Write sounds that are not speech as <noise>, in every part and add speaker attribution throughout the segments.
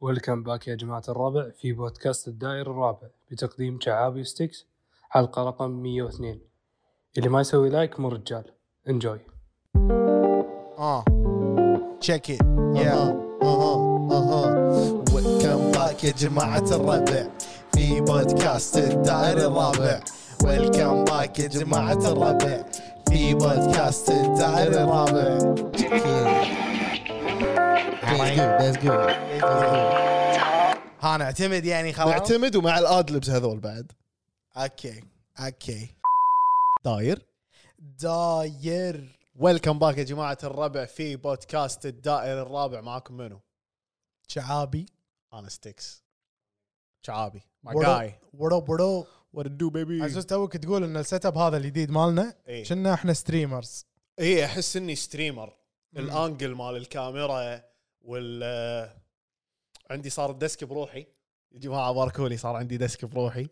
Speaker 1: ويلكم باك يا جماعة الربع في بودكاست الدائر الرابع بتقديم شعابي ستيكس حلقة رقم 102 اللي ما يسوي لايك مو رجال انجوي
Speaker 2: Uh, check it. Yeah. Uh-huh. Uh-huh. Welcome back يا جماعة الربع في بودكاست الدائر الرابع. Welcome back يا جماعة الربع في بودكاست الدائر الرابع. Check it. That's good. That's good. ها نعتمد يعني خلاص
Speaker 3: نعتمد ومع الادلبس هذول بعد
Speaker 2: اوكي اوكي
Speaker 3: داير
Speaker 2: داير
Speaker 3: ويلكم باك يا جماعه الربع في بودكاست الدائر الرابع معاكم منو؟
Speaker 2: شعابي
Speaker 3: انا ستيكس شعابي ماي جاي
Speaker 2: ورو ورو
Speaker 3: وات دو بيبي
Speaker 4: عزوز توك تقول ان السيت اب هذا الجديد مالنا
Speaker 3: إيه.
Speaker 4: كنا احنا ستريمرز
Speaker 3: اي احس اني ستريمر الانجل مال الكاميرا وال آه، عندي صار الديسك بروحي يا جماعه باركولي صار عندي ديسك بروحي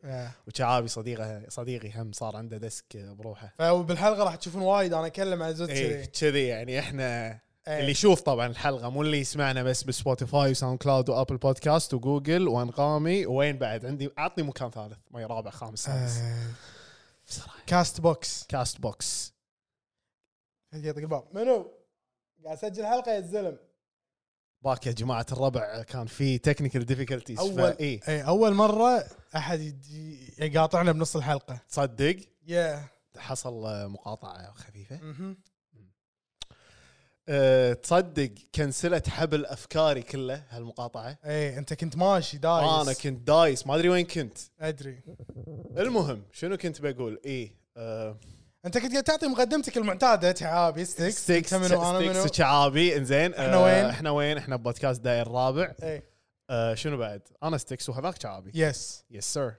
Speaker 3: وشعابي صديقه صديقي هم صار عنده ديسك بروحه
Speaker 4: فبالحلقه راح تشوفون وايد انا اكلم عزوز
Speaker 3: اي
Speaker 4: كذي
Speaker 3: كذي يعني احنا
Speaker 4: إيه.
Speaker 3: اللي يشوف طبعا الحلقه مو اللي يسمعنا بس بسبوتيفاي وساوند كلاود وابل بودكاست وجوجل وانغامي وين بعد عندي اعطني مكان ثالث ما رابع خامس
Speaker 4: إيه.
Speaker 3: سادس
Speaker 4: آه. كاست بوكس
Speaker 3: كاست بوكس
Speaker 4: يطق الباب منو؟ قاعد اسجل حلقه يا الزلم
Speaker 3: باك يا جماعه الربع كان في تكنيكال ديفيكولتيز
Speaker 4: اول
Speaker 3: اي
Speaker 4: اي اول مره احد يجي- يقاطعنا بنص الحلقه
Speaker 3: تصدق
Speaker 4: يا
Speaker 3: حصل آه، مقاطعه خفيفه
Speaker 4: مهم.
Speaker 3: أه تصدق كنسلت حبل افكاري كله هالمقاطعه
Speaker 4: اي انت إيه، كنت ماشي دايس
Speaker 3: انا كنت دايس ما ادري وين كنت
Speaker 4: ادري
Speaker 3: المهم شنو كنت بقول اي أه
Speaker 4: انت كنت قاعد تعطي مقدمتك المعتاده تعابي ستكس
Speaker 3: ستيكس
Speaker 4: أنت إيه، منو انا منو
Speaker 3: ستيكس شعابي انزين
Speaker 4: إحنا
Speaker 3: آه،
Speaker 4: وين؟
Speaker 3: احنا وين احنا بودكاست داير الرابع
Speaker 4: اي
Speaker 3: آه شنو بعد انا ستيكس وهذاك شعابي
Speaker 4: يس
Speaker 3: يس سير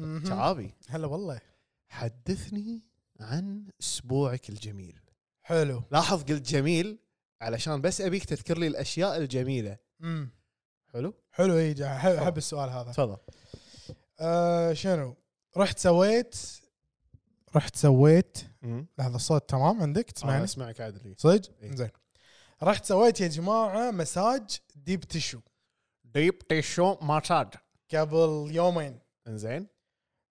Speaker 4: مهم.
Speaker 3: شعابي
Speaker 4: هلا والله
Speaker 3: حدثني عن اسبوعك الجميل
Speaker 4: حلو
Speaker 3: لاحظ قلت جميل علشان بس ابيك تذكر لي الاشياء الجميله
Speaker 4: امم
Speaker 3: حلو
Speaker 4: حلو اي جا- أحب- احب السؤال هذا
Speaker 3: تفضل
Speaker 4: آه شنو رحت سويت رحت سويت
Speaker 3: أمم.
Speaker 4: لحظه الصوت تمام عندك
Speaker 3: انا
Speaker 4: تسمعني
Speaker 3: اسمعك عادل
Speaker 4: صدق
Speaker 3: إيه.
Speaker 4: زين رحت سويت يا جماعه مساج ديب تشو
Speaker 3: ديب تيشو ماساج
Speaker 4: قبل يومين
Speaker 3: انزين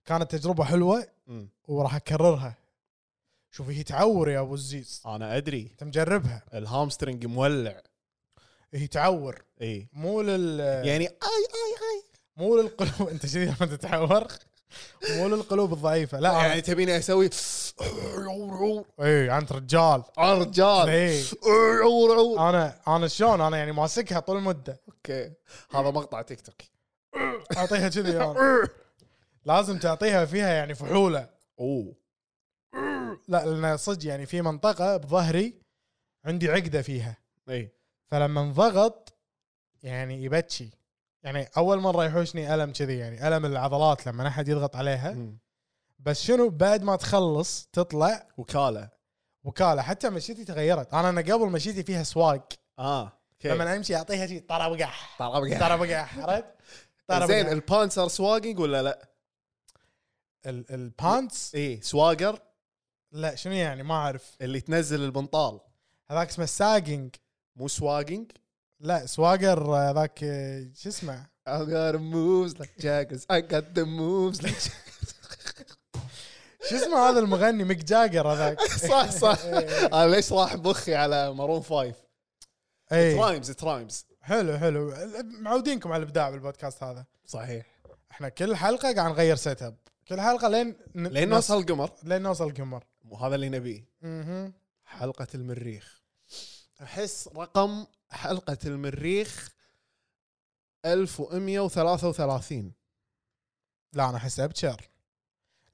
Speaker 4: كانت تجربه حلوه
Speaker 3: أمم.
Speaker 4: وراح اكررها شوف هي تعور يا ابو الزيز
Speaker 3: انا ادري
Speaker 4: انت مجربها
Speaker 3: الهامسترنج مولع
Speaker 4: هي تعور
Speaker 3: اي
Speaker 4: مو لل
Speaker 3: يعني اي اي اي
Speaker 4: مو للقلوب <laughs> انت شذي لما تتعور مو للقلوب الضعيفه لا
Speaker 3: يعني
Speaker 4: يعني
Speaker 3: تبيني اسوي
Speaker 4: اي انت رجال
Speaker 3: يا رجال
Speaker 4: إيه.
Speaker 3: عور عور
Speaker 4: انا انا شلون انا يعني ماسكها طول المده
Speaker 3: اوكي هذا مقطع تيك توك
Speaker 4: اعطيها كذي
Speaker 3: <laughs>
Speaker 4: أنا. لازم تعطيها فيها يعني فحوله
Speaker 3: اوه
Speaker 4: لا لان صدق يعني في منطقه بظهري عندي عقده فيها
Speaker 3: اي
Speaker 4: فلما انضغط يعني يبتشي يعني اول مره يحوشني الم كذي يعني الم العضلات لما احد يضغط عليها بس شنو بعد ما تخلص تطلع
Speaker 3: وكاله
Speaker 4: وكاله حتى مشيتي تغيرت انا انا قبل مشيتي فيها سواق
Speaker 3: اه اوكي
Speaker 4: لما امشي اعطيها شي طرى وقح
Speaker 3: طلع بقى.
Speaker 4: طرى وقح عرفت؟ طرى
Speaker 3: يعني. زين
Speaker 4: وقح
Speaker 3: البانسر سواقينج ولا لا؟
Speaker 4: ال- البانتس
Speaker 3: اي سواقر
Speaker 4: لا شنو يعني ما اعرف
Speaker 3: اللي تنزل البنطال
Speaker 4: هذاك اسمه ساجنج
Speaker 3: مو سواقينج
Speaker 4: لا سواقر آه، ذاك آه، شو اسمه
Speaker 3: I got moves like Jaggers I got the moves like <laughs>
Speaker 4: شو اسمه هذا المغني ميك جاجر
Speaker 3: <laughs>
Speaker 4: هذاك
Speaker 3: صح صح انا ليش راح بخي على مارون فايف
Speaker 4: اي
Speaker 3: ترايمز ترايمز
Speaker 4: حلو حلو معودينكم على الابداع بالبودكاست هذا
Speaker 3: صحيح
Speaker 4: احنا كل حلقه قاعد نغير سيت اب كل حلقه
Speaker 3: <laughs>
Speaker 4: لين ن-
Speaker 3: لين
Speaker 4: نص-
Speaker 3: نوصل قمر
Speaker 4: لين نوصل قمر
Speaker 3: وهذا اللي نبيه
Speaker 4: مهم.
Speaker 3: حلقة المريخ أحس رقم حلقة المريخ 1133
Speaker 4: لا انا احس ابشر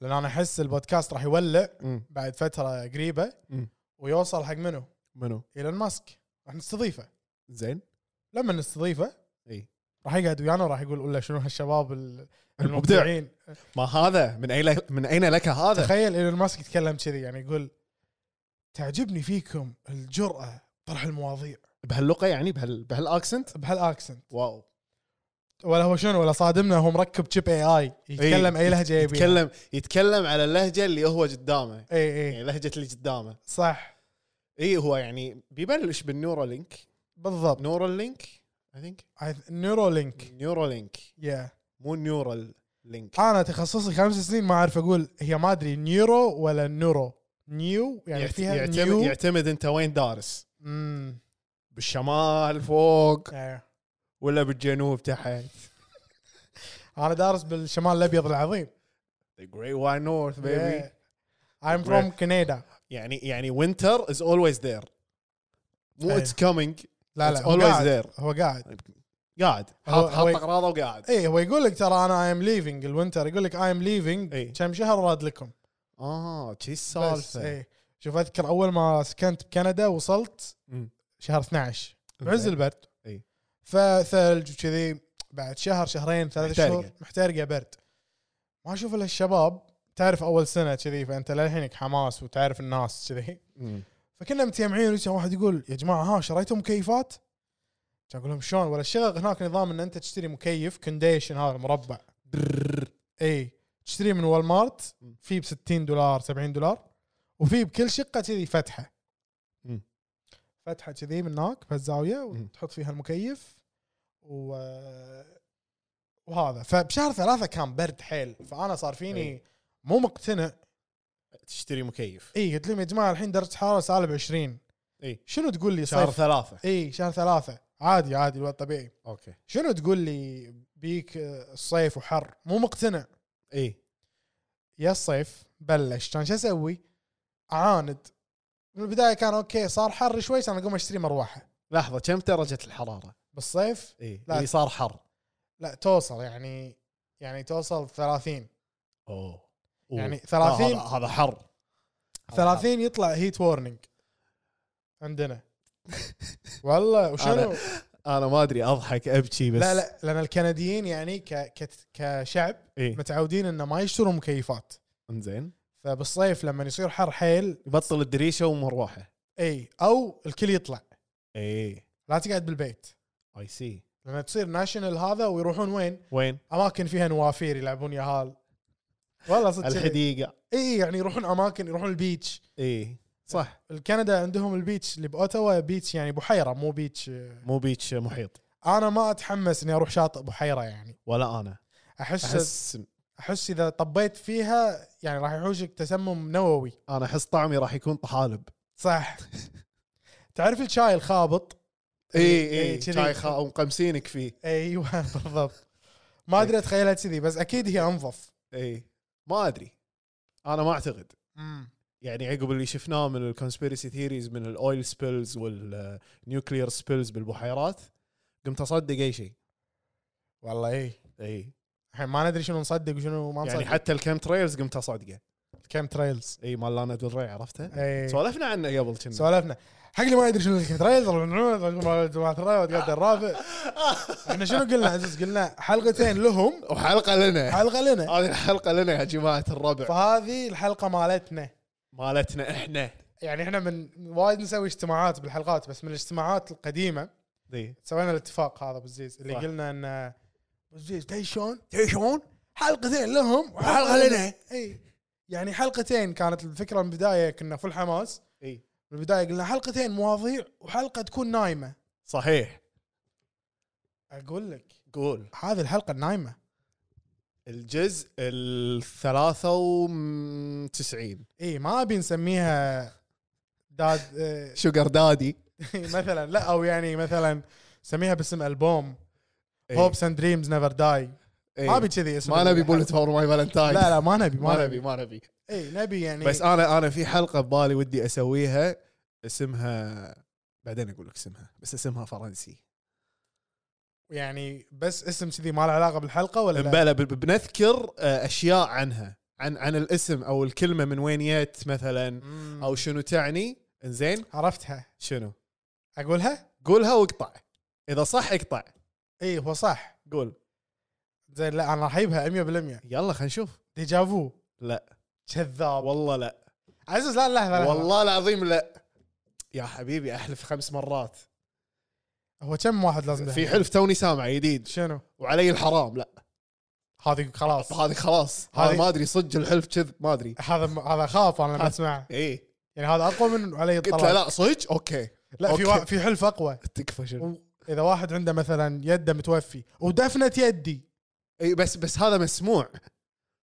Speaker 4: لان انا احس البودكاست راح يولع بعد فتره قريبه
Speaker 3: مم.
Speaker 4: ويوصل حق منو؟
Speaker 3: منو؟
Speaker 4: ايلون ماسك راح نستضيفه
Speaker 3: زين
Speaker 4: لما نستضيفه
Speaker 3: إي.
Speaker 4: راح يقعد ويانا راح يقول ولا شنو هالشباب
Speaker 3: <laughs>
Speaker 4: ال- المبدعين
Speaker 3: ما هذا من أين من أين لك هذا؟
Speaker 4: تخيل ايلون ماسك يتكلم كذي يعني يقول تعجبني فيكم الجرأة طرح المواضيع
Speaker 3: بهاللغة يعني بهال بهالأكسنت؟
Speaker 4: بهالاكسنت
Speaker 3: واو
Speaker 4: ولا هو شنو ولا صادمنا هو مركب تشيب اي اي يتكلم اي لهجه يبي
Speaker 3: يتكلم يتكلم على اللهجة اللي هو قدامه
Speaker 4: اي اي
Speaker 3: يعني لهجة اللي قدامه
Speaker 4: صح
Speaker 3: اي هو يعني بيبلش بالنورالينك
Speaker 4: بالضبط
Speaker 3: نورالينك اي ثينك
Speaker 5: نيورو لينك
Speaker 3: نيورالينك
Speaker 5: يا
Speaker 3: مو نيورال لينك
Speaker 5: انا تخصصي خمس سنين ما اعرف اقول هي ما ادري نيورو ولا نيورو نيو يعني
Speaker 3: يعت-
Speaker 5: فيها
Speaker 3: يعتمد,
Speaker 5: نيو
Speaker 3: يعتمد انت وين دارس
Speaker 5: امم
Speaker 3: بالشمال فوق
Speaker 5: إيه.
Speaker 3: ولا بالجنوب تحت
Speaker 5: انا دارس بالشمال الابيض العظيم
Speaker 3: The great white north baby
Speaker 5: Yeah. I'm from كندا
Speaker 3: يعني يعني winter is always there مو
Speaker 5: أي.
Speaker 3: it's coming
Speaker 5: لا
Speaker 3: It's
Speaker 5: لا هو
Speaker 3: always
Speaker 5: قاعد
Speaker 3: there.
Speaker 5: هو قاعد
Speaker 3: قاعد
Speaker 5: هو-
Speaker 3: حاط حاط
Speaker 5: هو- إيه.
Speaker 3: اغراضه وقاعد
Speaker 5: اي هو يقول لك ترى انا ايم ليفنج الوينتر يقول لك ايم
Speaker 3: إيه.
Speaker 5: ليفنج كم شهر راد لكم
Speaker 3: اه شي
Speaker 5: بس إيه.
Speaker 3: السالفه
Speaker 5: اي شوف اذكر اول ما سكنت بكندا وصلت
Speaker 3: مم.
Speaker 5: شهر 12 بعز البرد
Speaker 3: إي.
Speaker 5: فثلج وكذي بعد شهر شهرين ثلاث
Speaker 3: محترقة.
Speaker 5: شهور محترقه برد ما اشوف الا الشباب تعرف اول سنه كذي فانت للحينك حماس وتعرف الناس كذي
Speaker 3: مم.
Speaker 5: فكنا متجمعين وكان واحد يقول يا جماعه ها شريتوا مكيفات؟ كان اقول لهم شلون ولا الشغل هناك نظام ان انت تشتري مكيف كونديشن هذا المربع اي تشتريه من والمارت فيه ب 60 دولار 70 دولار وفيه بكل شقه كذي فتحه
Speaker 3: مم.
Speaker 5: فتحه كذي من هناك بهالزاويه
Speaker 3: مم.
Speaker 5: وتحط فيها المكيف و وهذا فبشهر ثلاثه كان برد حيل فانا صار فيني
Speaker 3: إي.
Speaker 5: مو مقتنع
Speaker 3: تشتري مكيف
Speaker 5: اي قلت لهم يا جماعه الحين درجه حراره سالب 20
Speaker 3: اي
Speaker 5: شنو تقول لي
Speaker 3: شهر
Speaker 5: صيف؟
Speaker 3: ثلاثه
Speaker 5: اي شهر ثلاثة عادي عادي الوضع طبيعي
Speaker 3: اوكي
Speaker 5: شنو تقول لي بيك آه، الصيف وحر مو مقتنع
Speaker 3: اي
Speaker 5: يا الصيف بلش كان شو اسوي؟ اعاند من البداية كان اوكي صار حر شوي كان اقوم اشتري مروحة
Speaker 3: لحظه كم درجه الحراره؟
Speaker 5: بالصيف
Speaker 3: اي
Speaker 5: لا.
Speaker 3: اللي إيه. صار حر
Speaker 5: لا توصل يعني يعني توصل 30
Speaker 3: اوه
Speaker 5: يعني
Speaker 3: أوه. آه،
Speaker 5: 30
Speaker 3: هذا- هذا حر
Speaker 5: 30 يطلع هيت وورنينج عندنا
Speaker 3: <laughs>
Speaker 5: والله وشنو
Speaker 3: انا ما ادري اضحك ابكي بس
Speaker 5: لا لا لان الكنديين يعني ك كت- كشعب
Speaker 3: اي
Speaker 5: متعودين انه ما يشتروا مكيفات
Speaker 3: انزين
Speaker 5: فبالصيف لما يصير حر حيل
Speaker 3: يبطل الدريشه ومروحه
Speaker 5: اي او الكل يطلع
Speaker 3: اي
Speaker 5: لا تقعد بالبيت
Speaker 3: اي سي
Speaker 5: لما تصير ناشونال هذا ويروحون وين؟
Speaker 3: وين؟
Speaker 5: اماكن فيها نوافير يلعبون ياهال والله صدق كذي.
Speaker 3: الحديقه
Speaker 5: اي يعني يروحون اماكن يروحون البيتش
Speaker 3: اي صح
Speaker 5: الكندا عندهم البيتش اللي باوتاوا بيتش يعني بحيره مو بيتش
Speaker 3: مو بيتش محيط
Speaker 5: انا ما اتحمس اني اروح شاطئ بحيره يعني
Speaker 3: ولا انا
Speaker 5: احس احس,
Speaker 3: احس
Speaker 5: أحس اذا طبيت فيها يعني راح يحوشك تسمم نووي
Speaker 3: انا احس طعمي راح يكون طحالب
Speaker 5: صح تعرف الشاي الخابط
Speaker 3: إيه، اي اي
Speaker 5: كذي.
Speaker 3: شاي خا ومقمسينك فيه
Speaker 5: ايوه بالضبط ما ادري اتخيلها كذي بس اكيد هي انظف
Speaker 3: اي إيه. ما ادري انا ما اعتقد يعني عقب اللي شفناه من الكونسبيرسي ثيريز من الاويل سبيلز والنيوكلير سبيلز بالبحيرات قمت اصدق اي شيء
Speaker 5: والله اي
Speaker 3: اي
Speaker 5: الحين ما ندري شنو نصدق وشنو ما نصدق
Speaker 3: يعني حتى الكام تريلز قمت اصدقه
Speaker 5: كم تريلز
Speaker 3: اي مال لانا دل ري عرفته
Speaker 5: اي
Speaker 3: سولفنا عنه قبل <laughs> كنا
Speaker 5: سولفنا حق اللي ما يدري شنو الكم تريلز جماعه الرابع الرابع احنا شنو قلنا عزيز قلنا حلقتين لهم
Speaker 3: وحلقه لنا
Speaker 5: حلقه لنا
Speaker 3: هذه الحلقه لنا يا جماعه الربع
Speaker 5: فهذه الحلقه مالتنا
Speaker 3: مالتنا احنا
Speaker 5: يعني احنا من وايد نسوي اجتماعات بالحلقات بس من الاجتماعات القديمه
Speaker 3: دي
Speaker 5: سوينا الاتفاق هذا بالزيز اللي
Speaker 3: صح.
Speaker 5: قلنا ان أبو الزيز تيشون تيشون حلقتين لهم وحلقه لنا اي يعني حلقتين كانت الفكره من البدايه كنا فل حماس
Speaker 3: اي
Speaker 5: من البدايه قلنا حلقتين مواضيع وحلقه تكون نايمه
Speaker 3: صحيح
Speaker 5: اقول لك
Speaker 3: قول
Speaker 5: هذه الحلقه النايمه
Speaker 3: الجزء الثلاثة وتسعين
Speaker 5: اي ما ابي نسميها داد آه،
Speaker 3: شوجر دادي
Speaker 5: <laughs> مثلا لا او يعني مثلا سميها باسم البوم
Speaker 3: إي.
Speaker 5: هوبس اند دريمز نيفر داي
Speaker 3: إي.
Speaker 5: ما ابي كذي اسم
Speaker 3: إيه. ما نبي
Speaker 5: الحلقة.
Speaker 3: بولت فور ماي فالنتاين
Speaker 5: لا لا ما نبي
Speaker 3: ما نبي ما نبي
Speaker 5: اي نبي يعني
Speaker 3: بس انا انا في حلقه ببالي ودي اسويها اسمها بعدين اقول لك اسمها بس اسمها فرنسي
Speaker 5: يعني بس اسم كذي ما له علاقه بالحلقه ولا لا؟
Speaker 3: بلا ب- بنذكر آه، اشياء عنها عن عن الاسم او الكلمه من وين جت مثلا
Speaker 5: مم.
Speaker 3: او شنو تعني انزين
Speaker 5: عرفتها
Speaker 3: شنو
Speaker 5: اقولها؟
Speaker 3: قولها واقطع اذا صح اقطع
Speaker 5: اي إيه، هو صح
Speaker 3: قول
Speaker 5: زين لا انا راح اجيبها 100%
Speaker 3: يلا خلينا نشوف
Speaker 5: ديجافو
Speaker 3: لا
Speaker 5: كذاب
Speaker 3: والله لا
Speaker 5: عزيز لا لحظه لحظة.
Speaker 3: والله العظيم لا يا حبيبي احلف خمس مرات
Speaker 5: هو كم واحد لازم
Speaker 3: في
Speaker 5: له؟
Speaker 3: حلف توني سامع جديد
Speaker 5: شنو؟
Speaker 3: وعلي الحرام لا
Speaker 5: هذه
Speaker 3: <laughs>
Speaker 5: خلاص
Speaker 3: هذه خلاص هذا
Speaker 5: هذه-
Speaker 3: ما ادري صدق الحلف كذب ما ادري
Speaker 5: هذا هذا خاف انا لما
Speaker 3: هذا-
Speaker 5: اسمعه
Speaker 3: ايه
Speaker 5: يعني هذا اقوى من علي
Speaker 3: قلت له
Speaker 5: الطلاق
Speaker 3: لا صدق اوكي
Speaker 5: إيه. لا في
Speaker 3: أوكي.
Speaker 5: وا- في حلف اقوى
Speaker 3: تكفى شنو
Speaker 5: و- اذا واحد عنده مثلا يده متوفي ودفنت يدي
Speaker 3: اي إيه، بس بس هذا مسموع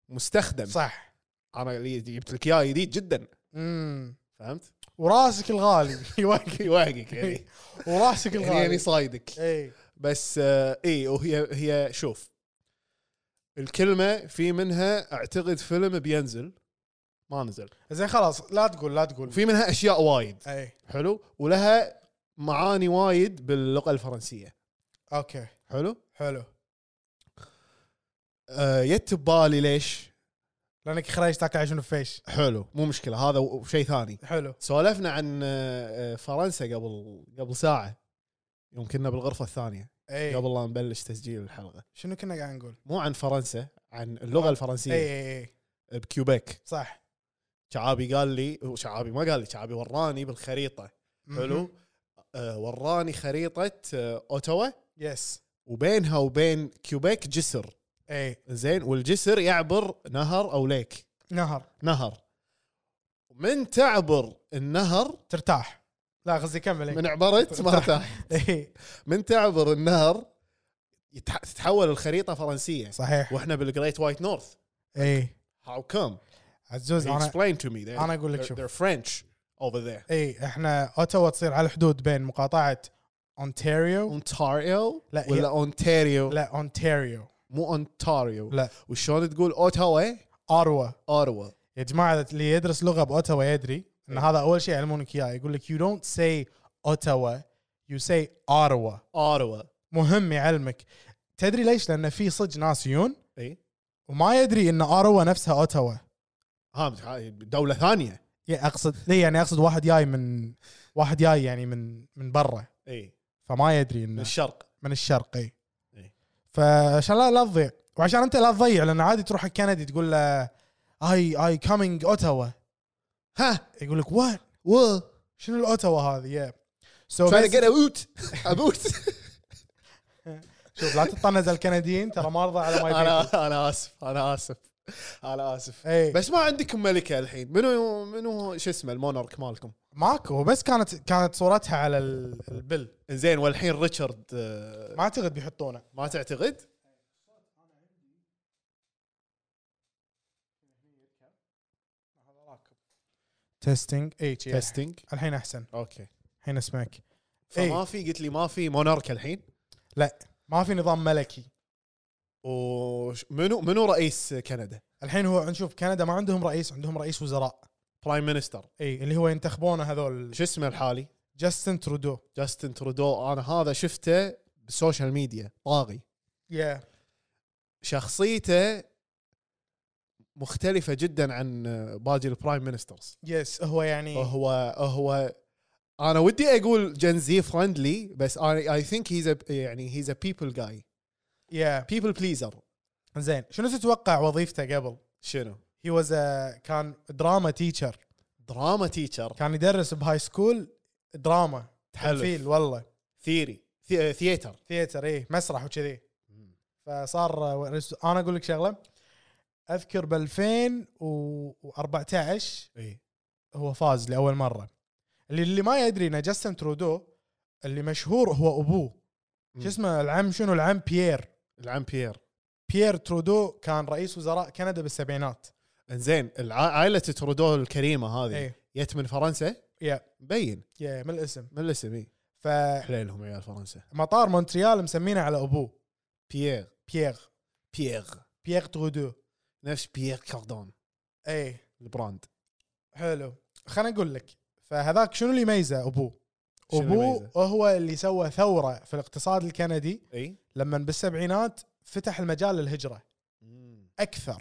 Speaker 3: مستخدم
Speaker 5: صح
Speaker 3: انا اللي جبت لك اياه جديد جدا
Speaker 5: امم
Speaker 3: فهمت؟ <laughs>
Speaker 5: وراسك الغالي
Speaker 3: يوهقك
Speaker 5: <laughs>
Speaker 3: يوهقك يعني
Speaker 5: وراسك
Speaker 3: يعني يعني
Speaker 5: الغالي إيه.
Speaker 3: صايدك
Speaker 5: اي
Speaker 3: بس آه، اي وهي هي شوف الكلمه في منها اعتقد فيلم بينزل ما نزل
Speaker 5: زين خلاص لا تقول لا تقول إيه.
Speaker 3: وفي منها اشياء وايد
Speaker 5: اي
Speaker 3: حلو ولها معاني وايد باللغه الفرنسيه
Speaker 5: اوكي
Speaker 3: حلو
Speaker 5: حلو
Speaker 3: آه يت ببالي ليش
Speaker 5: لانك خريج تاكل عشان بفيش
Speaker 3: حلو مو مشكله هذا و- شيء ثاني
Speaker 5: حلو
Speaker 3: سولفنا عن آه، آه، فرنسا قبل قبل ساعه يوم كنا بالغرفه الثانيه
Speaker 5: اي
Speaker 3: قبل لا نبلش تسجيل الحلقه
Speaker 5: إيه. شنو كنا قاعد نقول؟
Speaker 3: مو عن فرنسا عن اللغه
Speaker 5: اي
Speaker 3: الفرنسيه
Speaker 5: اي اي
Speaker 3: بكيوبيك
Speaker 5: صح
Speaker 3: شعابي قال لي هو شعابي ما قال لي شعابي وراني بالخريطه حلو آه وراني خريطه آه اوتوا
Speaker 5: يس
Speaker 3: وبينها وبين كيوبيك جسر
Speaker 5: اي
Speaker 3: زين والجسر يعبر نهر او ليك
Speaker 5: نهر
Speaker 3: نهر من تعبر النهر
Speaker 5: ترتاح لا قصدي كمل
Speaker 3: من
Speaker 5: <laughs>
Speaker 3: عبرت ما ارتاح.
Speaker 5: اي
Speaker 3: من تعبر النهر يتح- تتحول الخريطه فرنسيه
Speaker 5: صحيح
Speaker 3: واحنا بالجريت وايت نورث
Speaker 5: اي
Speaker 3: هاو كم
Speaker 5: عزوز انا
Speaker 3: explain to me they're,
Speaker 5: أنا أقول لك
Speaker 3: they're-
Speaker 5: شوف.
Speaker 3: they're French over there
Speaker 5: اي احنا اوتوا إيه، تصير على الحدود بين مقاطعه اونتاريو
Speaker 3: اونتاريو
Speaker 5: لا، هي-
Speaker 3: ولا اونتاريو
Speaker 5: لا اونتاريو
Speaker 3: مو اونتاريو
Speaker 5: لا
Speaker 3: وشلون تقول اوتاوا
Speaker 5: اروا
Speaker 3: اوروا
Speaker 5: يا جماعه إذا اللي يدرس لغه باوتاوا يدري ان هذا اول شيء يعلمونك اياه يقول لك يو دونت سي اوتاوا يو سي اروا
Speaker 3: اوروا
Speaker 5: مهم يعلمك تدري ليش لان في صج ناس يون
Speaker 3: اي
Speaker 5: وما يدري ان اروا نفسها اوتاوا
Speaker 3: ها دوله ثانيه
Speaker 5: يعني اقصد ليه يعني اقصد واحد جاي من واحد جاي يعني من من برا
Speaker 3: اي
Speaker 5: فما يدري
Speaker 3: من
Speaker 5: انه
Speaker 3: إيه؟ الشرق
Speaker 5: من الشرق اي
Speaker 3: إيه.
Speaker 5: فعشان لا لا تضيع وعشان انت لا تضيع لان عادي تروح حق كندي تقول له اي اي كامينج اوتاوا
Speaker 3: ها
Speaker 5: يقول لك وات
Speaker 3: و
Speaker 5: شنو الاوتاوا هذه yeah. سو
Speaker 3: trying to get out <laughs> ابوت
Speaker 5: شوف لا تطنز الكنديين ترى ما ارضى
Speaker 3: <laughs>
Speaker 5: على ماي
Speaker 3: انا انا اسف انا اسف انا اسف
Speaker 5: اي
Speaker 3: بس ما عندكم ملكه الحين منو منو شو اسمه المونارك مالكم
Speaker 5: ماكو بس كانت كانت صورتها على ال- البل
Speaker 3: زين والحين ريتشارد آه،
Speaker 5: ما اعتقد بيحطونه
Speaker 3: ما تعتقد
Speaker 5: تيستينج اي تيستينج
Speaker 3: تيستينج
Speaker 5: الحين احسن
Speaker 3: اوكي
Speaker 5: الحين اسمعك
Speaker 3: فما في قلت لي ما في مونارك الحين
Speaker 5: لا ما في نظام ملكي
Speaker 3: ومنو منو رئيس كندا
Speaker 5: الحين هو نشوف كندا ما عندهم رئيس عندهم رئيس وزراء
Speaker 3: برايم مينستر
Speaker 5: اي إيه، اللي هو ينتخبونه هذول
Speaker 3: شو اسمه الحالي
Speaker 5: جاستن ترودو
Speaker 3: جاستن ترودو انا هذا شفته بالسوشيال ميديا طاغي
Speaker 5: يا
Speaker 3: شخصيته مختلفة جدا عن آه، باقي البرايم مينسترز
Speaker 5: يس هو يعني
Speaker 3: هو هو انا ودي اقول جنزي فرندلي بس انا اي ثينك هيز يعني هيز ا بيبل جاي
Speaker 5: يا
Speaker 3: بيبل بليزر
Speaker 5: زين شنو تتوقع وظيفته قبل؟
Speaker 3: شنو؟
Speaker 5: هي واز كان دراما تيتشر
Speaker 3: دراما تيتشر
Speaker 5: كان يدرس بهاي سكول دراما
Speaker 3: تحلف.
Speaker 5: تمثيل والله
Speaker 3: ثيري ثياتر
Speaker 5: ثيتر ايه مسرح وكذي فصار رس- انا اقول لك شغله اذكر ب 2014
Speaker 3: اي
Speaker 5: هو فاز لاول مره اللي اللي ما يدري ان جاستن ترودو اللي مشهور هو ابوه
Speaker 3: مم.
Speaker 5: شو اسمه العم شنو العم بيير
Speaker 3: العم بيير
Speaker 5: بيير ترودو كان رئيس وزراء كندا بالسبعينات
Speaker 3: زين الع- عائلة ترودو الكريمة هذه
Speaker 5: ايه.
Speaker 3: جت من فرنسا
Speaker 5: يا
Speaker 3: مبين
Speaker 5: يا من الاسم
Speaker 3: من الاسم اي
Speaker 5: فمطار
Speaker 3: حليلهم عيال فرنسا
Speaker 5: مونتريال مسمينه على ابوه
Speaker 3: بيير
Speaker 5: بيير
Speaker 3: بيير
Speaker 5: بيير ترودو إيه.
Speaker 3: نفس بيير كاردون
Speaker 5: اي
Speaker 3: البراند
Speaker 5: حلو خليني اقول لك فهذاك شنو اللي يميزه ابوه
Speaker 3: شنو اللي
Speaker 5: ابوه
Speaker 3: يميزه؟
Speaker 5: هو اللي سوى ثوره في الاقتصاد الكندي
Speaker 3: اي
Speaker 5: لما بالسبعينات فتح المجال للهجره اكثر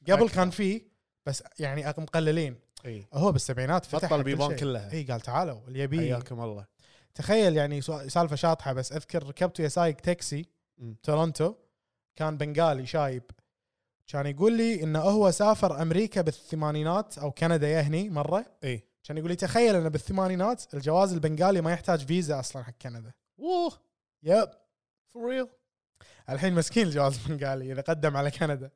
Speaker 3: أكثر.
Speaker 5: قبل كان فيه بس يعني أق- مقللين
Speaker 3: اي
Speaker 5: هو بالسبعينات فتح
Speaker 3: بطل بيبان كلها.
Speaker 5: اي قال تعالوا اللي يبي
Speaker 3: حياكم الله
Speaker 5: تخيل يعني سو- سالفه شاطحه بس اذكر ركبت ويا سايق تاكسي
Speaker 3: مم.
Speaker 5: تورونتو كان بنغالي شايب كان يقول لي انه هو سافر امريكا بالثمانينات او كندا يهني مره
Speaker 3: اي
Speaker 5: كان يقول لي تخيل انه بالثمانينات الجواز البنغالي ما يحتاج فيزا اصلا حق كندا
Speaker 3: ووه
Speaker 5: يب
Speaker 3: فور ريل
Speaker 5: الحين مسكين الجواز البنغالي اذا قدم على كندا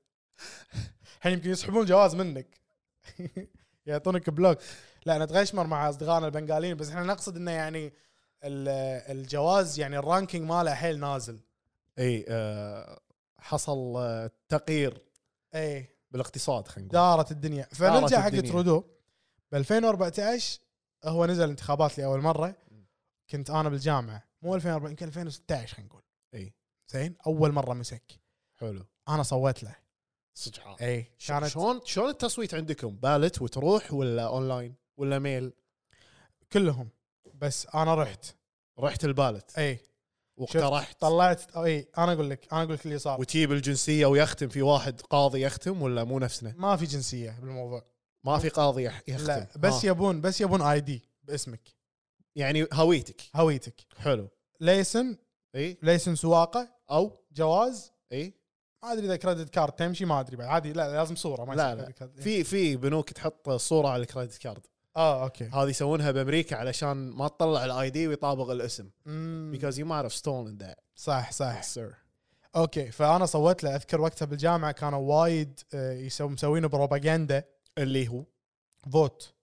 Speaker 5: الحين يمكن يسحبون جواز منك <laughs> يعطونك بلوك لا نتغشمر مع اصدقائنا البنغاليين بس احنا نقصد انه يعني ال- الجواز يعني الرانكينج ماله حيل نازل
Speaker 3: اي آه، حصل آه، تغيير
Speaker 5: اي
Speaker 3: بالاقتصاد خلينا نقول
Speaker 5: دارت الدنيا فنرجع حق
Speaker 3: الدنيا.
Speaker 5: ترودو ب 2014 هو نزل انتخابات لاول مره كنت انا بالجامعه مو 2014 يمكن 2016 خلينا نقول
Speaker 3: اي
Speaker 5: زين اول مره مسك
Speaker 3: حلو
Speaker 5: انا صوت له
Speaker 3: صدق
Speaker 5: اي إيه، كانت
Speaker 3: شلون شلون التصويت عندكم بالت وتروح ولا اونلاين ولا ميل
Speaker 5: كلهم بس انا رحت
Speaker 3: رحت البالت
Speaker 5: اي شفت
Speaker 3: واقترحت
Speaker 5: طلعت اي انا اقول لك انا اقول لك اللي صار
Speaker 3: وتجيب الجنسيه ويختم في واحد قاضي يختم ولا مو نفسنا
Speaker 5: ما في جنسيه بالموضوع
Speaker 3: ما في قاضي يح- يختم
Speaker 5: لا بس
Speaker 3: آه.
Speaker 5: يبون بس يبون اي دي باسمك
Speaker 3: يعني هويتك
Speaker 5: هويتك
Speaker 3: حلو
Speaker 5: ليسن
Speaker 3: اي
Speaker 5: ليسن سواقه
Speaker 3: او
Speaker 5: جواز
Speaker 3: اي
Speaker 5: ما ادري اذا كريدت كارد تمشي ما ادري بعد عادي لا لازم صوره ما
Speaker 3: لا
Speaker 5: يصير
Speaker 3: لا
Speaker 5: credit card.
Speaker 3: في في بنوك تحط صوره على الكريدت كارد
Speaker 5: اه اوكي
Speaker 3: هذه يسوونها بامريكا علشان ما تطلع الاي دي ويطابق الاسم
Speaker 5: مم،
Speaker 3: بيكوز يو ما اعرف ستون ذات
Speaker 5: صح صح
Speaker 3: سير
Speaker 5: اوكي فانا صوت له اذكر وقتها بالجامعه كانوا وايد آه، يسو مسوين بروباغندا
Speaker 3: اللي هو
Speaker 5: فوت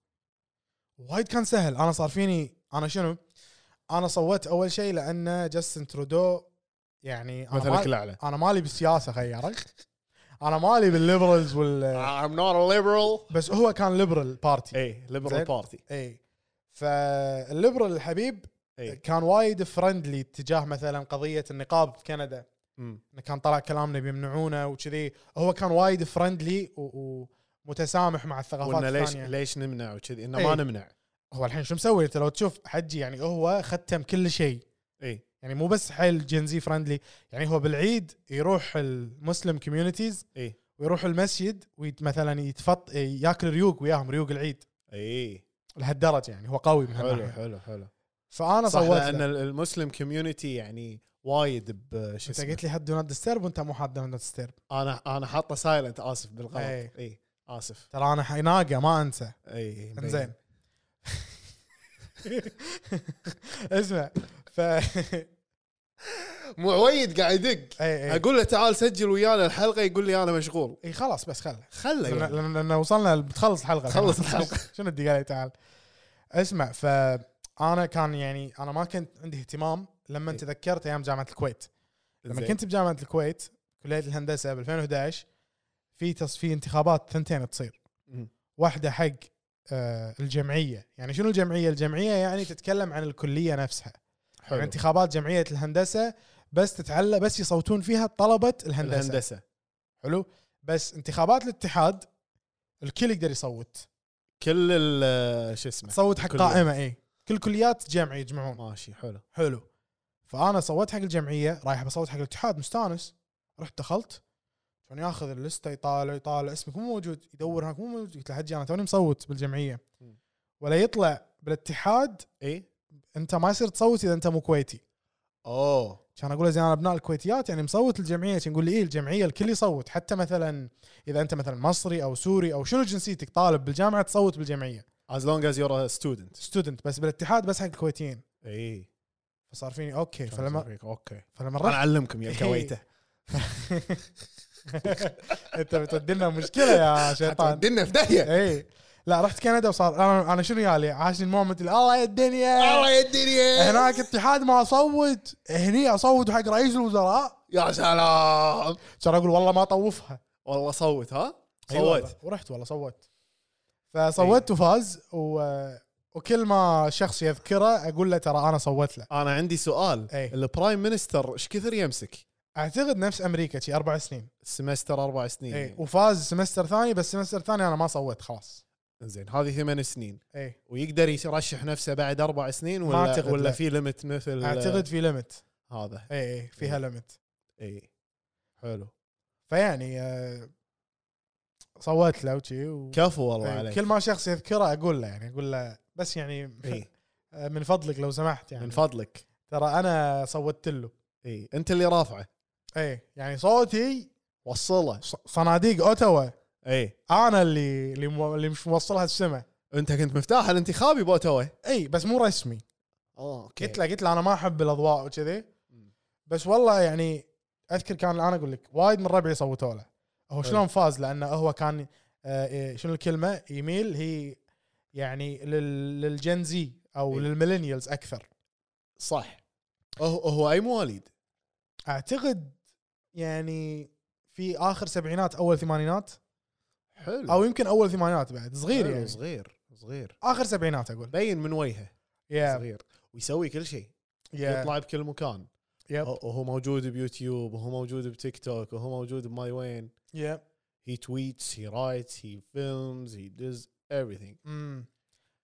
Speaker 5: وايد كان سهل انا صار فيني انا شنو؟ انا صوت اول شيء لان جاستن ترودو يعني انا
Speaker 3: مثلك
Speaker 5: مال-
Speaker 3: الاعلى
Speaker 5: انا مالي بالسياسه خيارك انا مالي
Speaker 3: <laughs>
Speaker 5: بالليبرالز وال
Speaker 3: I'm not a liberal إيه،
Speaker 5: بس هو كان ليبرال بارتي
Speaker 3: اي ليبرال
Speaker 5: زين.
Speaker 3: بارتي
Speaker 5: اي فالليبرال الحبيب
Speaker 3: اي
Speaker 5: كان وايد فرندلي تجاه مثلا قضيه النقاب في كندا إنه كان طلع كلامنا بيمنعونه وكذي هو كان وايد فرندلي ومتسامح مع الثقافات
Speaker 3: قلنا ليش
Speaker 5: الثانيه
Speaker 3: ليش نمنع وكذي انه
Speaker 5: إي.
Speaker 3: ما نمنع
Speaker 5: هو الحين شو مسوي انت لو تشوف حجي يعني هو ختم كل شيء
Speaker 3: اي
Speaker 5: يعني مو بس حيل جنزي فرندلي يعني هو بالعيد يروح المسلم كوميونيتيز
Speaker 3: اي
Speaker 5: ويروح المسجد ومثلا يتفط ياكل ريوق وياهم ريوق العيد
Speaker 3: اي
Speaker 5: لهالدرجه يعني هو قوي من
Speaker 3: إيه، حلو
Speaker 5: هالناحيه
Speaker 3: حلو حلو
Speaker 5: فانا
Speaker 3: صح
Speaker 5: صوت
Speaker 3: لان
Speaker 5: له.
Speaker 3: المسلم كوميونتي يعني وايد بش
Speaker 5: انت
Speaker 3: اسمه
Speaker 5: قلت لي هاد دونات ديسترب وانت مو حاد دونات ديسترب
Speaker 3: انا انا حاطه سايلنت اسف بالغلط إيه،
Speaker 5: إي.
Speaker 3: اي اسف
Speaker 5: ترى انا حناقه ما انسى
Speaker 3: اي مبين.
Speaker 5: انزين <laughs> اسمع ف <laughs> إيه،
Speaker 3: معويد قاعد يدق
Speaker 5: اي اي
Speaker 3: اقول له تعال سجل ويانا الحلقه يقول لي انا مشغول
Speaker 5: اي إيه، خلاص بس خله
Speaker 3: خله
Speaker 5: لان
Speaker 3: يعني.
Speaker 5: لان لأن وصلنا بتخلص الحلقه
Speaker 3: خلص الحلقة.
Speaker 5: <laughs> شنو الدقيقه اللي تعال اسمع فانا كان يعني انا ما كنت عندي اهتمام
Speaker 3: إيه.
Speaker 5: لما تذكرت ايام جامعه الكويت لما
Speaker 3: زين.
Speaker 5: كنت بجامعه الكويت كليه الهندسه ب 2011 في تص... في انتخابات ثنتين تصير
Speaker 3: مم.
Speaker 5: واحده حق آه الجمعيه يعني شنو الجمعيه الجمعيه يعني تتكلم عن الكليه نفسها
Speaker 3: حلو
Speaker 5: يعني انتخابات جمعيه الهندسه بس تتعلق بس يصوتون فيها طلبه الهندسه, الهندسة.
Speaker 3: الهندسه
Speaker 5: حلو بس انتخابات الاتحاد الكل يقدر يصوت
Speaker 3: كل ال- شو اسمه
Speaker 5: تصوت حق
Speaker 3: كل-
Speaker 5: قائمه اي كل كليات جمع يجمعون
Speaker 3: ماشي حلو
Speaker 5: حلو فانا صوت حق الجمعيه رايح بصوت حق الاتحاد مستانس رحت دخلت كان ياخذ اللسته يطالع يطالع اسمك مو موجود يدور هناك مو موجود قلت له حجي انا توني مصوت بالجمعيه
Speaker 3: مم.
Speaker 5: ولا يطلع بالاتحاد
Speaker 3: اي
Speaker 5: انت ما يصير تصوت اذا انت مو كويتي
Speaker 3: اوه
Speaker 5: كان اقول له زين انا ابناء الكويتيات يعني مصوت الجمعيه كان يقول لي ايه الجمعيه الكل يصوت حتى مثلا اذا انت مثلا مصري او سوري او شنو جنسيتك طالب بالجامعه تصوت بالجمعيه
Speaker 3: از لونج از يور ستودنت
Speaker 5: ستودنت بس بالاتحاد بس حق الكويتيين
Speaker 3: اي
Speaker 5: فصار فيني اوكي فلما
Speaker 3: اوكي
Speaker 5: فلما
Speaker 3: انا
Speaker 5: رحت
Speaker 3: اعلمكم
Speaker 5: <laughs>
Speaker 3: يا كويته
Speaker 5: انت بتودي لنا مشكله
Speaker 3: <laughs>
Speaker 5: يا شيطان
Speaker 3: دنا في داهيه
Speaker 5: اي لا رحت كندا وصار انا انا شنو يالي عاشني المومنت اللي، الله يا الدنيا
Speaker 3: الله يا الدنيا
Speaker 5: هناك اتحاد ما اصوت هني اصوت حق رئيس الوزراء
Speaker 3: يا سلام
Speaker 5: صار اقول والله ما اطوفها
Speaker 3: والله صوت ها
Speaker 5: أي والله،
Speaker 3: صوت إيه.
Speaker 5: ورحت والله صوت فصوت وفاز و... وكل ما شخص يذكره اقول له ترى انا صوت له
Speaker 3: انا عندي سؤال
Speaker 5: إي.
Speaker 3: البرايم مينستر ايش كثر يمسك
Speaker 5: اعتقد نفس امريكا شي اربع سنين
Speaker 3: سمستر اربع سنين
Speaker 5: اي
Speaker 3: يعني.
Speaker 5: وفاز سمستر ثاني بس سمستر ثاني انا ما صوت خلاص إيه.
Speaker 3: زين هذه ثمان سنين
Speaker 5: اي
Speaker 3: ويقدر يرشح نفسه بعد اربع سنين
Speaker 5: ما
Speaker 3: ولا
Speaker 5: أعتقد
Speaker 3: ولا
Speaker 5: لا.
Speaker 3: في ليمت مثل
Speaker 5: اعتقد في ليمت
Speaker 3: هذا
Speaker 5: اي اي فيها
Speaker 3: إيه.
Speaker 5: ليمت
Speaker 3: اي حلو
Speaker 5: فيعني آه، صوت له وشي و...
Speaker 3: كفو والله
Speaker 5: إي،
Speaker 3: عليك
Speaker 5: كل ما شخص يذكره اقول له يعني اقول له بس يعني
Speaker 3: اي
Speaker 5: <laughs> آه، من فضلك لو سمحت يعني
Speaker 3: من فضلك
Speaker 5: ترى انا صوتت له
Speaker 3: اي انت اللي رافعه
Speaker 5: اي يعني صوتي
Speaker 3: وصله
Speaker 5: ص- صناديق اوتاوا
Speaker 3: اي
Speaker 5: انا اللي اللي, مو... اللي مش موصلها السماء
Speaker 3: انت كنت مفتاح الانتخابي باوتاوا
Speaker 5: اي بس مو رسمي
Speaker 3: اه اوكي
Speaker 5: قلت له قلت له انا ما احب الاضواء وكذي
Speaker 3: مم.
Speaker 5: بس والله يعني اذكر كان انا اقول لك وايد من ربعي صوتوا له هو شلون فاز لانه هو كان آه، إيه، شنو الكلمه يميل هي يعني لل- للجنزي او
Speaker 3: إي.
Speaker 5: للميلينيالز اكثر
Speaker 3: صح هو هو اي مواليد
Speaker 5: اعتقد يعني في اخر سبعينات اول ثمانينات
Speaker 3: حلو
Speaker 5: او يمكن اول ثمانينات بعد صغير
Speaker 3: حلو،
Speaker 5: يعني
Speaker 3: إيه، صغير صغير
Speaker 5: اخر سبعينات اقول
Speaker 3: بين من وجهه
Speaker 5: يا
Speaker 3: صغير ويسوي كل شيء
Speaker 5: يا
Speaker 3: يطلع بكل مكان
Speaker 5: يب
Speaker 3: هو- وهو موجود بيوتيوب وهو موجود بتيك توك وهو موجود بماي وين
Speaker 5: يب
Speaker 3: هي تويتس هي رايتس هي فيلمز هي دز everything
Speaker 5: أمم.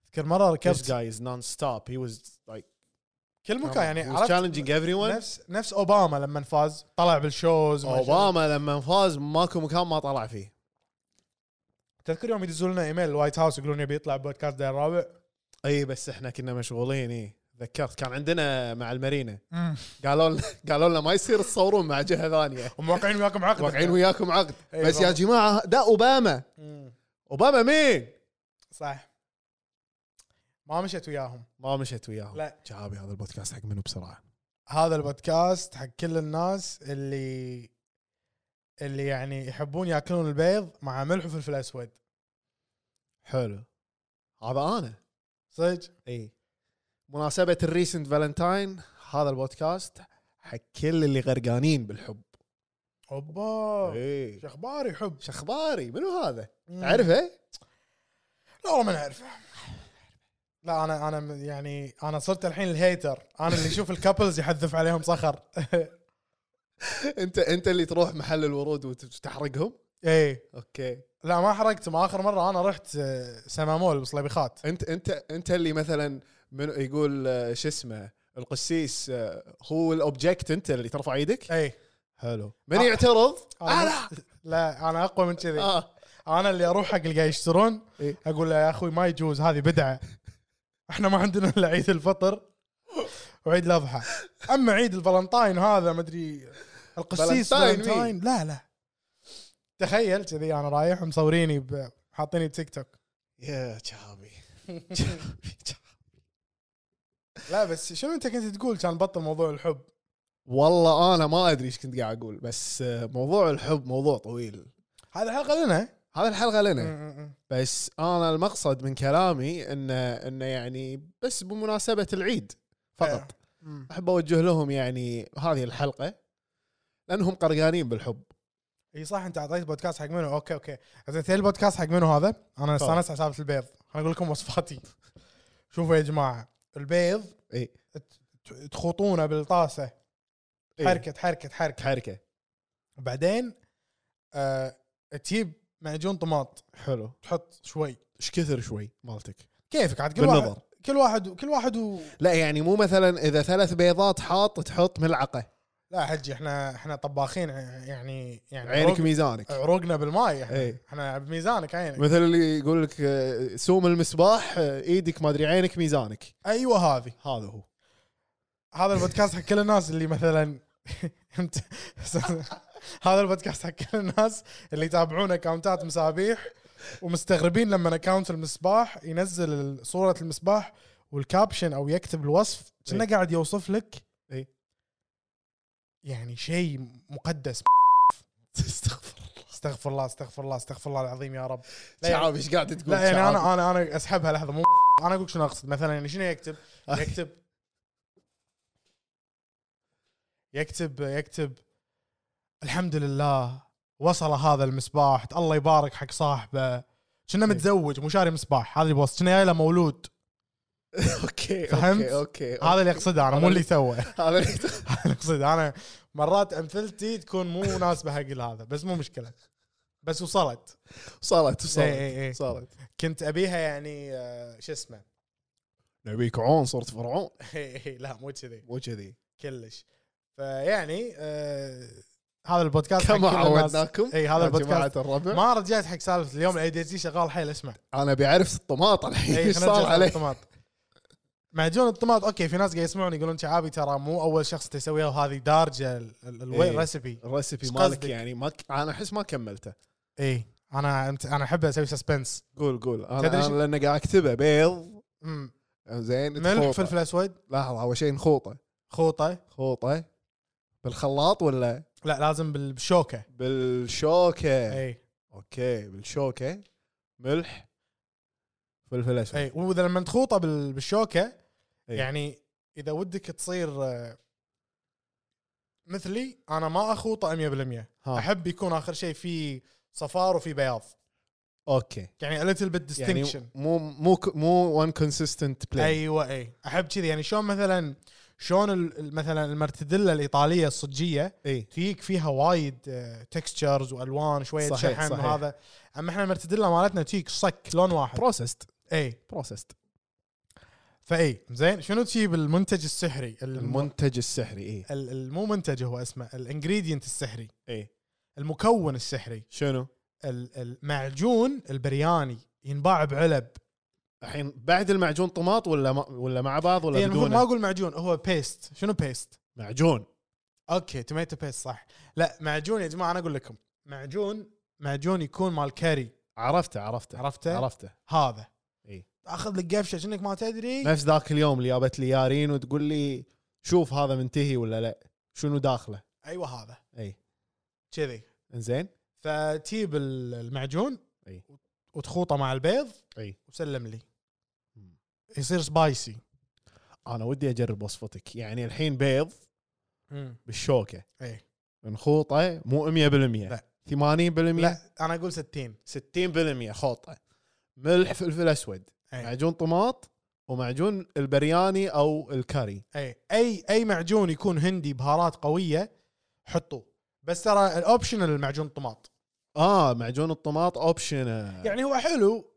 Speaker 5: اذكر مره
Speaker 3: this
Speaker 5: ركبت
Speaker 3: guy is non-stop he was like um,
Speaker 5: كل مكان يعني
Speaker 3: he was challenging everyone
Speaker 5: نفس نفس اوباما لما فاز طلع بالشوز وما شاء الله.
Speaker 3: اوباما لما فاز ماكو مكان ما طلع فيه
Speaker 5: تذكر يوم يدزوا لنا ايميل الوايت هاوس يقولون يبي يطلع بودكاست داير الرابع
Speaker 3: اي بس احنا كنا مشغولين اي ذكرت كان عندنا مع
Speaker 5: <laughs>
Speaker 3: المارينا قالوا لنا قالوا لنا ما يصير تصورون مع جهه ثانيه
Speaker 5: هم واقعين وياكم عقد <laughs>
Speaker 3: واقعين وياكم عقد
Speaker 5: أي
Speaker 3: بس يا
Speaker 5: بالضبط.
Speaker 3: جماعه ده اوباما
Speaker 5: وياكم
Speaker 3: اوباما مين؟
Speaker 5: صح ما مشت وياهم
Speaker 3: ما مشت وياهم
Speaker 5: لا.
Speaker 3: شعابي هذا البودكاست حق منو بسرعه
Speaker 5: هذا البودكاست حق كل الناس اللي اللي يعني يحبون ياكلون البيض مع ملح وفلفل اسود
Speaker 3: حلو هذا انا
Speaker 5: صدق
Speaker 3: اي مناسبه الريسنت فالنتاين هذا البودكاست حق كل اللي غرقانين بالحب
Speaker 5: اوبا
Speaker 3: اي
Speaker 5: شو اخباري حب
Speaker 3: شخباري منو هذا؟ إيه؟
Speaker 5: مم.
Speaker 3: تعرفه؟
Speaker 5: لا والله ما نعرفه لا انا انا م- يعني انا صرت الحين الهيتر انا اللي اشوف الكابلز يحذف عليهم صخر
Speaker 3: انت انت اللي تروح محل الورود وتحرقهم؟
Speaker 5: اي
Speaker 3: اوكي
Speaker 5: لا ما حرقتهم اخر مره انا رحت آه، سمامول بصليبيخات
Speaker 3: انت انت انت اللي مثلا من يقول آه، شو اسمه القسيس آه، هو الاوبجكت انت اللي ترفع ايدك
Speaker 5: اي
Speaker 3: حلو من
Speaker 5: آه.
Speaker 3: يعترض
Speaker 5: أنا-
Speaker 3: انا
Speaker 5: لا انا اقوى من كذي
Speaker 3: آه.
Speaker 5: انا اللي اروح حق اللي قاعد يشترون
Speaker 3: إيه.
Speaker 5: اقول له يا اخوي ما يجوز هذه بدعه احنا ما عندنا الا عيد الفطر وعيد الاضحى اما عيد الفالنتاين هذا ما ادري القسيس
Speaker 3: فالنتاين
Speaker 5: فالنتاين لا لا تخيل كذي انا رايح مصوريني ب- حاطيني بتيك توك
Speaker 3: يا شعبي
Speaker 5: لا بس شنو انت كنت تقول كان بطل موضوع الحب
Speaker 3: والله انا ما ادري ايش كنت قاعد اقول بس آه، موضوع الحب موضوع طويل
Speaker 5: هذا حلقه لنا
Speaker 3: هذا الحلقه لنا
Speaker 5: م- م- م.
Speaker 3: بس انا المقصد من كلامي انه انه يعني بس بمناسبه العيد فقط
Speaker 5: م.
Speaker 3: احب اوجه لهم يعني هذه الحلقه لانهم قرقانين بالحب
Speaker 5: اي صح انت اعطيت بودكاست حق منو اوكي اوكي زين تدري البودكاست حق منو هذا انا
Speaker 3: طيب.
Speaker 5: استانست على سالفه البيض انا اقول لكم وصفاتي شوفوا يا جماعه البيض
Speaker 3: اي
Speaker 5: ت- تخوطونه بالطاسه
Speaker 3: إيه.
Speaker 5: حركه حركه حركه
Speaker 3: حركه
Speaker 5: بعدين آه تجيب معجون طماط
Speaker 3: حلو
Speaker 5: تحط شوي
Speaker 3: ايش كثر شوي مالتك
Speaker 5: كيفك عاد كل
Speaker 3: بالنظر.
Speaker 5: واحد كل واحد كل واحد و...
Speaker 3: لا يعني مو مثلا اذا ثلاث بيضات حاط تحط ملعقه
Speaker 5: لا حجي احنا احنا طباخين يعني يعني
Speaker 3: عينك
Speaker 5: عروق-
Speaker 3: ميزانك
Speaker 5: عروقنا بالماي احنا,
Speaker 3: إيه.
Speaker 5: احنا بميزانك عينك
Speaker 3: مثل اللي يقول لك آه، سوم المصباح آه، ايدك ما ادري عينك ميزانك
Speaker 5: ايوه هذه
Speaker 3: هذا هو
Speaker 5: هذا البودكاست حق كل الناس اللي <laughs> مثلا انت هذا البودكاست حق كل الناس اللي يتابعون اكونتات مسابيح ومستغربين لما اكونت المصباح ينزل ال- صوره المصباح والكابشن او يكتب الوصف كأنه
Speaker 3: إيه.
Speaker 5: قاعد يوصف لك
Speaker 3: إيه.
Speaker 5: يعني شيء مقدس
Speaker 3: <laughs> استغفر
Speaker 5: استغفر الله استغفر الله استغفر الله العظيم يا رب لا يعني-
Speaker 3: شعب ايش قاعد تقول
Speaker 5: لا يعني
Speaker 3: شعب؟
Speaker 5: انا انا انا اسحبها لحظه مو انا اقول لك شنو اقصد مثلا يعني شنو <laughs> يكتب؟ يكتب يكتب يكتب الحمد لله وصل هذا المصباح الله يبارك حق صاحبه كنا متزوج مو شاري مصباح هذا اللي بوصل كنا جاي له مولود
Speaker 3: اوكي
Speaker 5: فهمت؟
Speaker 3: اوكي اوكي
Speaker 5: هذا اللي اقصده انا مو اللي توه
Speaker 3: هذا اللي-
Speaker 5: <laughs> هذا اللي اقصده انا مرات امثلتي تكون مو مناسبه حق هذا بس مو مشكله بس وصلت
Speaker 3: صارت
Speaker 5: إيه، إيه، إيه.
Speaker 3: صارت صارت
Speaker 5: كنت ابيها يعني آه، شو اسمه <laughs> إيه،
Speaker 3: نبيك عون صرت فرعون
Speaker 5: لا مو كذي
Speaker 3: مو كذي
Speaker 5: كلش فيعني آه هذا البودكاست حق
Speaker 3: كما
Speaker 5: كل الناس.
Speaker 3: عودناكم
Speaker 5: اي إيه، هذا
Speaker 3: يا
Speaker 5: البودكاست
Speaker 3: جماعة الربع
Speaker 5: ما رجعت حق سالفه اليوم الاي دي سي شغال
Speaker 3: <laughs>
Speaker 5: حيل اسمع
Speaker 3: انا بعرف الطماط الحين
Speaker 5: اي
Speaker 3: ايش
Speaker 5: إيه، خلينا
Speaker 3: صار
Speaker 5: نرجع
Speaker 3: عليه
Speaker 5: الطماط معجون الطماط اوكي في ناس قاعد يسمعون يقولون شعابي ترى مو اول شخص تسويها وهذه دارجه
Speaker 3: إيه.
Speaker 5: الريسبي
Speaker 3: الريسبي
Speaker 5: إيش
Speaker 3: مالك
Speaker 5: قصدك؟
Speaker 3: يعني ما ك... انا احس ما كملته
Speaker 5: اي انا إيه. أنت- انا احب اسوي سسبنس
Speaker 3: قول قول انا,
Speaker 5: تدري
Speaker 3: أنا
Speaker 5: شو-
Speaker 3: لان قاعد اكتبه بيض
Speaker 5: مم.
Speaker 3: زين
Speaker 5: ملح
Speaker 3: تخوطه.
Speaker 5: فلفل اسود
Speaker 3: لحظه اول شيء نخوطه
Speaker 5: خوطه
Speaker 3: خوطه بالخلاط ولا
Speaker 5: لا لازم إيه. بال- بالشوكه
Speaker 3: بالشوكه
Speaker 5: اي
Speaker 3: اوكي بالشوكه ملح فلفل اسود
Speaker 5: إيه، اي واذا لما تخوطه بال- بالشوكه
Speaker 3: إي.
Speaker 5: يعني اذا ودك تصير آه، مثلي انا ما اخوطه 100%
Speaker 3: ها.
Speaker 5: احب يكون اخر شيء في صفار وفي بياض
Speaker 3: اوكي
Speaker 5: يعني a little bit
Speaker 3: يعني
Speaker 5: distinction
Speaker 3: مو مو مو وان كونسيستنت بلاي
Speaker 5: ايوه اي احب كذي يعني شلون مثلا شلون ال- ال- مثلا المرتدله الايطاليه الصجيه
Speaker 3: اي
Speaker 5: تجيك فيها وايد آه، تكستشرز والوان شويه
Speaker 3: صحيح،
Speaker 5: شحن
Speaker 3: صحيح.
Speaker 5: وهذا اما احنا المرتدله مالتنا تجيك صك لون واحد
Speaker 3: بروسست
Speaker 5: اي
Speaker 3: بروسست
Speaker 5: فاي زين شنو تجيب المنتج السحري الم...
Speaker 3: المنتج السحري إيه. اي
Speaker 5: ال- ال- مو منتج هو اسمه الانجريدينت السحري
Speaker 3: اي
Speaker 5: المكون السحري
Speaker 3: شنو؟
Speaker 5: ال- المعجون البرياني ينباع بعلب
Speaker 3: الحين بعد المعجون طماط ولا ما ولا مع بعض
Speaker 5: إيه،
Speaker 3: ولا
Speaker 5: المفروض ما
Speaker 3: بدون
Speaker 5: اقول معجون هو بيست شنو بيست
Speaker 3: معجون
Speaker 5: اوكي توميتو بيست صح لا معجون يا جماعه انا اقول لكم معجون معجون يكون مال كاري
Speaker 3: عرفته عرفته
Speaker 5: عرفته؟
Speaker 3: عرفته
Speaker 5: هذا
Speaker 3: إي.
Speaker 5: اخذ لك قفشه كأنك ما تدري
Speaker 3: نفس ذاك اليوم اللي جابت لي يارين وتقول لي شوف هذا منتهي ولا لا شنو داخله إيه.
Speaker 5: ايوه هذا
Speaker 3: اي
Speaker 5: كذي
Speaker 3: انزين
Speaker 5: فتجيب ال- المعجون
Speaker 3: إي.
Speaker 5: وتخوطه مع البيض
Speaker 3: إي.
Speaker 5: وسلم لي
Speaker 3: مم.
Speaker 5: يصير سبايسي
Speaker 3: انا ودي اجرب وصفتك يعني الحين بيض بالشوكه
Speaker 5: اي
Speaker 3: نخوطه مو 100%
Speaker 5: لا.
Speaker 3: لا 80%
Speaker 5: لا انا اقول 60
Speaker 3: 60% خوطه ملح فلفل اسود
Speaker 5: أي.
Speaker 3: معجون طماط ومعجون البرياني او الكاري
Speaker 5: اي اي اي إيه، معجون يكون هندي بهارات قويه حطوه بس ترى الاوبشنال المعجون طماط
Speaker 3: اه معجون الطماط اوبشن
Speaker 5: يعني هو حلو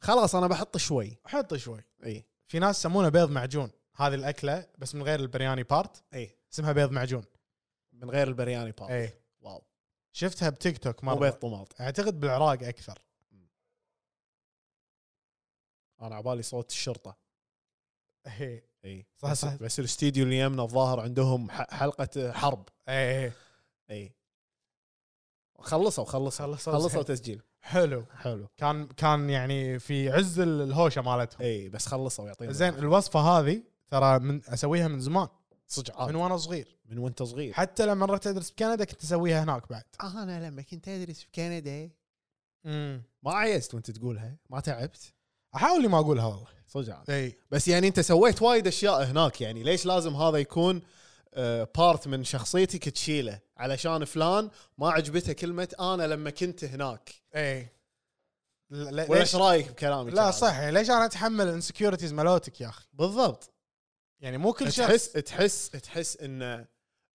Speaker 3: خلاص انا بحط شوي
Speaker 5: حط شوي
Speaker 3: اي
Speaker 5: في ناس يسمونه بيض معجون هذه الاكله بس من غير البرياني بارت
Speaker 3: اي
Speaker 5: اسمها بيض معجون
Speaker 3: من غير البرياني بارت
Speaker 5: اي
Speaker 3: واو
Speaker 5: شفتها بتيك توك
Speaker 3: مو بيض
Speaker 5: مره
Speaker 3: طماط
Speaker 5: اعتقد بالعراق اكثر
Speaker 3: انا عبالي صوت الشرطه
Speaker 5: اي
Speaker 3: اي
Speaker 5: صح،
Speaker 3: بس-
Speaker 5: صح.
Speaker 3: بس الاستديو اللي يمنا الظاهر عندهم ح- حلقه حرب
Speaker 5: اي
Speaker 3: اي خلصوا خلصوا
Speaker 5: خلصوا
Speaker 3: خلصوا
Speaker 5: زين.
Speaker 3: تسجيل
Speaker 5: حلو
Speaker 3: حلو
Speaker 5: كان كان يعني في عز ال- الهوشه مالتهم
Speaker 3: اي بس خلصوا يعطينا
Speaker 5: زين الوصفه هذه ترى من اسويها من زمان
Speaker 3: صدق
Speaker 5: من
Speaker 3: عاد.
Speaker 5: وانا صغير
Speaker 3: من وانت صغير
Speaker 5: حتى لما رحت ادرس بكندا كنت اسويها هناك بعد
Speaker 3: انا لما كنت ادرس في كندا
Speaker 5: امم
Speaker 3: ما عيست وانت تقولها ما تعبت
Speaker 5: احاول إني ما اقولها والله
Speaker 3: صدق عاد.
Speaker 5: اي
Speaker 3: بس يعني انت سويت وايد اشياء هناك يعني ليش لازم هذا يكون بارت من شخصيتك تشيله علشان فلان ما عجبته كلمه انا لما كنت هناك
Speaker 5: اي لا- لا-
Speaker 3: إيه. ولا
Speaker 5: ليش
Speaker 3: ايش رايك بكلامي
Speaker 5: لا
Speaker 3: هذا؟
Speaker 5: صح ليش انا اتحمل الانسكيورتيز مالوتك يا اخي
Speaker 3: بالضبط
Speaker 5: يعني مو كل شخص
Speaker 3: تحس تحس تحس انه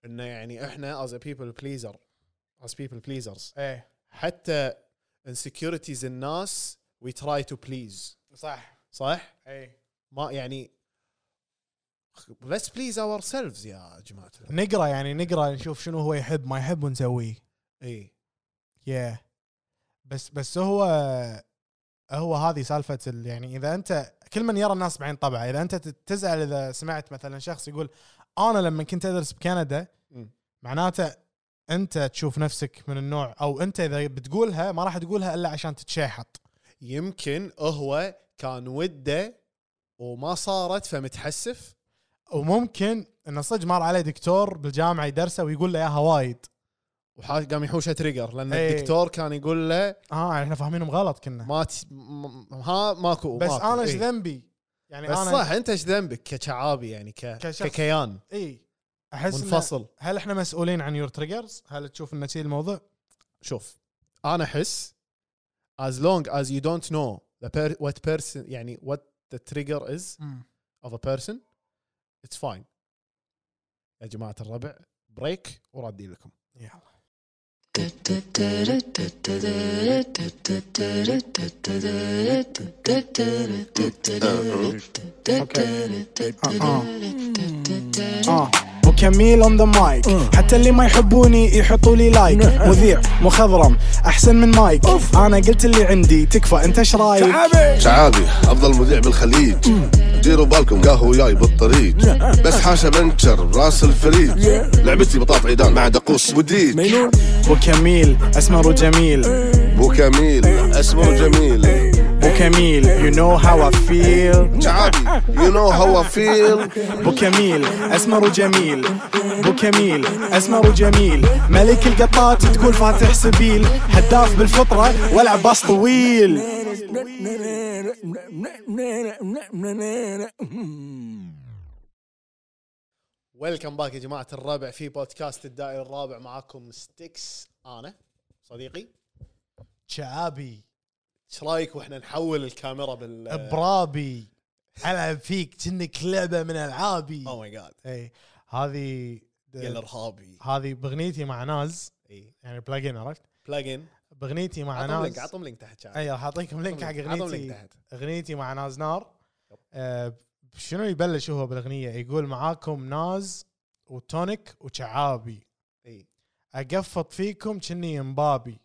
Speaker 3: انه يعني احنا از بيبل بليزر از بيبل بليزرز
Speaker 5: ايه
Speaker 3: حتى انسكيورتيز الناس وي تراي تو بليز
Speaker 5: صح
Speaker 3: صح؟ إيه.
Speaker 5: اي
Speaker 3: ما يعني ليتس بليز اور سيلفز يا جماعه
Speaker 5: نقرا يعني نقرا نشوف شنو هو يحب ما يحب ونسويه
Speaker 3: اي
Speaker 5: يا بس بس هو هو هذه سالفه ال- يعني اذا انت كل من يرى الناس بعين طبعه اذا انت ت- تزعل اذا سمعت مثلا شخص يقول انا لما كنت ادرس بكندا
Speaker 3: مم.
Speaker 5: معناته انت تشوف نفسك من النوع او انت اذا بتقولها ما راح تقولها الا عشان تتشحط
Speaker 3: يمكن هو كان وده وما صارت فمتحسف
Speaker 5: وممكن ان صدق مر عليه دكتور بالجامعه يدرسه ويقول له اياها وايد
Speaker 3: وحاش قام يحوشه تريجر لان
Speaker 5: إي.
Speaker 3: الدكتور كان يقول له
Speaker 5: اه يعني احنا فاهمينهم غلط كنا
Speaker 3: ما ت... م... ها ماكو
Speaker 5: بس
Speaker 3: ماكو.
Speaker 5: انا ايش
Speaker 3: إي.
Speaker 5: ذنبي؟ يعني
Speaker 3: بس
Speaker 5: انا
Speaker 3: صح انت ايش ذنبك كشعابي يعني ك...
Speaker 5: كشخص.
Speaker 3: ككيان
Speaker 5: اي احس إنه-
Speaker 3: منفصل
Speaker 5: هل احنا مسؤولين عن يور تريجرز؟ هل تشوف ان شيء الموضوع؟
Speaker 3: شوف انا احس as long as you don't know the per... what person يعني what the trigger is of a person it's fine يا جماعه الربع بريك وردي لكم
Speaker 5: يلا
Speaker 6: وكميل اون ذا مايك حتى اللي ما يحبوني يحطوا لي لايك مذيع مخضرم احسن من مايك انا قلت اللي عندي تكفى انت ايش رايك
Speaker 7: شعابي افضل مذيع بالخليج ديروا بالكم قهوه جاي بالطريق بس حاشا بنكر براس الفريج لعبتي بطاط عيدان مع دقوس وديج
Speaker 6: وكميل اسمر وجميل
Speaker 7: بو كميل اسمه جميل
Speaker 6: وكميل you know how I feel
Speaker 7: شعابي يو نو هاو فيل
Speaker 6: بو كميل اسمر وجميل بو كميل اسمر وجميل ملك القطات تقول فاتح سبيل هداف بالفطره والعب باص طويل
Speaker 3: ويلكم باك يا جماعه الربع في بودكاست الدائري الرابع معاكم ستيكس انا صديقي
Speaker 4: شعابي
Speaker 3: ايش رايك واحنا نحول الكاميرا بال
Speaker 4: برابي العب فيك كأنك لعبه من العابي
Speaker 3: او ماي جاد
Speaker 4: اي هذه
Speaker 3: Oh. يا الارهابي
Speaker 5: هذه باغنيتي مع ناز
Speaker 3: اي
Speaker 5: يعني بلاجين عرفت
Speaker 3: بلجن
Speaker 5: باغنيتي مع
Speaker 3: عطهم لينك
Speaker 5: ناز
Speaker 3: عطهم لينك تحت شعب
Speaker 5: اي راح اعطيكم لينك حق
Speaker 3: عطهم لينك
Speaker 5: اغنيتي
Speaker 3: تحت
Speaker 5: اغنيتي مع ناز نار آه شنو يبلش هو بالاغنيه يقول معاكم ناز وتونيك وشعابي
Speaker 3: اي
Speaker 5: اقفط فيكم كني مبابي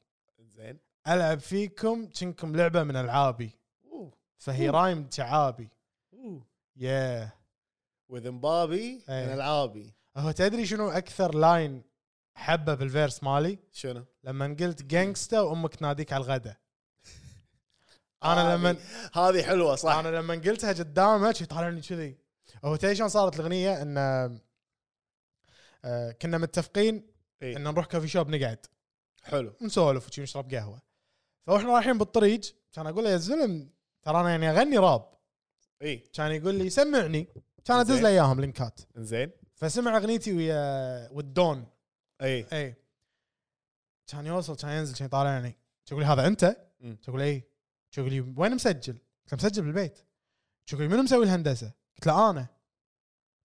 Speaker 3: زين
Speaker 5: العب فيكم كنكم لعبه من العابي فهي رايم شعابي ياه
Speaker 3: وذ مبابي من
Speaker 5: إي.
Speaker 3: العابي
Speaker 5: هو تدري شنو اكثر لاين حبه بالفيرس مالي
Speaker 3: شنو؟
Speaker 5: لما قلت جانكستا وامك تناديك
Speaker 3: <laughs>
Speaker 5: على الغداء انا لما
Speaker 3: هذه حلوه صح؟
Speaker 5: انا لما قلتها قدامه شي طالعني كذي هو تدري شلون صارت الاغنيه ان آه، كنا متفقين
Speaker 3: إيه.
Speaker 5: ان نروح كافي شوب نقعد
Speaker 3: حلو
Speaker 5: نسولف وشي نشرب قهوه فاحنا رايحين بالطريق كان اقول له يا زلم ترى انا يعني اغني راب
Speaker 3: اي
Speaker 5: كان يقول لي سمعني كان ادز
Speaker 3: إيه. زين.
Speaker 5: له اياهم لينكات
Speaker 3: زين
Speaker 5: فسمع اغنيتي ويا إيه. والدون
Speaker 3: اي
Speaker 5: اي كان يوصل كان ينزل كان يطالعني تقول لي هذا انت؟
Speaker 3: مم.
Speaker 5: تقول اي تقول لي وين مسجل؟ قلت له مسجل بالبيت تقول لي منو مسوي الهندسه؟ قلت له انا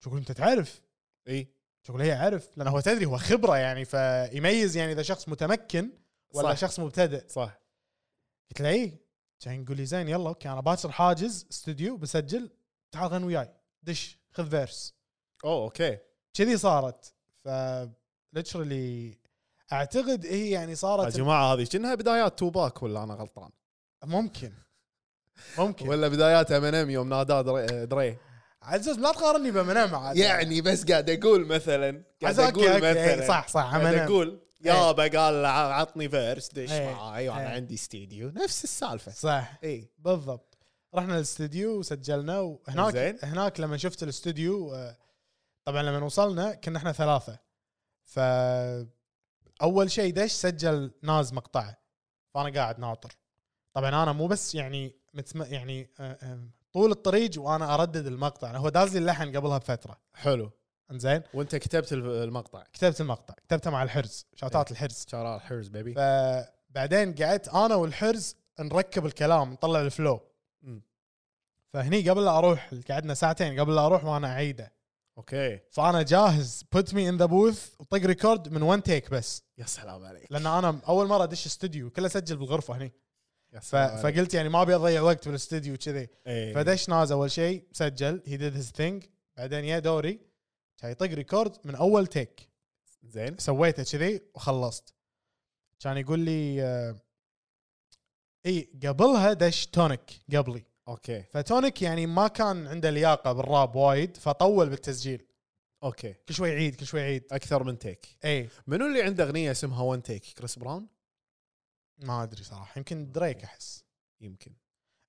Speaker 5: تقول انت تعرف؟
Speaker 3: اي
Speaker 5: تقول هي اعرف لان هو تدري هو خبره يعني فيميز يعني اذا شخص متمكن ولا
Speaker 3: صح.
Speaker 5: صح. شخص مبتدئ
Speaker 3: صح
Speaker 5: قلت له اي كان يقول لي زين يلا اوكي انا باكر حاجز استوديو بسجل تعال غن وياي دش خذ فيرس
Speaker 3: اوه اوكي
Speaker 5: كذي صارت ف literally اعتقد هي يعني
Speaker 3: يا
Speaker 5: صارت
Speaker 3: جماعه هذه كأنها بدايات توباك ولا انا غلطان <laughs>
Speaker 5: ممكن ممكن
Speaker 3: ولا بدايات ام ان ام يوم نادى دري, دري.
Speaker 5: عزوز لا تقارني بمنام عاد
Speaker 3: يعني بس قاعد اقول مثلا قاعد
Speaker 5: عز- أوكي،
Speaker 3: اقول
Speaker 5: أوكي، إي،
Speaker 3: مثلا
Speaker 5: إيه، صح صح
Speaker 3: قاعد
Speaker 5: منام
Speaker 3: اقول
Speaker 5: إيه.
Speaker 3: يابا قال ع- عطني فيرس دش
Speaker 5: إي.
Speaker 3: معاي وانا
Speaker 5: إي.
Speaker 3: عندي استديو نفس السالفه
Speaker 5: صح
Speaker 3: اي
Speaker 5: بالضبط رحنا الاستديو وسجلنا وهناك
Speaker 3: زين.
Speaker 5: هناك لما شفت الاستوديو آه، طبعا لما وصلنا كنا احنا ثلاثه ف اول شيء دش سجل ناز مقطعه فانا قاعد ناطر طبعا انا مو بس يعني متسم... يعني آه، آه، طول الطريق وانا اردد المقطع هو داز لي اللحن قبلها بفتره
Speaker 3: حلو
Speaker 5: انزين
Speaker 3: وانت كتبت الف- المقطع
Speaker 5: كتبت المقطع كتبته مع الحرز شوتات
Speaker 3: إيه.
Speaker 5: الحرز
Speaker 3: شارع الحرز بيبي
Speaker 5: فبعدين قعدت انا والحرز نركب الكلام نطلع الفلو
Speaker 3: مم.
Speaker 5: فهني قبل لا اروح قعدنا ساعتين قبل لا اروح وانا اعيده
Speaker 3: اوكي
Speaker 5: فانا جاهز بوت مي ان ذا بوث وطق ريكورد من وان تيك بس
Speaker 3: يا سلام عليك
Speaker 5: لان انا اول مره ادش استوديو كله اسجل بالغرفه هني
Speaker 3: يا إيه.
Speaker 5: ف... فقلت يعني ما ابي اضيع وقت بالاستوديو كذي
Speaker 3: إي.
Speaker 5: فدش ناز اول شيء سجل هي ديد هيز ثينج بعدين يا دوري كان يطق ريكورد من اول تيك
Speaker 3: زين
Speaker 5: سويته كذي وخلصت كان يقول لي آه، اي قبلها دش تونيك قبلي
Speaker 3: اوكي
Speaker 5: فتونيك يعني ما كان عنده لياقه بالراب وايد فطول بالتسجيل
Speaker 3: اوكي
Speaker 5: كل شوي يعيد كل شوي يعيد
Speaker 3: اكثر من تيك
Speaker 5: اي
Speaker 3: منو اللي عنده اغنيه اسمها وان تيك كريس براون
Speaker 5: ما ادري صراحه يمكن دريك احس
Speaker 3: يمكن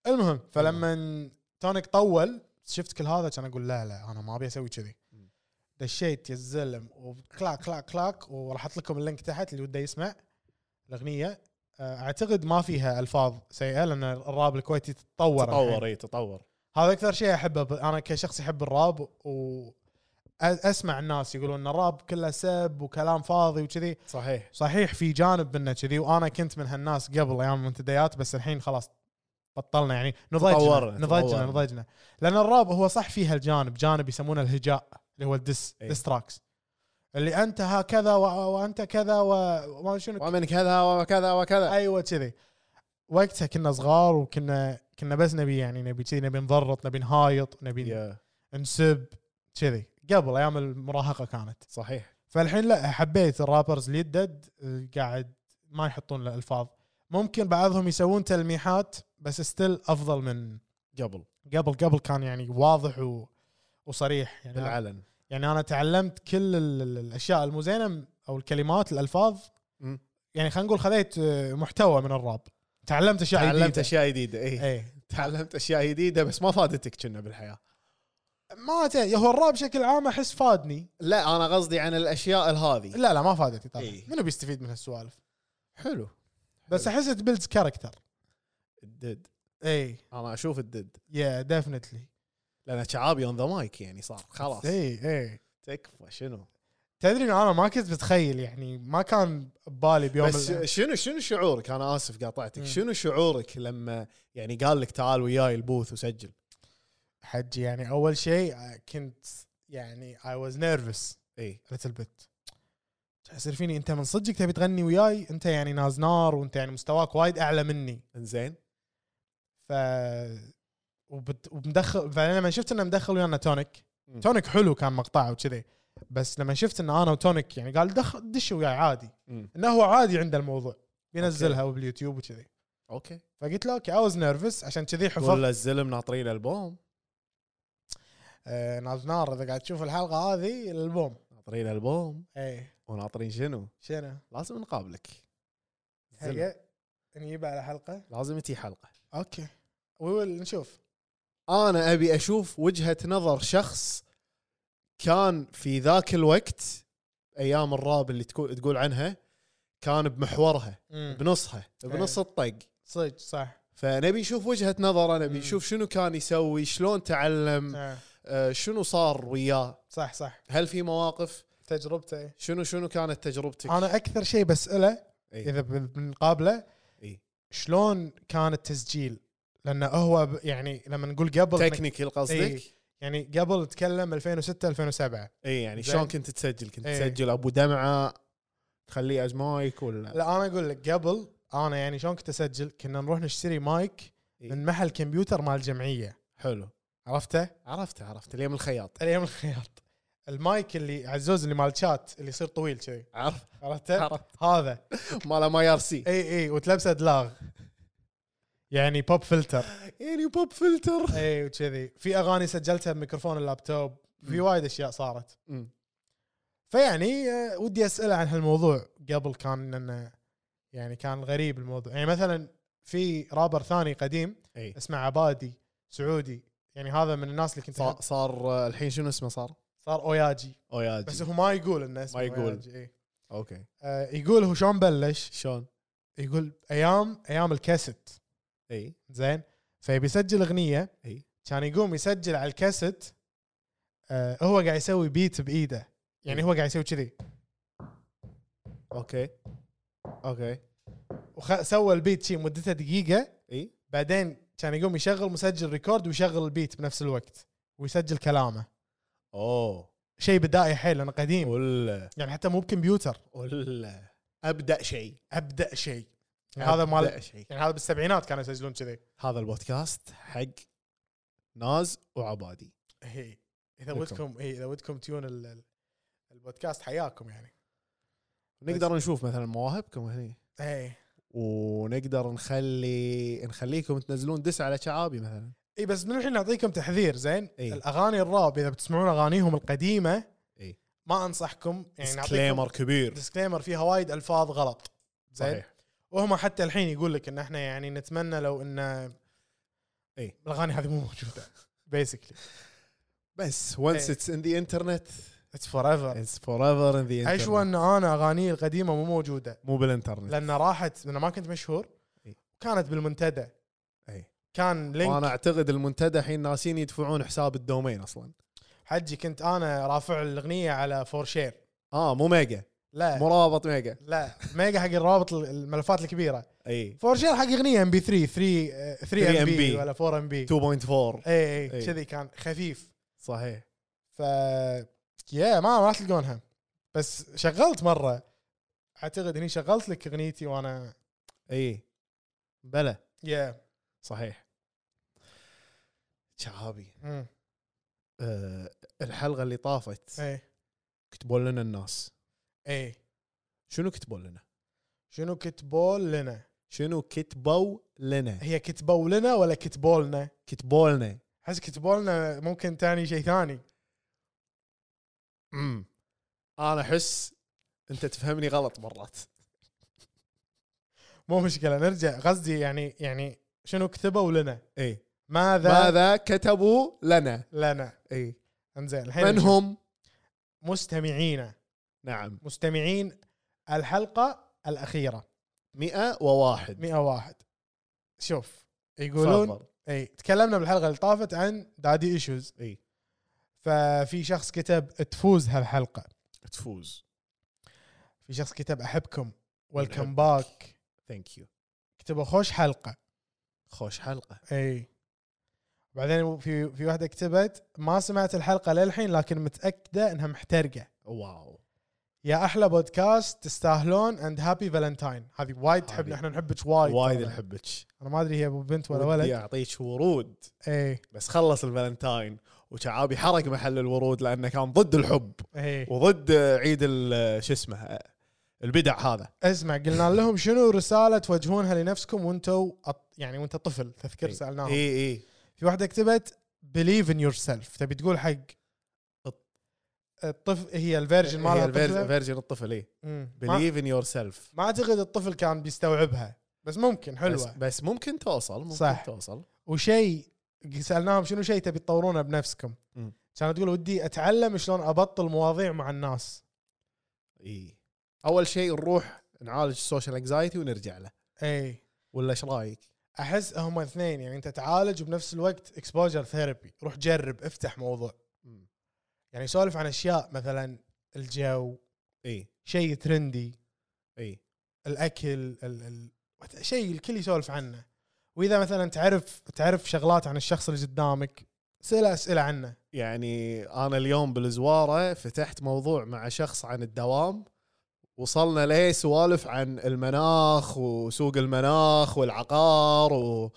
Speaker 5: المهم فلما تونيك طول شفت كل هذا كان اقول لا لا انا ما ابي اسوي كذي دشيت يا الزلم وكلاك كلاك كلاك وراح احط لكم اللينك تحت اللي وده يسمع الاغنيه آه، اعتقد ما فيها الفاظ سيئه لان الراب الكويتي تطور
Speaker 3: تطور
Speaker 5: الحين.
Speaker 3: اي إيه، تطور
Speaker 5: هذا اكثر شيء احبه ب- انا كشخص يحب الراب و أ- اسمع الناس يقولون ان الراب كله سب وكلام فاضي وكذي
Speaker 3: صحيح
Speaker 5: صحيح في جانب منه كذي وانا كنت من هالناس قبل ايام المنتديات بس الحين خلاص بطلنا يعني نضجنا
Speaker 3: تطورنا-
Speaker 5: نضجنا
Speaker 3: تطورنا.
Speaker 5: نضجنا لان الراب هو صح فيه الجانب جانب يسمونه الهجاء اللي هو الدس
Speaker 3: إيه.
Speaker 5: ديستراكس اللي انت هكذا و... وانت كذا و... وما شنو
Speaker 3: ومن كذا وكذا وكذا
Speaker 5: ايوه كذي وقتها كنا صغار وكنا كنا بس نبي يعني نبي كذي نبي نضرط نبي نهايط نبي
Speaker 3: يا
Speaker 5: نسب كذي قبل ايام المراهقه كانت
Speaker 3: صحيح
Speaker 5: فالحين لا حبيت الرابرز اللي يدد آه، قاعد ما يحطون له الفاظ ممكن بعضهم يسوون تلميحات بس ستيل افضل من
Speaker 3: قبل
Speaker 5: قبل قبل كان يعني واضح و... وصريح يعني أنا,
Speaker 3: بالعلن
Speaker 5: يعني انا تعلمت كل ال- ال- الاشياء المزينه او الكلمات الالفاظ
Speaker 3: مم.
Speaker 5: يعني خلينا نقول خذيت آه، محتوى من الراب تعلمت اشياء
Speaker 3: تعلمت
Speaker 5: جديدة. إيه.
Speaker 3: اشياء جديده اي
Speaker 5: اي
Speaker 3: تعلمت اشياء جديده بس ما فادتك كنا بالحياه
Speaker 5: ما تدري هو الراب بشكل عام احس فادني
Speaker 3: لا انا قصدي عن الاشياء هذه
Speaker 5: لا لا ما فادتي طبعا
Speaker 3: إي.
Speaker 5: منو بيستفيد من هالسوالف
Speaker 3: إيه. حلو
Speaker 5: بس احس تبلز كاركتر
Speaker 3: الدد
Speaker 5: اي
Speaker 3: انا اشوف الدد
Speaker 5: يا ديفنتلي
Speaker 3: لان شعابي اون ذا مايك يعني صار خلاص
Speaker 5: اي اي
Speaker 3: تكفى شنو
Speaker 5: إيه، تدري انه انا ما كنت متخيل يعني ما كان ببالي بيوم
Speaker 3: بس
Speaker 5: ال-
Speaker 3: شنو شنو شعورك انا اسف قاطعتك
Speaker 5: مم.
Speaker 3: شنو شعورك لما يعني قال لك تعال وياي البوث وسجل
Speaker 5: حجي يعني اول شيء آه، كنت يعني اي واز نيرفس
Speaker 3: اي
Speaker 5: ليتل بت يصير فيني انت من صدقك تبي تغني وياي انت يعني ناز نار وانت يعني مستواك وايد اعلى مني
Speaker 3: انزين
Speaker 5: ف وبت- ومدخل فلما شفت انه مدخل ويانا تونيك
Speaker 3: مم.
Speaker 5: تونيك حلو كان مقطعه وكذي بس لما شفت ان انا وتونيك يعني قال دخل دش وياي عادي
Speaker 3: مم.
Speaker 5: انه هو عادي عنده الموضوع ينزلها باليوتيوب وكذي
Speaker 3: اوكي
Speaker 5: فقلت له اوكي اي واز نيرفس عشان كذي حفظت
Speaker 3: ولا الزلم ناطرين البوم
Speaker 5: آه، ناز نار اذا قاعد تشوف الحلقه هذه الالبوم
Speaker 3: ناطرين البوم
Speaker 5: اي
Speaker 3: وناطرين شنو
Speaker 5: شنو؟
Speaker 3: لازم نقابلك الزلم.
Speaker 5: هيا نجيب على حلقه
Speaker 3: لازم تي حلقه
Speaker 5: اوكي ويل نشوف
Speaker 3: انا ابي اشوف وجهه نظر شخص كان في ذاك الوقت ايام الراب اللي تكو- تقول عنها كان بمحورها بنصها
Speaker 5: إيه.
Speaker 3: بنص الطق
Speaker 5: صدق صح
Speaker 3: فنبي نشوف وجهه نظره نبي
Speaker 5: مم.
Speaker 3: نشوف شنو كان يسوي شلون تعلم
Speaker 5: آه،
Speaker 3: آه، شنو صار وياه
Speaker 5: صح صح
Speaker 3: هل في مواقف
Speaker 5: تجربته إيه.
Speaker 3: شنو شنو كانت تجربتك
Speaker 5: انا اكثر شيء بساله
Speaker 3: إيه.
Speaker 5: اذا بن- بنقابله
Speaker 3: إيه.
Speaker 5: شلون كان التسجيل؟ لأنه هو ب- يعني لما نقول قبل إحنا-
Speaker 3: تكنيكال
Speaker 5: إيه.
Speaker 3: قصدك
Speaker 5: يعني قبل نتكلم 2006 2007
Speaker 3: اي يعني
Speaker 5: زين.
Speaker 3: شلون كنت تسجل كنت
Speaker 5: إيه.
Speaker 3: تسجل ابو دمعه تخليه از مايك ولا
Speaker 5: لا انا اقول لك قبل انا يعني شلون كنت اسجل؟ كنا نروح نشتري مايك
Speaker 3: إيه.
Speaker 5: من محل كمبيوتر مال الجمعيه
Speaker 3: حلو
Speaker 5: عرفته؟
Speaker 3: عرفت عرفت اليوم
Speaker 5: <laughs>
Speaker 3: الخياط
Speaker 5: الايام الخياط المايك اللي عزوز اللي مال شات اللي يصير طويل كذي
Speaker 3: عرفت
Speaker 5: عرفته؟
Speaker 3: عرفت
Speaker 5: هذا
Speaker 3: مال ما يار سي
Speaker 5: اي اي وتلبسه دلاغ يعني بوب فلتر
Speaker 3: يعني بوب فلتر
Speaker 5: اي إيه، وكذي في اغاني سجلتها بميكروفون اللابتوب في وايد اشياء صارت
Speaker 3: مم.
Speaker 5: فيعني آه، ودي اساله عن هالموضوع قبل كان انه يعني كان غريب الموضوع يعني مثلا في رابر ثاني قديم
Speaker 3: اي
Speaker 5: اسمه عبادي سعودي يعني هذا من الناس اللي كنت
Speaker 3: صار,
Speaker 5: أحب-
Speaker 3: صار آه، الحين شنو اسمه صار؟
Speaker 5: صار اوياجي
Speaker 3: اوياجي
Speaker 5: بس هو ما يقول انه اسمه
Speaker 3: ما يقول.
Speaker 5: أوياجي، إي.
Speaker 3: اوكي
Speaker 5: آه يقول هو شلون بلش
Speaker 3: شلون؟
Speaker 5: يقول ايام ايام الكاسيت
Speaker 3: اي
Speaker 5: زين فيبي يسجل اغنيه
Speaker 3: إي.
Speaker 5: كان يقوم يسجل على الكاسيت آه هو قاعد يسوي بيت بايده يعني هو قاعد يسوي كذي
Speaker 3: اوكي اوكي
Speaker 5: وسوى البيت شي مدته دقيقه
Speaker 3: اي
Speaker 5: بعدين كان يقوم يشغل مسجل ريكورد ويشغل البيت بنفس الوقت ويسجل كلامه
Speaker 3: اوه
Speaker 5: شيء بدائي حيل انا قديم
Speaker 3: ولا
Speaker 5: يعني حتى مو بكمبيوتر
Speaker 3: ولا ابدا شيء
Speaker 5: ابدا شيء يعني هذا
Speaker 3: أبدأ
Speaker 5: مال
Speaker 3: شيء
Speaker 5: يعني هذا بالسبعينات كانوا يسجلون كذي
Speaker 3: هذا البودكاست حق ناز وعبادي
Speaker 5: هي اذا
Speaker 3: إيه. لكم.
Speaker 5: ودكم اي اذا ودكم تيون ال- ال- البودكاست حياكم يعني
Speaker 3: نقدر نشوف مثلا مواهبكم هني
Speaker 5: اي
Speaker 3: ونقدر نخلي نخليكم تنزلون دس على شعابي مثلا
Speaker 5: اي إيه، بس من الحين نعطيكم تحذير زين
Speaker 3: إي.
Speaker 5: الاغاني الراب اذا بتسمعون اغانيهم القديمه
Speaker 3: إي.
Speaker 5: ما انصحكم يعني
Speaker 3: ديسكليمر كبير
Speaker 5: ديسكليمر فيها وايد الفاظ غلط زين
Speaker 3: صحيح
Speaker 5: وهم حتى الحين يقول لك ان احنا يعني نتمنى لو ان
Speaker 3: إي.
Speaker 5: الاغاني هذه مو موجوده بيسكلي
Speaker 3: بس once
Speaker 5: إيه.
Speaker 3: it's in the internet
Speaker 5: اتس فور ايفر
Speaker 3: it's forever in the internet
Speaker 5: عشوة ان انا اغاني القديمه مو موجوده
Speaker 3: مو بالانترنت
Speaker 5: لان راحت انا ما كنت مشهور
Speaker 3: إي.
Speaker 5: كانت بالمنتدى
Speaker 3: إي.
Speaker 5: كان لينك
Speaker 3: وانا اعتقد المنتدى الحين ناسين يدفعون حساب الدومين اصلا
Speaker 5: حجي كنت انا رافع الاغنيه على فور شير
Speaker 3: اه مو ميجا
Speaker 5: لا
Speaker 3: مو رابط ميجا
Speaker 5: لا ميجا حق الروابط الملفات الكبيره
Speaker 3: اي
Speaker 5: فور شير حق اغنيه ام بي 3 3 آه، 3 ام
Speaker 3: 3
Speaker 5: بي
Speaker 3: MB.
Speaker 5: ولا 4 ام بي
Speaker 3: 2.4
Speaker 5: اي
Speaker 3: إي.
Speaker 5: اي كذي كان خفيف
Speaker 3: صحيح
Speaker 5: ف يا ما ما راح تلقونها بس شغلت مره اعتقد اني شغلت لك اغنيتي وانا
Speaker 3: اي بلى
Speaker 5: يا
Speaker 3: صحيح شعابي
Speaker 5: مم.
Speaker 3: أه الحلقه اللي طافت
Speaker 5: اي
Speaker 3: كتبوا لنا الناس
Speaker 5: اي
Speaker 3: إيه. شنو كتبوا لنا؟
Speaker 5: شنو كتبوا لنا؟
Speaker 3: شنو كتبوا لنا؟
Speaker 5: هي كتبوا لنا ولا كتبوا لنا؟
Speaker 3: كتبوا لنا
Speaker 5: احس كتبوا لنا ممكن تعني شيء ثاني
Speaker 3: امم انا احس انت تفهمني غلط مرات
Speaker 5: مو مشكله نرجع قصدي يعني يعني شنو كتبوا لنا؟
Speaker 3: اي
Speaker 5: ماذا,
Speaker 3: إيه. ماذا كتبوا لنا؟
Speaker 5: لنا؟
Speaker 3: اي
Speaker 5: انزين الحين
Speaker 3: من
Speaker 5: نشوف.
Speaker 3: هم؟
Speaker 5: مستمعينا
Speaker 3: نعم
Speaker 5: مستمعين الحلقه الاخيره
Speaker 3: 101
Speaker 5: 101 شوف يقولون
Speaker 3: تفضل
Speaker 5: اي تكلمنا بالحلقه اللي طافت عن دادي ايشوز
Speaker 3: اي
Speaker 5: ففي شخص كتب تفوز هالحلقه
Speaker 3: تفوز
Speaker 5: في شخص كتب احبكم ويلكم
Speaker 3: نحبك.
Speaker 5: باك
Speaker 3: ثانك يو
Speaker 5: كتبوا خوش حلقه
Speaker 3: خوش حلقه
Speaker 5: اي بعدين في في واحده كتبت ما سمعت الحلقه للحين لكن متاكده انها محترقه
Speaker 3: واو
Speaker 5: يا احلى بودكاست تستاهلون اند هابي فالنتاين هذه وايد تحبنا
Speaker 3: هذه.
Speaker 5: احنا نحبك وايد
Speaker 3: وايد
Speaker 5: طبعاً.
Speaker 3: نحبك
Speaker 5: انا ما ادري هي ابو بنت ولا
Speaker 3: ودي
Speaker 5: ولد إيه.
Speaker 3: اعطيك ورود
Speaker 5: اي
Speaker 3: بس خلص الفالنتاين وشعابي حرق محل الورود لانه كان ضد الحب
Speaker 5: اي
Speaker 3: وضد عيد ال- آه، شو اسمه البدع هذا
Speaker 5: اسمع قلنا لهم شنو رساله توجهونها لنفسكم وانتوا أط- يعني وانت طفل تذكر
Speaker 3: إي.
Speaker 4: آه.
Speaker 5: سالناهم
Speaker 3: اي اي
Speaker 5: في واحده كتبت بليف ان يور سيلف تبي تقول حق
Speaker 3: الط-
Speaker 5: الطفل هي الفيرجن مالها
Speaker 3: هي الفيرج-
Speaker 5: الطفل
Speaker 3: فيرجن الطفل اي
Speaker 5: ما,
Speaker 3: بليف ان يور سيلف
Speaker 5: ما اعتقد الطفل كان بيستوعبها بس ممكن
Speaker 3: بس,
Speaker 5: حلوه
Speaker 3: بس ممكن توصل ممكن
Speaker 5: صح.
Speaker 3: صح. توصل
Speaker 5: وشيء سالناهم شنو شيء تبي تطورونه بنفسكم
Speaker 3: مم.
Speaker 5: كانت تقول ودي اتعلم شلون ابطل مواضيع مع الناس
Speaker 3: اي اول إيه. شيء نروح نعالج السوشيال انكزايتي ونرجع له
Speaker 5: اي
Speaker 3: ولا ايش رايك؟
Speaker 5: احس هم اثنين يعني انت تعالج وبنفس الوقت اكسبوجر ثيرابي روح جرب افتح موضوع
Speaker 3: مم.
Speaker 5: يعني سولف عن اشياء مثلا الجو
Speaker 3: اي
Speaker 5: شيء ترندي
Speaker 3: اي
Speaker 5: الاكل ال ال وات- شيء الكل يسولف عنه واذا مثلا تعرف تعرف شغلات عن الشخص اللي قدامك سأله اسئله عنه
Speaker 3: يعني انا اليوم بالزواره فتحت موضوع مع شخص عن الدوام وصلنا ليه سوالف عن المناخ وسوق المناخ والعقار و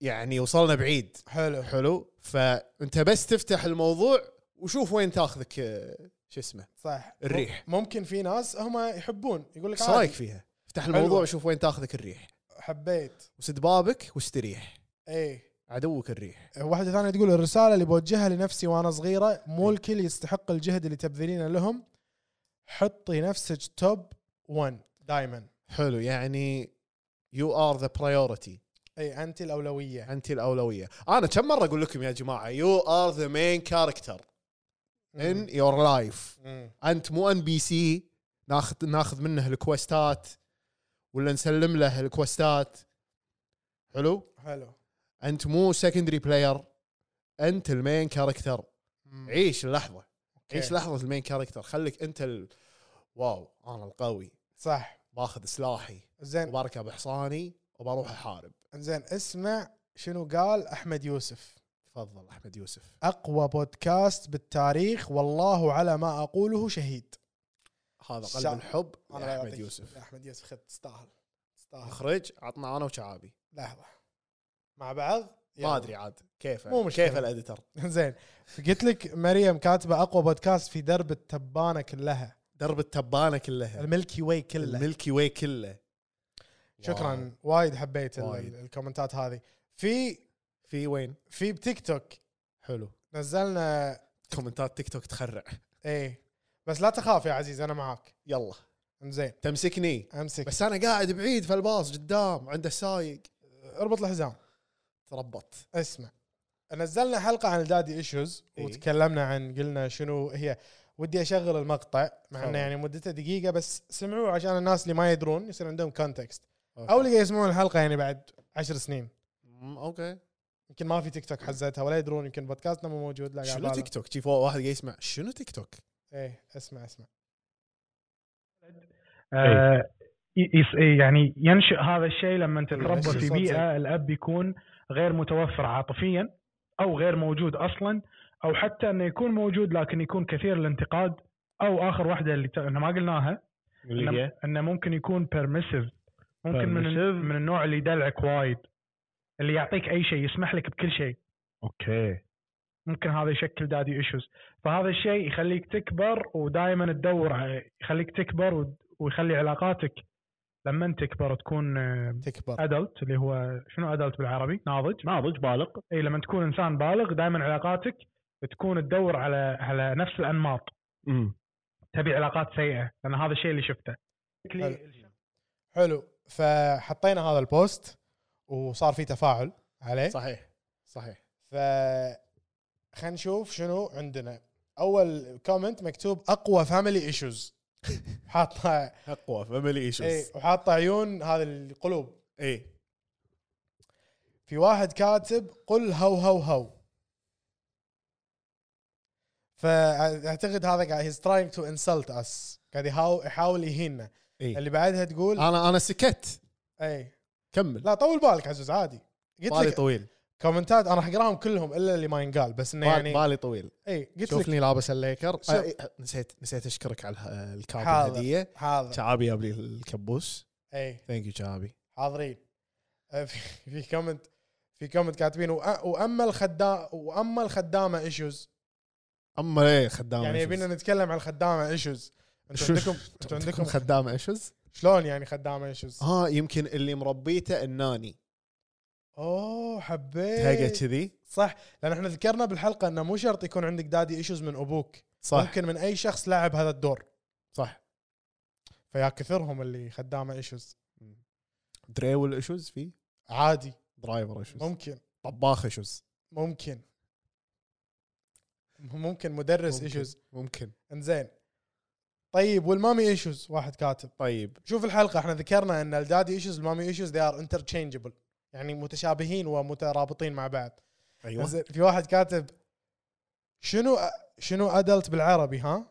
Speaker 3: يعني وصلنا بعيد
Speaker 5: حلو
Speaker 3: حلو فانت بس تفتح الموضوع وشوف وين تاخذك آه، شو اسمه
Speaker 5: صح
Speaker 3: الريح.
Speaker 5: مم- ممكن في ناس هم يحبون يقول لك
Speaker 3: ايش رايك
Speaker 5: عادي
Speaker 3: فيها؟ افتح
Speaker 5: حلوة.
Speaker 3: الموضوع وشوف وين تاخذك الريح
Speaker 5: حبيت
Speaker 3: وسد بابك واستريح
Speaker 5: ايه
Speaker 3: عدوك الريح
Speaker 5: واحدة ثانية تقول الرسالة اللي بوجهها لنفسي وأنا صغيرة مو الكل يستحق الجهد اللي تبذلينه لهم حطي نفسك توب 1 دائما
Speaker 3: حلو يعني يو ار ذا برايورتي
Speaker 5: أي أنت الأولوية
Speaker 3: انت الاولويه انا كم مره اقول لكم يا جماعه يو ار ذا مين كاركتر ان يور لايف
Speaker 5: مم.
Speaker 3: انت مو ان بي سي ناخذ ناخذ منه الكوستات ولا نسلم له الكوستات حلو
Speaker 5: حلو
Speaker 3: انت مو سكندري بلاير انت المين كاركتر
Speaker 5: مم.
Speaker 3: عيش اللحظه
Speaker 5: أوكي.
Speaker 3: عيش لحظه المين كاركتر خليك انت ال... واو انا القوي
Speaker 5: صح
Speaker 3: باخذ سلاحي
Speaker 5: زين
Speaker 3: وبركب حصاني وبروح احارب
Speaker 5: زين اسمع شنو قال أحمد يوسف
Speaker 3: تفضل احمد يوسف
Speaker 5: أقوى بودكاست بالتاريخ والله على ما أقوله شهيد
Speaker 3: هذا
Speaker 5: شا-
Speaker 3: قلب الحب
Speaker 5: الله
Speaker 3: يا احمد
Speaker 5: يعطيك-
Speaker 3: يوسف
Speaker 5: يا أحمد يوسف خذ تستاهل تستاهل
Speaker 3: مخرج عطنا انا وشعابي
Speaker 5: لحظة مع بعض
Speaker 3: ما
Speaker 5: يلا.
Speaker 3: ادري عاد كيف
Speaker 5: مو مشكلة.
Speaker 3: كيف الاديتر
Speaker 5: <laughs> زين قلت لك مريم كاتبه اقوى بودكاست في درب التبانه كلها
Speaker 3: درب التبانه كلها
Speaker 5: الملكي واي كله
Speaker 3: الملكي نعم. واي كله واو.
Speaker 5: شكرا وايد حبيت ال-
Speaker 3: وايد.
Speaker 5: الكومنتات هذه في
Speaker 3: في وين
Speaker 5: في بتيك توك
Speaker 3: حلو
Speaker 5: نزلنا
Speaker 3: كومنتات تيك توك تخرع
Speaker 5: ايه بس لا تخاف يا عزيز انا معاك
Speaker 3: يلا
Speaker 5: زين
Speaker 3: تمسكني
Speaker 5: امسك
Speaker 3: بس
Speaker 5: بس
Speaker 3: انا قاعد بعيد في الباص قدام عنده سايق
Speaker 5: اربط الحزام
Speaker 3: تربط
Speaker 5: اسمع نزلنا حلقه عن الدادي ايشوز
Speaker 3: إيه.
Speaker 5: وتكلمنا عن قلنا شنو هي ودي اشغل المقطع مع انه
Speaker 3: تفضل.
Speaker 5: يعني مدته دقيقه بس سمعوه عشان الناس اللي ما يدرون يصير عندهم كونتكست او اللي قاعد يسمعون الحلقه يعني بعد عشر سنين
Speaker 3: مم، اوكي
Speaker 5: يمكن ما في تيك توك حزتها ولا يدرون يمكن بودكاستنا مو موجود لا قاعد
Speaker 3: شنو
Speaker 5: بالغ.
Speaker 3: تيك توك شوف واحد قاعد يسمع شنو تيك توك
Speaker 5: ايه اسمع اسمع
Speaker 8: آه، يس- يعني ينشئ هذا الشيء لما
Speaker 5: ينشئ
Speaker 8: تتربى في
Speaker 5: صوت
Speaker 8: بيئه الاب يكون غير متوفر عاطفيا او غير موجود اصلا او حتى انه يكون موجود لكن يكون كثير الانتقاد او اخر واحده اللي ت- إحنا ما قلناها
Speaker 9: اللي
Speaker 8: إنه-
Speaker 9: هي
Speaker 8: انه ممكن يكون بيرميسيف ممكن من
Speaker 9: Permissive.
Speaker 8: من النوع اللي يدلعك وايد اللي يعطيك اي شيء يسمح لك بكل شيء
Speaker 9: اوكي
Speaker 8: ممكن هذا يشكل دادي ايشوز فهذا الشيء يخليك تكبر ودائما تدور على- يخليك تكبر ود- ويخلي علاقاتك لما تكبر تكون
Speaker 5: تكبر
Speaker 8: ادلت اللي هو شنو ادلت بالعربي ناضج
Speaker 9: ناضج بالغ
Speaker 8: اي لما تكون انسان بالغ دائما علاقاتك تكون تدور على على نفس الانماط تبي علاقات سيئه لان هذا الشيء اللي شفته
Speaker 5: حلو. حلو فحطينا هذا البوست وصار في تفاعل عليه
Speaker 3: صحيح صحيح
Speaker 5: ف خلينا نشوف شنو عندنا اول كومنت مكتوب اقوى فاميلي ايشوز حاطه
Speaker 3: اقوى فاميلي
Speaker 5: اي
Speaker 3: ايشوز
Speaker 5: وحاطه إيه، عيون هذا القلوب
Speaker 3: اي
Speaker 5: في واحد كاتب قل هو هو هو فاعتقد هذا قاعد هيز تراينج تو انسلت اس قاعد يحاول يحاول يهيننا
Speaker 3: إيه.
Speaker 5: اللي بعدها تقول
Speaker 3: انا انا سكت
Speaker 5: اي
Speaker 3: كمل
Speaker 5: لا طول بالك عزوز عادي قلت
Speaker 3: بالي
Speaker 5: لك
Speaker 3: طويل
Speaker 5: كومنتات انا راح اقراهم كلهم الا اللي ما ينقال بس انه
Speaker 3: يعني
Speaker 5: يعني
Speaker 3: بالي طويل
Speaker 5: اي قلت لك
Speaker 3: شوفني لابس الليكر
Speaker 5: شوف.
Speaker 3: آه، نسيت نسيت اشكرك على الها- الكاب
Speaker 5: حاضر.
Speaker 3: الهديه
Speaker 5: حاضر
Speaker 3: شعابي جاب لي الكبوس
Speaker 5: اي
Speaker 3: ثانك يو شعابي
Speaker 5: حاضرين آه، في <laughs> في كومنت في كومنت كاتبين وأ- واما الخدام واما الخدامه ايشوز
Speaker 3: اما ايه خدامه
Speaker 5: يعني
Speaker 3: إيشوز.
Speaker 5: يبينا نتكلم عن الخدامه ايشوز انتم
Speaker 3: شو- آه.
Speaker 5: عندكم انتم عندكم خد...
Speaker 3: خدامه ايشوز
Speaker 5: شلون يعني خدامه ايشوز؟
Speaker 3: ها يمكن اللي مربيته الناني
Speaker 5: اوه
Speaker 3: تهقى
Speaker 5: إيه. حبيت
Speaker 3: كذي
Speaker 5: صح لان احنا ذكرنا بالحلقه انه مو شرط يكون عندك دادي ايشوز من ابوك
Speaker 3: صح
Speaker 5: ممكن من اي شخص لعب هذا الدور
Speaker 3: صح
Speaker 5: فيا كثرهم اللي خدامه ايشوز
Speaker 3: دريول ايشوز في
Speaker 5: عادي
Speaker 3: درايفر ايشوز
Speaker 5: ممكن
Speaker 3: طباخ ايشوز
Speaker 5: ممكن ممكن مدرس
Speaker 3: ممكن.
Speaker 5: ايشوز
Speaker 3: ممكن
Speaker 5: انزين طيب والمامي ايشوز واحد كاتب
Speaker 3: طيب
Speaker 5: شوف الحلقه احنا ذكرنا ان الدادي ايشوز والمامي ايشوز ذي ار انترتشينجبل يعني متشابهين ومترابطين مع بعض
Speaker 3: ايوه
Speaker 5: زين، في واحد كاتب شنو شنو ادلت بالعربي ها؟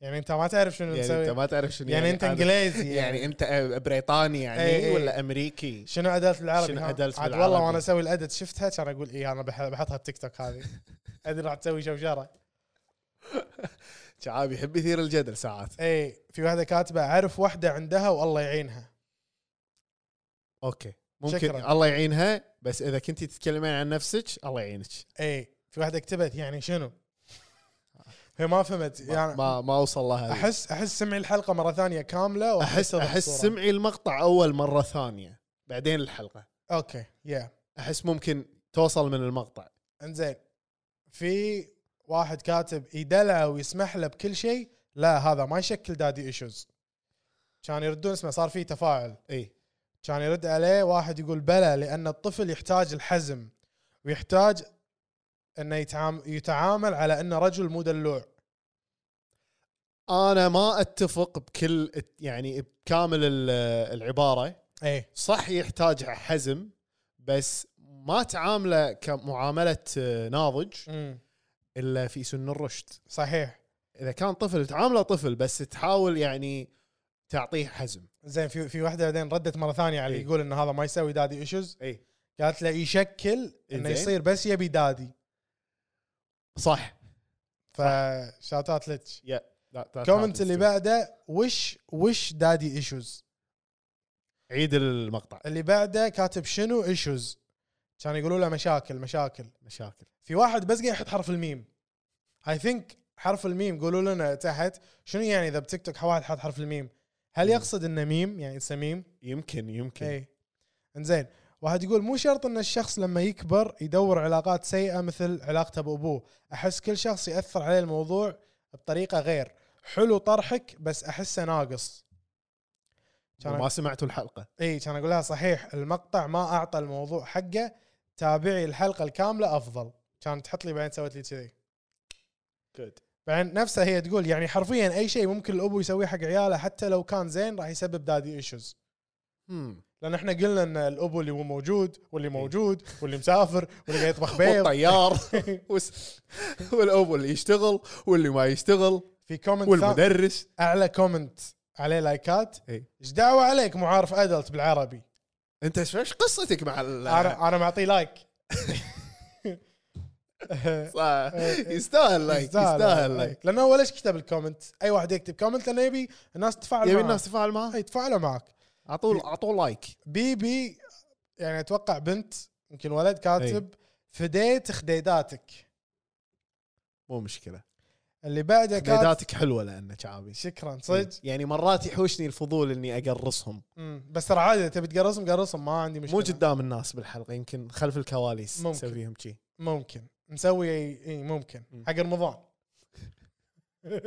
Speaker 5: يعني انت ما تعرف شنو
Speaker 3: يعني
Speaker 5: نسوي
Speaker 3: انت
Speaker 5: يعني,
Speaker 3: ما تعرف شنو
Speaker 5: انت
Speaker 3: هذا-
Speaker 5: انجليزي
Speaker 3: يعني انت بريطاني يعني
Speaker 5: إي إي.
Speaker 3: ولا امريكي
Speaker 5: شنو ادلت بالعربي
Speaker 3: شنو
Speaker 5: ها؟
Speaker 3: adult
Speaker 5: عاد
Speaker 3: بالعربي؟
Speaker 5: والله وانا اسوي الادت شفتها كان اقول اي انا "إيه، بح- بحطها بتيك
Speaker 3: <laughs>
Speaker 5: توك هذه ادري راح تسوي شوشره
Speaker 3: شعابي يحب يثير الجدل ساعات
Speaker 5: اي إيه، في واحده كاتبه اعرف واحده عندها والله يعينها
Speaker 3: اوكي ممكن
Speaker 5: شكراً.
Speaker 3: شكرا. الله يعينها بس اذا كنتي تتكلمين عن نفسك الله يعينك
Speaker 5: اي إيه، في واحده كتبت يعني
Speaker 3: <laughs>
Speaker 5: شنو؟ هي ما فهمت يعني
Speaker 3: ما ما اوصل لها احس
Speaker 5: احس احس سمعي الحلقه مره ثانيه كامله
Speaker 3: احس
Speaker 5: وأحسها
Speaker 3: احس
Speaker 5: بالصورة.
Speaker 3: سمعي المقطع اول مره ثانيه بعدين الحلقه
Speaker 5: اوكي يا
Speaker 3: احس ممكن توصل من المقطع
Speaker 5: انزين في واحد كاتب يدلعه ويسمح له بكل شيء لا هذا ما يشكل دادي ايشوز كان يردون اسمه صار في تفاعل
Speaker 3: اي
Speaker 5: كان يرد عليه واحد يقول بلى لان الطفل يحتاج الحزم ويحتاج انه يتعام- يتعامل على انه رجل مو دلوع
Speaker 3: انا ما اتفق بكل يعني بكامل ال- العباره
Speaker 5: ايه
Speaker 3: صح يحتاج حزم بس ما تعامله كمعامله آه، ناضج
Speaker 5: أمم،
Speaker 3: الا في سن الرشد
Speaker 5: صحيح
Speaker 3: اذا كان طفل تعامله طفل بس تحاول يعني تعطيه حزم
Speaker 5: زين في في واحده بعدين ردت مره ثانيه على اللي
Speaker 3: إيه.
Speaker 5: يقول ان هذا ما يسوي دادي ايشوز
Speaker 3: اي
Speaker 5: قالت له يشكل انه
Speaker 3: إنزين.
Speaker 5: يصير بس يبي دادي
Speaker 3: صح
Speaker 5: فشاتات لك
Speaker 3: يا لا- لا-
Speaker 5: كومنت
Speaker 3: لا-
Speaker 5: اللي بعده وش وش دادي ايشوز
Speaker 3: عيد المقطع
Speaker 5: اللي بعده كاتب شنو ايشوز كان يقولوا له مشاكل مشاكل
Speaker 3: مشاكل
Speaker 5: في واحد بس قاعد يحط حرف الميم اي ثينك حرف الميم قولوا لنا تحت شنو يعني اذا بتيك توك واحد حط حرف الميم هل يقصد انه ميم يعني it's a ميم
Speaker 3: يمكن يمكن
Speaker 5: اي انزين إيه. واحد يقول مو شرط ان الشخص لما يكبر يدور علاقات سيئه مثل علاقته بابوه احس كل شخص ياثر عليه الموضوع بطريقه غير حلو طرحك بس احسه ناقص كان
Speaker 3: ما سمعتوا الحلقه
Speaker 5: اي كان اقول لها صحيح المقطع ما اعطى الموضوع حقه تابعي الحلقه الكامله افضل كانت تحط لي بعدين سوت لي كذي
Speaker 3: Good.
Speaker 5: بعدين نفسها هي تقول يعني حرفيا اي شيء ممكن الابو يسويه حق عياله حتى لو كان زين راح يسبب دادي ايشوز
Speaker 3: هم.
Speaker 5: لان احنا قلنا ان الابو اللي هو موجود واللي موجود واللي مسافر واللي
Speaker 3: <laughs>
Speaker 5: قاعد يطبخ بيض <laughs>
Speaker 3: والطيار وس- والابو اللي يشتغل واللي ما يشتغل
Speaker 5: في كومنت ثا-
Speaker 3: والمدرس
Speaker 5: اعلى كومنت عليه لايكات
Speaker 3: إي.
Speaker 5: ايش دعوه عليك مو عارف ادلت بالعربي
Speaker 3: انت شو- ايش قصتك مع ال
Speaker 5: انا انا معطيه لايك
Speaker 3: <laughs> صح. يستاهل لايك إيه، يستاهل إيه. لايك
Speaker 5: لانه إيه. هو ليش كتب الكومنت؟ اي واحد يكتب كومنت لانه يبي الناس تتفاعل
Speaker 3: يبي
Speaker 5: معاه.
Speaker 3: الناس تفاعل معاه
Speaker 5: اي تفاعلوا معك
Speaker 3: اعطوه اعطوه لايك
Speaker 5: بيبي يعني اتوقع بنت يمكن ولد كاتب
Speaker 3: إيه.
Speaker 5: فديت خديداتك
Speaker 3: مو مشكله
Speaker 5: اللي بعده كاتب
Speaker 3: ديداتك حلوه لانه شعبي
Speaker 5: شكرا صدق
Speaker 3: يعني مرات يحوشني الفضول اني اقرصهم
Speaker 5: مم. بس ترى عادي إذا تبي تقرصهم قرصهم ما عندي مشكله
Speaker 3: مو قدام الناس بالحلقه يمكن خلف الكواليس
Speaker 5: ممكن.
Speaker 3: نسوي فيهم شي
Speaker 5: ممكن نسوي اي إي ممكن حق رمضان <laughs>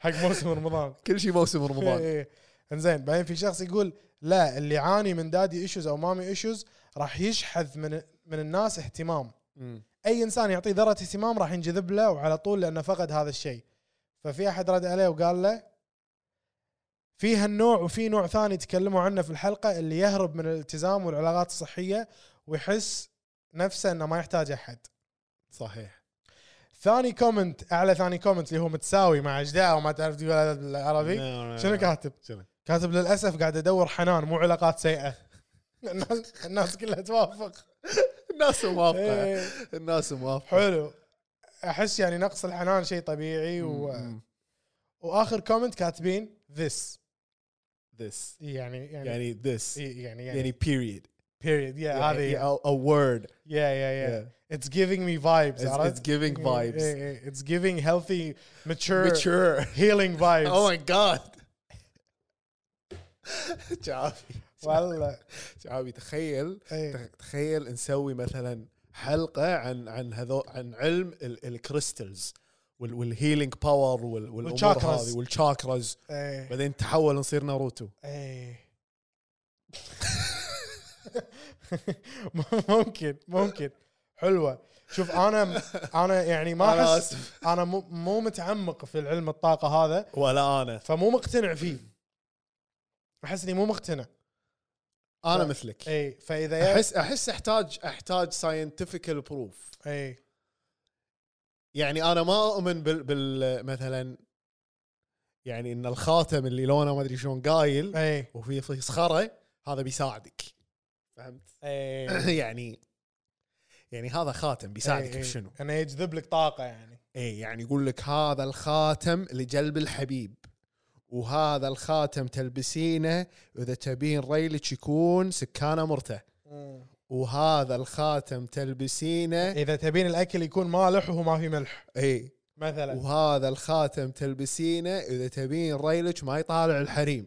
Speaker 5: حق موسم رمضان
Speaker 3: كل شيء موسم <laughs> رمضان
Speaker 5: إيه. انزين بعدين في شخص يقول لا اللي يعاني من دادي ايشوز او مامي ايشوز راح يشحذ من من الناس اهتمام
Speaker 3: مم.
Speaker 5: اي انسان يعطيه ذره اهتمام راح ينجذب له وعلى طول لانه فقد هذا الشيء ففي احد رد عليه وقال له في هالنوع وفي نوع ثاني تكلموا عنه في الحلقه اللي يهرب من الالتزام والعلاقات الصحيه ويحس نفسه انه ما يحتاج احد
Speaker 3: صحيح
Speaker 5: ثاني كومنت اعلى ثاني كومنت اللي هو متساوي مع اجداء وما تعرف تقول هذا
Speaker 3: إيه. نعم.
Speaker 5: بالعربي شنو كاتب؟
Speaker 3: آه. شنو؟
Speaker 5: كاتب للاسف قاعد ادور حنان مو علاقات سيئه الناس- الناس كلها توافق
Speaker 3: الناس موافقه
Speaker 5: إيه.
Speaker 3: الناس موافقه
Speaker 5: حلو احس يعني نقص الحنان شيء طبيعي و... واخر كومنت كاتبين ذس
Speaker 3: ذس
Speaker 5: يعني يعني
Speaker 3: يعني ذس
Speaker 5: يعني يعني
Speaker 3: يعني period
Speaker 5: بيريد يا
Speaker 3: يعني
Speaker 5: هذه
Speaker 3: a, a word
Speaker 5: يا يا يا اتس جيفينج مي فايبس
Speaker 3: It's- it's giving
Speaker 5: إيه،
Speaker 3: vibes.
Speaker 5: اتس جيفينج هيلثي ماتشور
Speaker 3: mature <laughs>
Speaker 5: هيلينج
Speaker 3: oh
Speaker 5: فايبس
Speaker 3: my god شعبي
Speaker 5: والله
Speaker 3: شعبي تخيل
Speaker 5: إيه.
Speaker 3: تخيل نسوي مثلا حلقه عن عن هذو عن علم ال- الكريستلز وال- والهيلينج باور وال- والامور
Speaker 5: والشاكراز.
Speaker 3: هذه والشاكراز
Speaker 5: إيه.
Speaker 3: بعدين تحول نصير ناروتو Eh.
Speaker 5: إيه. <laughs> ممكن ممكن حلوه شوف انا انا يعني
Speaker 3: <laughs>
Speaker 5: ما
Speaker 3: أنا
Speaker 5: احس
Speaker 3: آسف.
Speaker 5: انا مو مو متعمق في العلم الطاقه هذا
Speaker 3: ولا انا
Speaker 5: فمو مقتنع فيه احس اني مو مقتنع
Speaker 3: انا مثلك
Speaker 5: اي فاذا يا-
Speaker 3: احس احس احتاج احتاج ساينتفيكال بروف
Speaker 5: اي
Speaker 3: يعني انا ما اؤمن بال, بال مثلا يعني ان الخاتم اللي لونه ما ادري شلون قايل
Speaker 5: اي
Speaker 3: <coughs> وفي في صخره هذا بيساعدك فهمت؟
Speaker 5: اي
Speaker 3: <clears throat> يعني يعني هذا خاتم بيساعدك
Speaker 5: إي.
Speaker 3: بشنو؟
Speaker 5: انه إيه، يجذب لك طاقه يعني
Speaker 3: اي يعني يقول لك هذا الخاتم لجلب الحبيب وهذا الخاتم تلبسينه اذا تبين ريلك يكون سكانه مرته وهذا الخاتم تلبسينه
Speaker 5: اذا تبين الاكل يكون مالح وهو ما في ملح
Speaker 3: اي
Speaker 5: مثلا
Speaker 3: وهذا الخاتم تلبسينه اذا تبين ريلك ما يطالع الحريم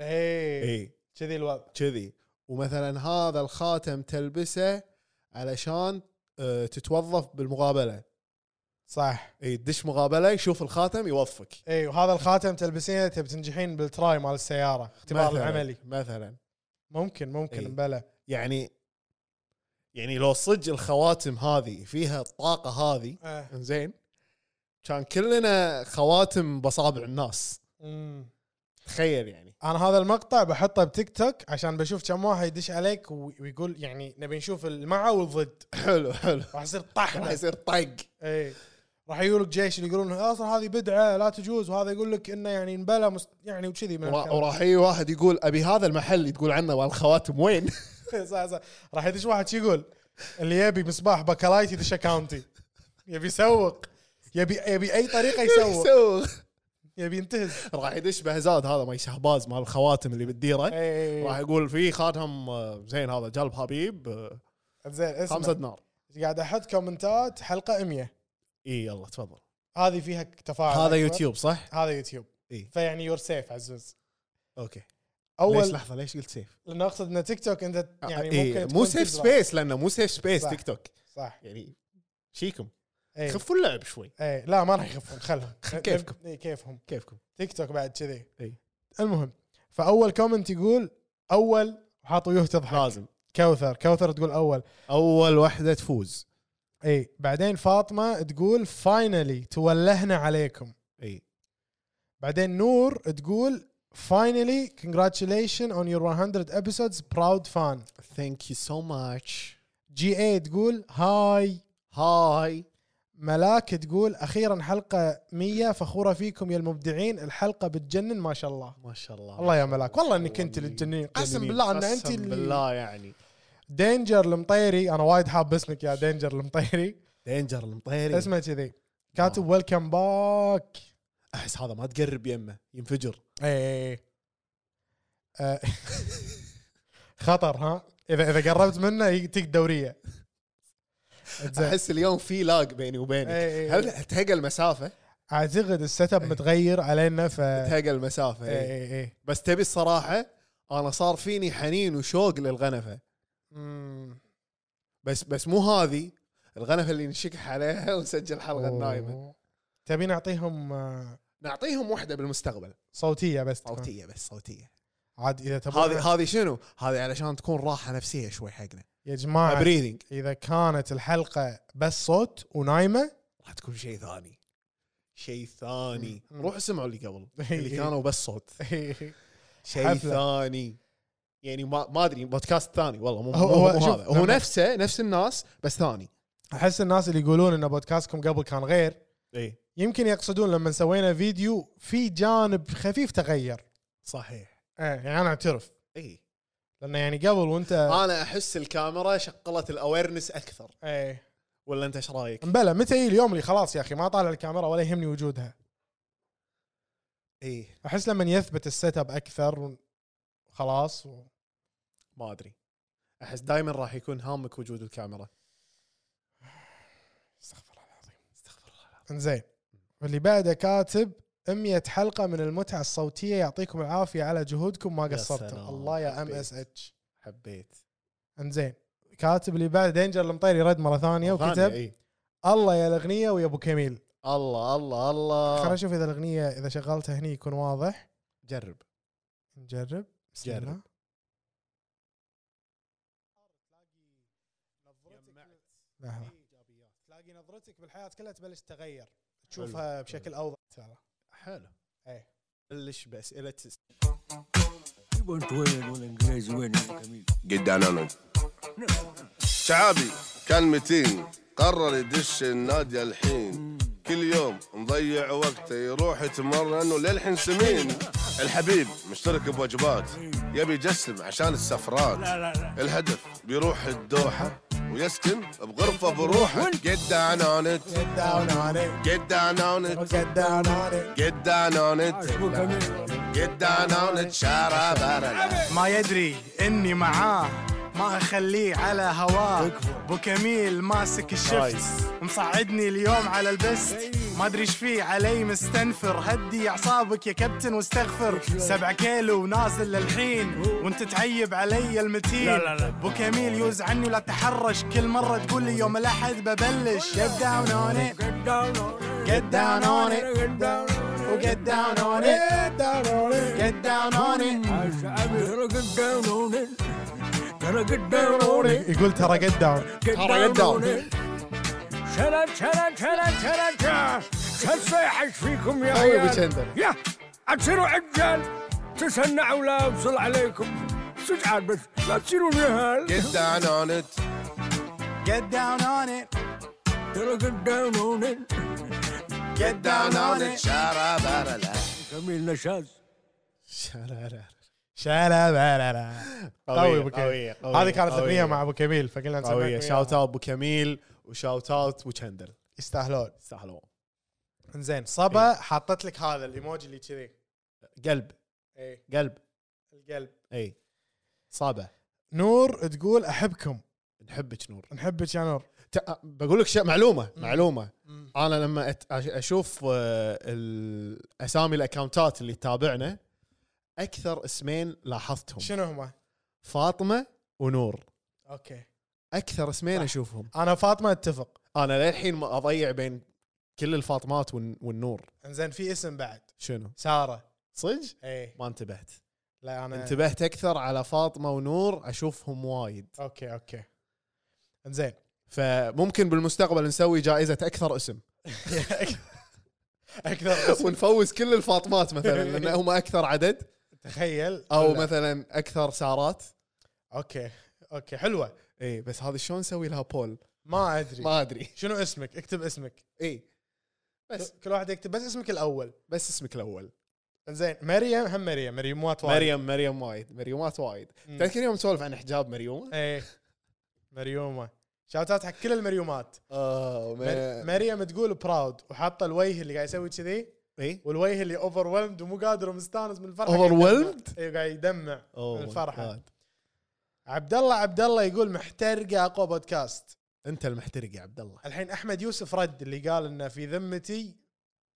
Speaker 5: اي
Speaker 3: اي
Speaker 5: إيه. كذي الوضع
Speaker 3: كذي ومثلا هذا الخاتم تلبسه علشان آه، تتوظف بالمقابله
Speaker 5: صح
Speaker 3: اي تدش مقابله يشوف الخاتم يوظفك
Speaker 5: اي وهذا الخاتم تلبسينه تبي تنجحين بالتراي مال السياره اختبار
Speaker 3: مثلاً-
Speaker 5: العملي
Speaker 3: مثلا
Speaker 5: ممكن ممكن
Speaker 3: إي.
Speaker 5: بلى
Speaker 3: يعني يعني لو صدق الخواتم هذه فيها الطاقه هذه
Speaker 5: آه.
Speaker 3: زين كان كلنا خواتم بصابع
Speaker 5: <coughs>
Speaker 3: الناس
Speaker 5: أمم.
Speaker 3: تخيل يعني
Speaker 5: انا هذا المقطع بحطه بتيك توك عشان بشوف كم واحد يدش عليك وي- ويقول يعني نبي نشوف المع والضد <laughs>
Speaker 3: حلو حلو
Speaker 5: راح
Speaker 3: <laughs>
Speaker 5: يصير
Speaker 3: راح
Speaker 5: طحنه
Speaker 3: يصير طق
Speaker 5: اي راح يقول لك جيش اللي يقولون اصلا هذه بدعه لا تجوز وهذا يقول لك انه يعني نبلى مست... يعني وكذي من
Speaker 3: ورا-
Speaker 5: الكلام.
Speaker 3: وراح يجي واحد يقول ابي هذا المحل تقول عنه والخواتم وين؟
Speaker 5: صح صح راح يدش واحد شو يقول اللي يبي مصباح بكلايت يدش اكاونتي يبي يسوق <laughs> يبي
Speaker 3: <laughs>
Speaker 5: يبي اي طريقه يسوق
Speaker 3: يسوق
Speaker 5: يبي ينتهز
Speaker 3: راح يدش بهزاد هذا مال شهباز مال الخواتم اللي
Speaker 5: إيه.
Speaker 3: بتديره <laughs> راح
Speaker 5: اي
Speaker 3: يقول في خاتم آه، زين هذا جلب حبيب آه،
Speaker 5: زين
Speaker 3: خمسة
Speaker 5: اسمع
Speaker 3: دينار
Speaker 5: قاعد احط كومنتات حلقه 100
Speaker 3: اي يلا تفضل
Speaker 5: هذه فيها تفاعل
Speaker 3: هذا
Speaker 5: أكبر.
Speaker 3: يوتيوب صح؟
Speaker 5: هذا يوتيوب
Speaker 3: إي.
Speaker 5: فيعني يور سيف عزوز
Speaker 3: اوكي ليش
Speaker 5: اول
Speaker 3: لحظه ليش قلت سيف؟
Speaker 5: لان اقصد ان تيك توك انت يعني
Speaker 3: إيه،
Speaker 5: ممكن
Speaker 3: مو
Speaker 5: تكون
Speaker 3: سيف
Speaker 5: تزرع.
Speaker 3: سبيس لانه مو سيف سبيس
Speaker 5: صح. إيه.
Speaker 3: تيك توك
Speaker 5: صح
Speaker 3: يعني شيكم
Speaker 5: اي
Speaker 3: خفوا اللعب شوي
Speaker 5: اي لا ما راح يخفون خلهم
Speaker 3: <laughs> كيفكم.
Speaker 5: إي، كيفهم
Speaker 3: كيفكم
Speaker 5: تيك توك بعد كذي
Speaker 3: إي.
Speaker 5: المهم فاول كومنت يقول اول وحاط وجوه تضحك
Speaker 3: لازم
Speaker 5: كوثر كوثر تقول اول
Speaker 3: اول واحده تفوز
Speaker 5: اي بعدين فاطمه تقول فاينلي تولهنا عليكم
Speaker 3: اي
Speaker 5: بعدين نور تقول فاينلي congratulations on your 100 episodes proud fan
Speaker 3: ثانك يو سو ماتش
Speaker 5: جي اي تقول هاي
Speaker 3: هاي
Speaker 5: ملاك تقول اخيرا حلقه 100 فخوره فيكم يا المبدعين الحلقه بتجنن ما شاء الله
Speaker 3: ما شاء الله
Speaker 5: الله يا ملاك والله انك انت اللي تجنني قسم بالله ان انت
Speaker 3: قسم
Speaker 5: اللي
Speaker 3: بالله يعني
Speaker 5: دينجر المطيري انا وايد حاب اسمك يا دينجر المطيري
Speaker 3: دينجر المطيري
Speaker 5: اسمه كذي
Speaker 3: آه.
Speaker 5: كاتب ويلكم باك
Speaker 3: احس هذا ما تقرب يمه ينفجر إيه،
Speaker 5: اي آه، <laughs> خطر ها اذا اذا قربت منه يجيك
Speaker 3: <laughs>
Speaker 5: دوريه زين.
Speaker 3: احس اليوم في لاج بيني وبينك
Speaker 5: إي، إي.
Speaker 3: إيه، هل إيه. التهق المسافه؟
Speaker 5: اعتقد إيه، السيت اب متغير
Speaker 3: <laughs>
Speaker 5: علينا ف إيه، اي
Speaker 3: التهق المسافه إي.
Speaker 5: اي اي
Speaker 3: إيه. بس تبي الصراحه انا صار فيني حنين وشوق للغنفه
Speaker 5: مم.
Speaker 3: بس بس مو هذه الغنفه اللي نشكح عليها <laughs> ونسجل حلقه النايمه
Speaker 5: أوه. تبي نعطيهم آه،
Speaker 3: نعطيهم واحده بالمستقبل
Speaker 5: صوتيه بس
Speaker 3: صوتيه بس صوتيه
Speaker 5: عاد اذا تبون
Speaker 3: هذه هذه شنو؟ هذه علشان تكون راحه نفسيه شوي حقنا
Speaker 5: يا جماعه
Speaker 3: بريذنج
Speaker 5: اذا كانت الحلقه بس صوت ونايمه
Speaker 3: راح تكون شيء ثاني شيء ثاني
Speaker 5: مم.
Speaker 3: روحوا اسمعوا اللي
Speaker 5: <laughs>
Speaker 3: قبل
Speaker 5: إي.
Speaker 3: اللي كانوا بس
Speaker 5: <laughs>
Speaker 3: صوت شيء
Speaker 5: حفلة.
Speaker 3: ثاني يعني ما ما ادري بودكاست ثاني والله مو
Speaker 5: هو-
Speaker 3: هو,
Speaker 5: هو
Speaker 3: هو,
Speaker 5: شوف،
Speaker 3: هذا هو
Speaker 5: لما-
Speaker 3: نفسه نفس الناس بس ثاني
Speaker 5: احس الناس اللي يقولون ان بودكاستكم قبل كان غير
Speaker 3: اي
Speaker 5: يمكن يقصدون لما سوينا فيديو في جانب خفيف تغير
Speaker 3: صحيح
Speaker 5: ايه يعني انا اعترف
Speaker 3: اي
Speaker 5: لانه يعني قبل وانت
Speaker 3: انا احس الكاميرا شغلت الاويرنس اكثر
Speaker 5: ايه
Speaker 3: ولا انت ايش رايك؟
Speaker 5: مبلا متى يجي اليوم اللي خلاص يا اخي ما طالع الكاميرا ولا يهمني وجودها
Speaker 3: اي
Speaker 5: احس لما يثبت السيت اب اكثر خلاص و...
Speaker 3: ما ادري احس دائما راح يكون هامك وجود الكاميرا
Speaker 5: استغفر الله العظيم
Speaker 3: استغفر الله العظيم.
Speaker 5: انزين واللي بعده كاتب 100 حلقه من المتعه الصوتيه يعطيكم العافيه على جهودكم ما
Speaker 3: سلام.
Speaker 5: قصرتوا الله يا ام
Speaker 3: حبيت.
Speaker 5: اس اتش
Speaker 3: حبيت
Speaker 5: انزين كاتب اللي بعد دينجر المطيري رد مره ثانيه
Speaker 3: ثانية،
Speaker 5: وكتب
Speaker 3: إي.
Speaker 5: الله يا الاغنيه ويا ابو كميل
Speaker 3: الله الله
Speaker 5: خلينا
Speaker 3: الله
Speaker 5: نشوف اذا الاغنيه اذا شغلتها هني يكون واضح
Speaker 3: جرب
Speaker 5: نجرب بسم
Speaker 3: جرب.
Speaker 5: الله. لحظة. تلاقي نظرتك بالحياه كلها تبلش تتغير تشوفها بشكل اوضح ترى
Speaker 3: حلو
Speaker 5: إيه.
Speaker 3: بلش باسئله تس-
Speaker 7: قدان انا شعابي كان متين قرر يدش النادي الحين كل يوم مضيع وقته يروح يتمرن وللحين سمين الحبيب مشترك بوجبات يبي يجسم عشان السفرات الهدف بيروح الدوحة ويسكن بغرفة بروحه get down on it
Speaker 5: get down on it
Speaker 7: get down on it
Speaker 5: get down on it
Speaker 7: get down on it get down on it شارع
Speaker 6: ما يدري اني معاه ما اخليه على هواه بو كميل ماسك الشفت مصعدني اليوم على البست ما ادري ايش فيه علي مستنفر هدي اعصابك يا كابتن واستغفر سبعة كيلو ونازل للحين وانت تعيب علي المتين بو كميل يوز عني ولا تحرش كل مرة تقول لي يوم الاحد ببلش get down on it get down on it Oh, get down on it get down on it
Speaker 5: يقول ترى get down
Speaker 3: ترى قدام
Speaker 9: ترى ترى ترى ترى ترى صيحش فيكم يا
Speaker 5: طيب
Speaker 9: عيال.
Speaker 5: وشندر.
Speaker 9: يا تصيروا عجال تسنعوا لا اوصل عليكم سجعان بس لا تصيرون يهال
Speaker 7: get down on it
Speaker 6: get down on it
Speaker 9: ترى قداموني
Speaker 6: Get
Speaker 7: down on it شارع
Speaker 9: جميل نشاز
Speaker 5: شالا بالالا قوي ابو كميل هذه كانت اغنيه مع ابو كميل فقلنا نسمعكم
Speaker 3: قوية
Speaker 5: إياها.
Speaker 3: شاوت اوت ابو كميل وشاوت اوت وشندل
Speaker 5: يستاهلون
Speaker 3: يستاهلون
Speaker 5: زين صبا حطت لك هذا الايموجي اللي كذي
Speaker 3: قلب
Speaker 5: اي
Speaker 3: قلب إيه.
Speaker 5: القلب
Speaker 3: اي صابه
Speaker 5: نور تقول احبكم
Speaker 3: نحبك نور
Speaker 5: نحبك يا نور
Speaker 3: ت- بقول لك شيء معلومه معلومه انا لما أت- أش- اشوف آه، ال- اسامي الاكونتات اللي تتابعنا اكثر اسمين لاحظتهم
Speaker 5: شنو هما؟
Speaker 3: فاطمه ونور
Speaker 5: اوكي
Speaker 3: اكثر اسمين اشوفهم
Speaker 5: انا فاطمه اتفق
Speaker 3: انا للحين ما اضيع بين كل الفاطمات والن- والنور
Speaker 5: انزين في اسم بعد
Speaker 3: شنو
Speaker 5: ساره
Speaker 3: صدق
Speaker 5: اي
Speaker 3: ما انتبهت
Speaker 5: لا انا
Speaker 3: انتبهت اكثر على فاطمه ونور اشوفهم وايد
Speaker 5: اوكي اوكي انزين
Speaker 3: فممكن بالمستقبل نسوي جائزه اكثر اسم
Speaker 5: اكثر اسم.
Speaker 3: <laughs> ونفوز كل الفاطمات
Speaker 5: <laughs>
Speaker 3: مثلا لان هم اكثر عدد
Speaker 5: تخيل
Speaker 3: او
Speaker 5: لا.
Speaker 3: مثلا اكثر سارات
Speaker 5: اوكي اوكي حلوه
Speaker 3: اي بس هذه شلون نسوي لها بول؟
Speaker 5: ما ادري
Speaker 3: ما ادري
Speaker 5: <laughs> شنو اسمك؟ اكتب اسمك
Speaker 3: اي بس
Speaker 5: كل واحد يكتب بس اسمك الاول
Speaker 3: بس اسمك الاول
Speaker 5: زين مريم هم مريم مريم مو أطوال.
Speaker 3: مريم مريم وايد مريومات وايد
Speaker 5: مم.
Speaker 3: تذكر يوم نسولف عن حجاب مريوم؟
Speaker 5: ايه مريومه شاوتات حق كل المريومات
Speaker 3: اه
Speaker 5: مر- مريم تقول براود وحاطه الوجه اللي قاعد يسوي كذي
Speaker 3: اي
Speaker 5: والوجه اللي اوفر ولمد ومو قادر ومستانس من الفرحه
Speaker 3: Overwhelmed؟
Speaker 5: اي قاعد يدمع
Speaker 3: Oh
Speaker 5: من
Speaker 3: my
Speaker 5: الفرحه
Speaker 3: God.
Speaker 5: عبد الله عبد الله يقول محترقه اقوى بودكاست
Speaker 3: انت المحترق يا عبد الله
Speaker 5: الحين احمد يوسف رد اللي قال انه في ذمتي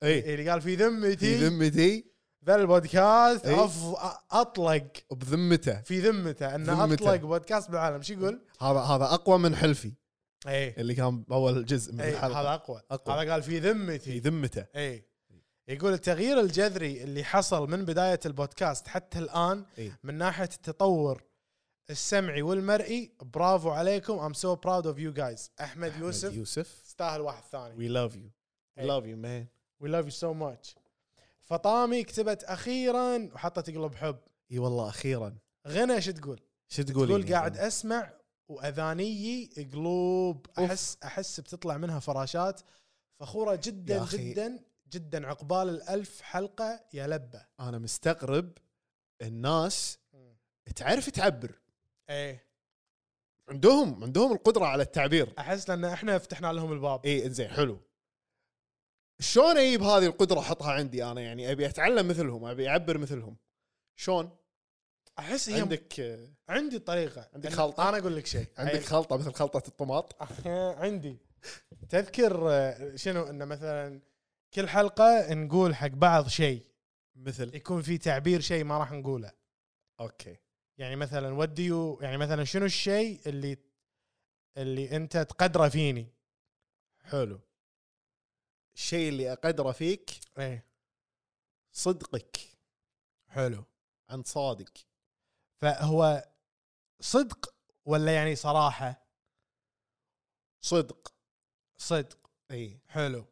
Speaker 3: اي
Speaker 5: إيه، اللي قال في ذمتي
Speaker 3: في ذمتي
Speaker 5: ذا البودكاست
Speaker 3: إيه.
Speaker 5: أف... أ- اطلق
Speaker 3: بذمته
Speaker 5: في ذمته انه
Speaker 3: ذمته.
Speaker 5: اطلق بودكاست بالعالم شو يقول؟
Speaker 3: هذا هذا اقوى من حلفي
Speaker 5: اي
Speaker 3: اللي كان باول جزء من
Speaker 5: إيه، هذا
Speaker 3: الحلقه
Speaker 5: اقوى
Speaker 3: أقوى.
Speaker 5: هذا قال في
Speaker 3: في
Speaker 5: ذمتي
Speaker 3: ذمته
Speaker 5: اي يقول التغيير الجذري اللي حصل من بدايه البودكاست حتى الان
Speaker 3: إيه.
Speaker 5: من ناحيه التطور السمعي والمرئي برافو عليكم ام سو براود اوف يو جايز احمد يوسف
Speaker 3: يوسف
Speaker 5: يستاهل واحد ثاني
Speaker 3: وي لاف يو وي
Speaker 5: إيه.
Speaker 3: لاف يو مان
Speaker 5: وي لاف يو سو ماتش فطامي كتبت اخيرا وحطت قلب حب
Speaker 3: اي والله اخيرا
Speaker 5: غنى شو تقول؟
Speaker 3: شو تقول
Speaker 5: تقول قاعد اسمع واذاني قلوب احس احس بتطلع منها فراشات فخوره
Speaker 3: يا
Speaker 5: جدا
Speaker 3: أخي.
Speaker 5: جدا جدا عقبال الألف حلقه يا لبه
Speaker 3: انا مستغرب الناس تعرف تعبر
Speaker 5: ايه
Speaker 3: عندهم عندهم القدره على التعبير
Speaker 5: احس لان احنا فتحنا لهم الباب
Speaker 3: اي انزين حلو شلون اجيب هذه القدره احطها عندي انا يعني ابي اتعلم مثلهم ابي اعبر مثلهم شلون
Speaker 5: احس هي
Speaker 3: عندك آه،
Speaker 5: عندي طريقه
Speaker 3: عندك
Speaker 5: أنا-
Speaker 3: خلطة؟
Speaker 5: انا اقول لك شيء
Speaker 3: عندك خلطه مثل خلطه الطماط
Speaker 5: عندي تذكر آه، شنو انه مثلا كل حلقه نقول حق بعض شيء
Speaker 3: مثل
Speaker 5: يكون في تعبير شيء ما راح نقوله
Speaker 3: اوكي
Speaker 5: يعني مثلا what do you يعني مثلا شنو الشيء اللي اللي انت تقدره فيني
Speaker 3: حلو الشيء اللي اقدره فيك
Speaker 5: ايه
Speaker 3: إيه. صدقك
Speaker 5: حلو
Speaker 3: انت صادق
Speaker 5: فهو صدق ولا يعني صراحه
Speaker 3: صدق
Speaker 5: صدق
Speaker 3: اي
Speaker 5: حلو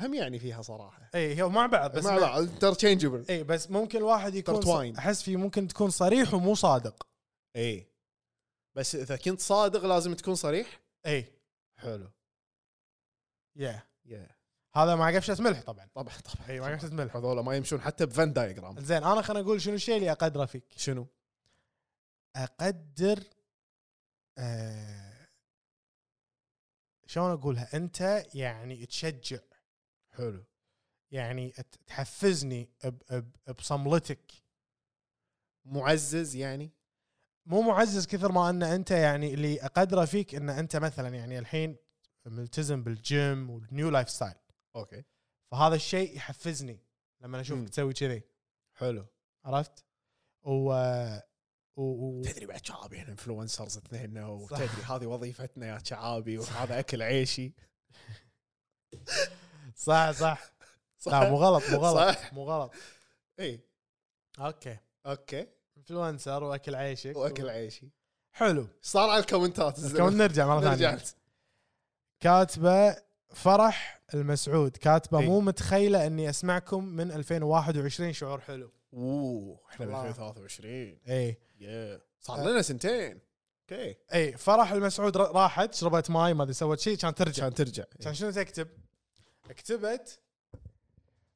Speaker 3: هم يعني فيها صراحه
Speaker 5: اي هو إيه، مع بعض بس
Speaker 3: بس مع بعض انترتشينجبل
Speaker 5: اي بس ممكن الواحد يكون
Speaker 3: ترتوين.
Speaker 5: ص- احس في ممكن تكون صريح ومو صادق
Speaker 3: اي بس اذا كنت صادق لازم تكون صريح
Speaker 5: اي
Speaker 3: حلو
Speaker 5: يا
Speaker 3: يا
Speaker 5: هذا مع قفشه ملح طبعا
Speaker 3: طبعا طبعا
Speaker 5: اي
Speaker 3: <laughs>
Speaker 5: مع قفشه ملح
Speaker 3: هذول ما يمشون حتى بفن دايجرام
Speaker 5: زين انا خليني اقول شنو الشيء اللي اقدره فيك
Speaker 3: شنو؟
Speaker 5: اقدر آه شلون اقولها انت يعني تشجع
Speaker 3: حلو
Speaker 5: يعني ت- تحفزني ب- ب- بصملتك
Speaker 3: معزز يعني
Speaker 5: مو معزز كثر ما ان انت يعني اللي اقدره فيك ان انت مثلا يعني الحين ملتزم بالجيم والنيو لايف ستايل
Speaker 3: اوكي
Speaker 5: فهذا الشيء يحفزني لما اشوفك
Speaker 3: مم.
Speaker 5: تسوي كذي
Speaker 3: حلو
Speaker 5: عرفت؟ و و- و-
Speaker 3: تدري بعد شعابي احنا انفلونسرز اثنيننا
Speaker 5: صح.
Speaker 3: وتدري هذه وظيفتنا يا شعابي وهذا اكل عيشي
Speaker 5: صح صح
Speaker 3: صح
Speaker 5: <laughs> لا مو غلط مو غلط
Speaker 3: صح.
Speaker 5: مو غلط
Speaker 3: اي
Speaker 5: اوكي
Speaker 3: اوكي
Speaker 5: انفلونسر واكل عيشك
Speaker 3: واكل عيشي
Speaker 5: حلو
Speaker 3: صار على الكومنتات
Speaker 5: كون نرجع مره
Speaker 3: نرجع
Speaker 5: ثانيه كاتبه فرح المسعود كاتبه
Speaker 3: إي.
Speaker 5: مو متخيله اني اسمعكم من 2021 شعور حلو
Speaker 3: اوه احنا ب
Speaker 5: الله. إيه.
Speaker 3: 2023
Speaker 5: اي
Speaker 3: يا صار لنا سنتين اوكي
Speaker 5: اي إيه، فرح المسعود ر- راحت شربت ماي ما ادري سوت شيء كان ترجع
Speaker 3: عشان ترجع إيه.
Speaker 5: كان شنو تكتب؟ كتبت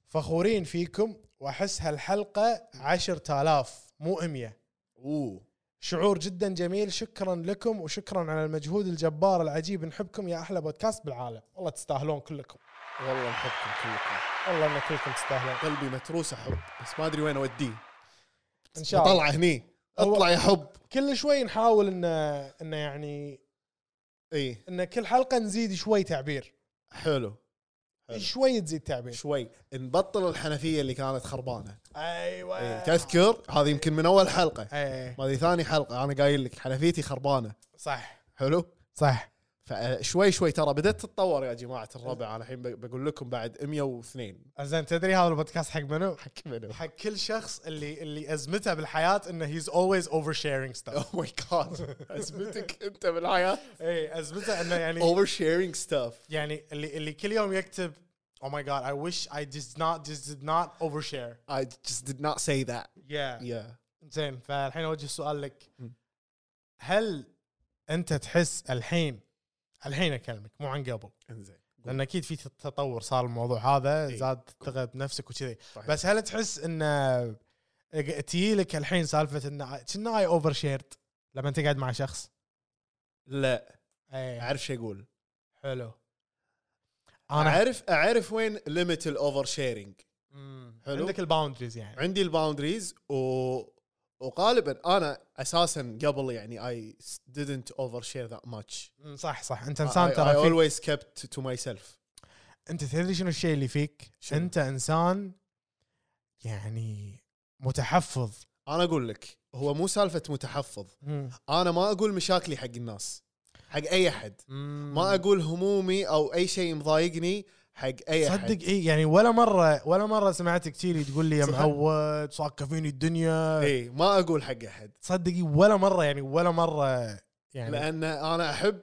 Speaker 5: فخورين فيكم واحس هالحلقه 10000 مو 100
Speaker 3: اوه
Speaker 5: شعور جدا جميل شكرا لكم وشكرا على المجهود الجبار العجيب نحبكم يا احلى بودكاست بالعالم والله تستاهلون كلكم
Speaker 3: والله نحبكم كلكم
Speaker 5: والله ان كلكم تستاهلون
Speaker 3: قلبي متروس حب بس ما ادري وين اوديه
Speaker 5: ان شاء الله
Speaker 3: طلع هني
Speaker 5: هو-
Speaker 3: اطلع يا حب
Speaker 5: كل شوي نحاول ان ان يعني
Speaker 3: اي
Speaker 5: ان كل حلقه نزيد شوي تعبير
Speaker 3: حلو حلو.
Speaker 5: شوي تزيد تعبير
Speaker 3: شوي نبطل الحنفيه اللي كانت خربانه
Speaker 5: ايوه
Speaker 3: إيه. تذكر هذه يمكن من اول حلقه
Speaker 5: اي
Speaker 3: ما ادري ثاني حلقه انا قايل لك حنفيتي خربانه
Speaker 5: صح
Speaker 3: حلو
Speaker 5: صح
Speaker 3: فشوي شوي ترى بدات تتطور يا جماعه الربع انا الحين ب- بقول لكم بعد 102 <laughs>
Speaker 5: زين تدري هذا البودكاست حق منو؟
Speaker 3: حق منو
Speaker 5: حق كل شخص اللي اللي ازمته بالحياه انه هيز اولويز اوفر شيرنج ستاف
Speaker 3: اوه ماي جاد
Speaker 5: <laughs>
Speaker 3: ازمتك انت بالحياه
Speaker 5: اي ازمته انه يعني
Speaker 3: اوفر شيرنج ستاف
Speaker 5: يعني اللي اللي كل يوم يكتب Oh my god, I wish I just not just did not overshare.
Speaker 3: I just did not say that
Speaker 5: Yeah.
Speaker 3: yeah
Speaker 5: زين فالحين اوجه السؤال لك هل انت تحس الحين الحين اكلمك مو عن قبل
Speaker 3: انزين
Speaker 5: لان اكيد في تطور صار الموضوع هذا
Speaker 3: إيه،
Speaker 5: زاد ثقه بنفسك وكذي بس هل تحس ان تجي لك الحين سالفه ان كنا اي اوفر شيرد لما تقعد مع شخص
Speaker 3: لا
Speaker 5: اي
Speaker 3: اعرف شو اقول
Speaker 5: حلو
Speaker 3: انا
Speaker 5: انا
Speaker 3: اعرف اعرف وين ليميت الاوفر شيرنج
Speaker 5: مم.
Speaker 3: حلو.
Speaker 5: عندك الباوندريز يعني
Speaker 3: عندي الباوندريز و وغالبا انا اساسا قبل يعني اي didn't overshare that much
Speaker 5: مم، صح صح انت
Speaker 3: I,
Speaker 5: انسان
Speaker 3: I
Speaker 5: ترى فيك-
Speaker 3: always kept to myself
Speaker 5: انت تدري شنو الشيء اللي فيك
Speaker 3: شنو؟
Speaker 5: انت انسان يعني متحفظ
Speaker 3: انا اقول لك هو مو سالفه متحفظ انا ما اقول مشاكلي حق الناس حق اي احد ما اقول همومي او اي شيء مضايقني حق اي احد
Speaker 5: صدق اي يعني ولا مره ولا مره سمعتك تيلي تقول لي يا
Speaker 3: صح.
Speaker 5: معود صاكه فيني الدنيا
Speaker 3: اي إيه، ما اقول حق احد
Speaker 5: تصدقي ولا مره يعني ولا مره يعني
Speaker 3: لان انا احب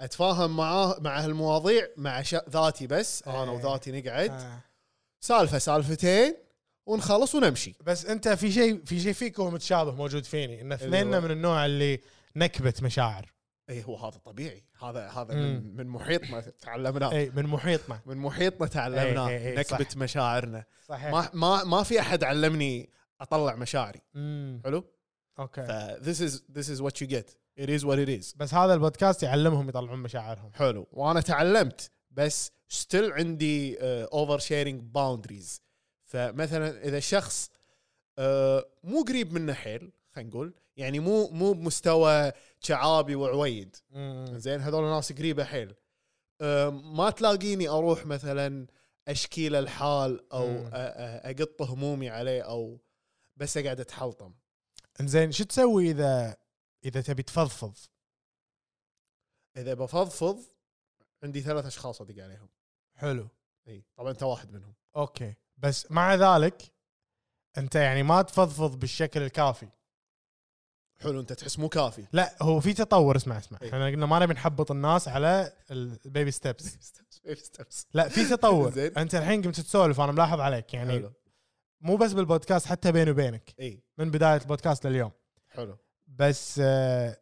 Speaker 3: اتفاهم معاه مع هالمواضيع مع شا... ذاتي بس انا
Speaker 5: إيه.
Speaker 3: وذاتي نقعد
Speaker 5: آه.
Speaker 3: سالفه سالفتين ونخلص ونمشي
Speaker 5: بس انت في شيء في شيء فيك هو متشابه موجود فيني ان اثنيننا
Speaker 3: هو؟
Speaker 5: من النوع اللي نكبه مشاعر
Speaker 3: اي إيه، هو هذا طبيعي هذا هذا
Speaker 5: مم.
Speaker 3: من, من محيطنا تعلمناه
Speaker 5: اي من محيطنا
Speaker 3: من محيطنا تعلمناه
Speaker 5: إي، إي، إي،
Speaker 3: نكبه
Speaker 5: صح.
Speaker 3: مشاعرنا
Speaker 5: صحيح
Speaker 3: ما ما ما في احد علمني اطلع مشاعري
Speaker 5: مم.
Speaker 3: حلو ف
Speaker 5: اوكي
Speaker 3: this is this is what you get it is what it is
Speaker 5: بس هذا البودكاست يعلمهم يطلعون مشاعرهم
Speaker 3: حلو وانا تعلمت بس ستيل عندي آه، اوفر شيرنج باوندريز فمثلا اذا شخص آه، مو قريب منا حيل خلينا نقول يعني مو مو بمستوى شعابي وعويد
Speaker 5: مم.
Speaker 3: زين هذول ناس قريبه حيل آه، ما تلاقيني اروح مثلا اشكي له الحال او أ-
Speaker 5: مم.
Speaker 3: أ- اقط همومي عليه او بس اقعد اتحلطم
Speaker 5: انزين شو تسوي اذا اذا تبي تفضفض
Speaker 3: اذا بفضفض عندي ثلاث اشخاص ادق عليهم
Speaker 5: حلو
Speaker 3: اي طبعا انت واحد منهم
Speaker 5: اوكي بس مع ذلك انت يعني ما تفضفض بالشكل الكافي
Speaker 3: حلو انت تحس مو كافي <laughs>
Speaker 5: لا هو في تطور اسمع اسمع
Speaker 3: إيه.
Speaker 5: احنا قلنا ما نبي نحبط الناس على البيبي ستيبس
Speaker 3: بيبي ستيبس
Speaker 5: لا في تطور
Speaker 3: <laughs> زين.
Speaker 5: انت الحين قمت تسولف انا ملاحظ عليك يعني
Speaker 3: حلو
Speaker 5: مو بس بالبودكاست حتى بيني وبينك
Speaker 3: اي
Speaker 5: من بدايه البودكاست لليوم
Speaker 3: حلو
Speaker 5: بس آه،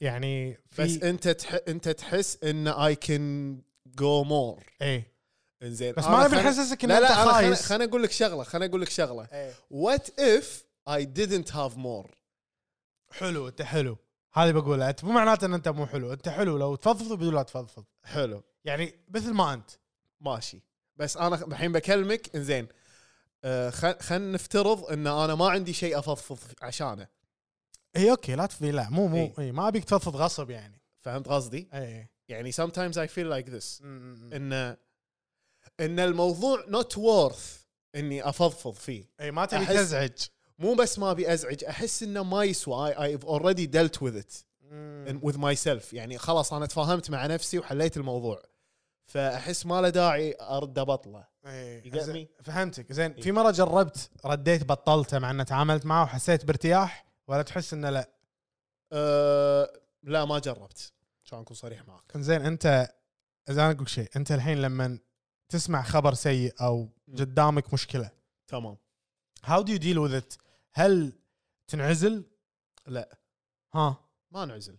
Speaker 5: يعني في
Speaker 3: بس انت تح... انت تحس ان اي كان جو مور
Speaker 5: ايه
Speaker 3: انزين
Speaker 5: بس
Speaker 3: أنا
Speaker 5: ما نبي
Speaker 3: خل-
Speaker 5: نحسسك ان
Speaker 3: آه، لا
Speaker 5: انت
Speaker 3: لا انا خل-
Speaker 5: خايس
Speaker 3: خليني اقول لك شغله خليني اقول لك شغله
Speaker 5: إيه.
Speaker 3: وات اف اي didn't هاف مور
Speaker 5: حلو انت حلو هذه بقولها انت مو معناته ان انت مو حلو انت حلو لو تفضفض بدون لا تفضفض
Speaker 3: حلو
Speaker 5: يعني مثل ما انت
Speaker 3: ماشي بس انا خ- الحين بكلمك انزين آه خل... خلينا نفترض ان انا ما عندي شيء افضفض عشانه
Speaker 5: اي اوكي إيه، لا تفضي لا مو مو
Speaker 3: إيه.
Speaker 5: اي ما ابيك تفضفض غصب يعني
Speaker 3: فهمت قصدي؟
Speaker 5: اي إي.
Speaker 3: يعني sometimes I feel like this
Speaker 5: م- م-
Speaker 3: ان ان الموضوع not worth اني افضفض فيه
Speaker 5: اي إيه، ما تبي
Speaker 3: أحس-
Speaker 5: تزعج
Speaker 3: مو بس ما ابي ازعج احس انه ما يسوى I, I've already dealt with it and with myself يعني خلاص انا تفاهمت مع نفسي وحليت الموضوع فاحس ما له داعي ارد بطله
Speaker 5: إي.
Speaker 3: You get
Speaker 5: إيه، زين،
Speaker 3: me? إيه.
Speaker 5: فهمتك زين في مره جربت رديت بطلته مع ان تعاملت معه وحسيت بارتياح ولا تحس انه لا
Speaker 3: أه لا ما جربت عشان اكون صريح معك
Speaker 5: زين انت اذا انا اقول لك شيء انت الحين لما تسمع خبر سيء او قدامك مشكله
Speaker 3: تمام
Speaker 5: هاو دو يو ديل وذ ات هل تنعزل
Speaker 3: لا
Speaker 5: ها
Speaker 3: ما انعزل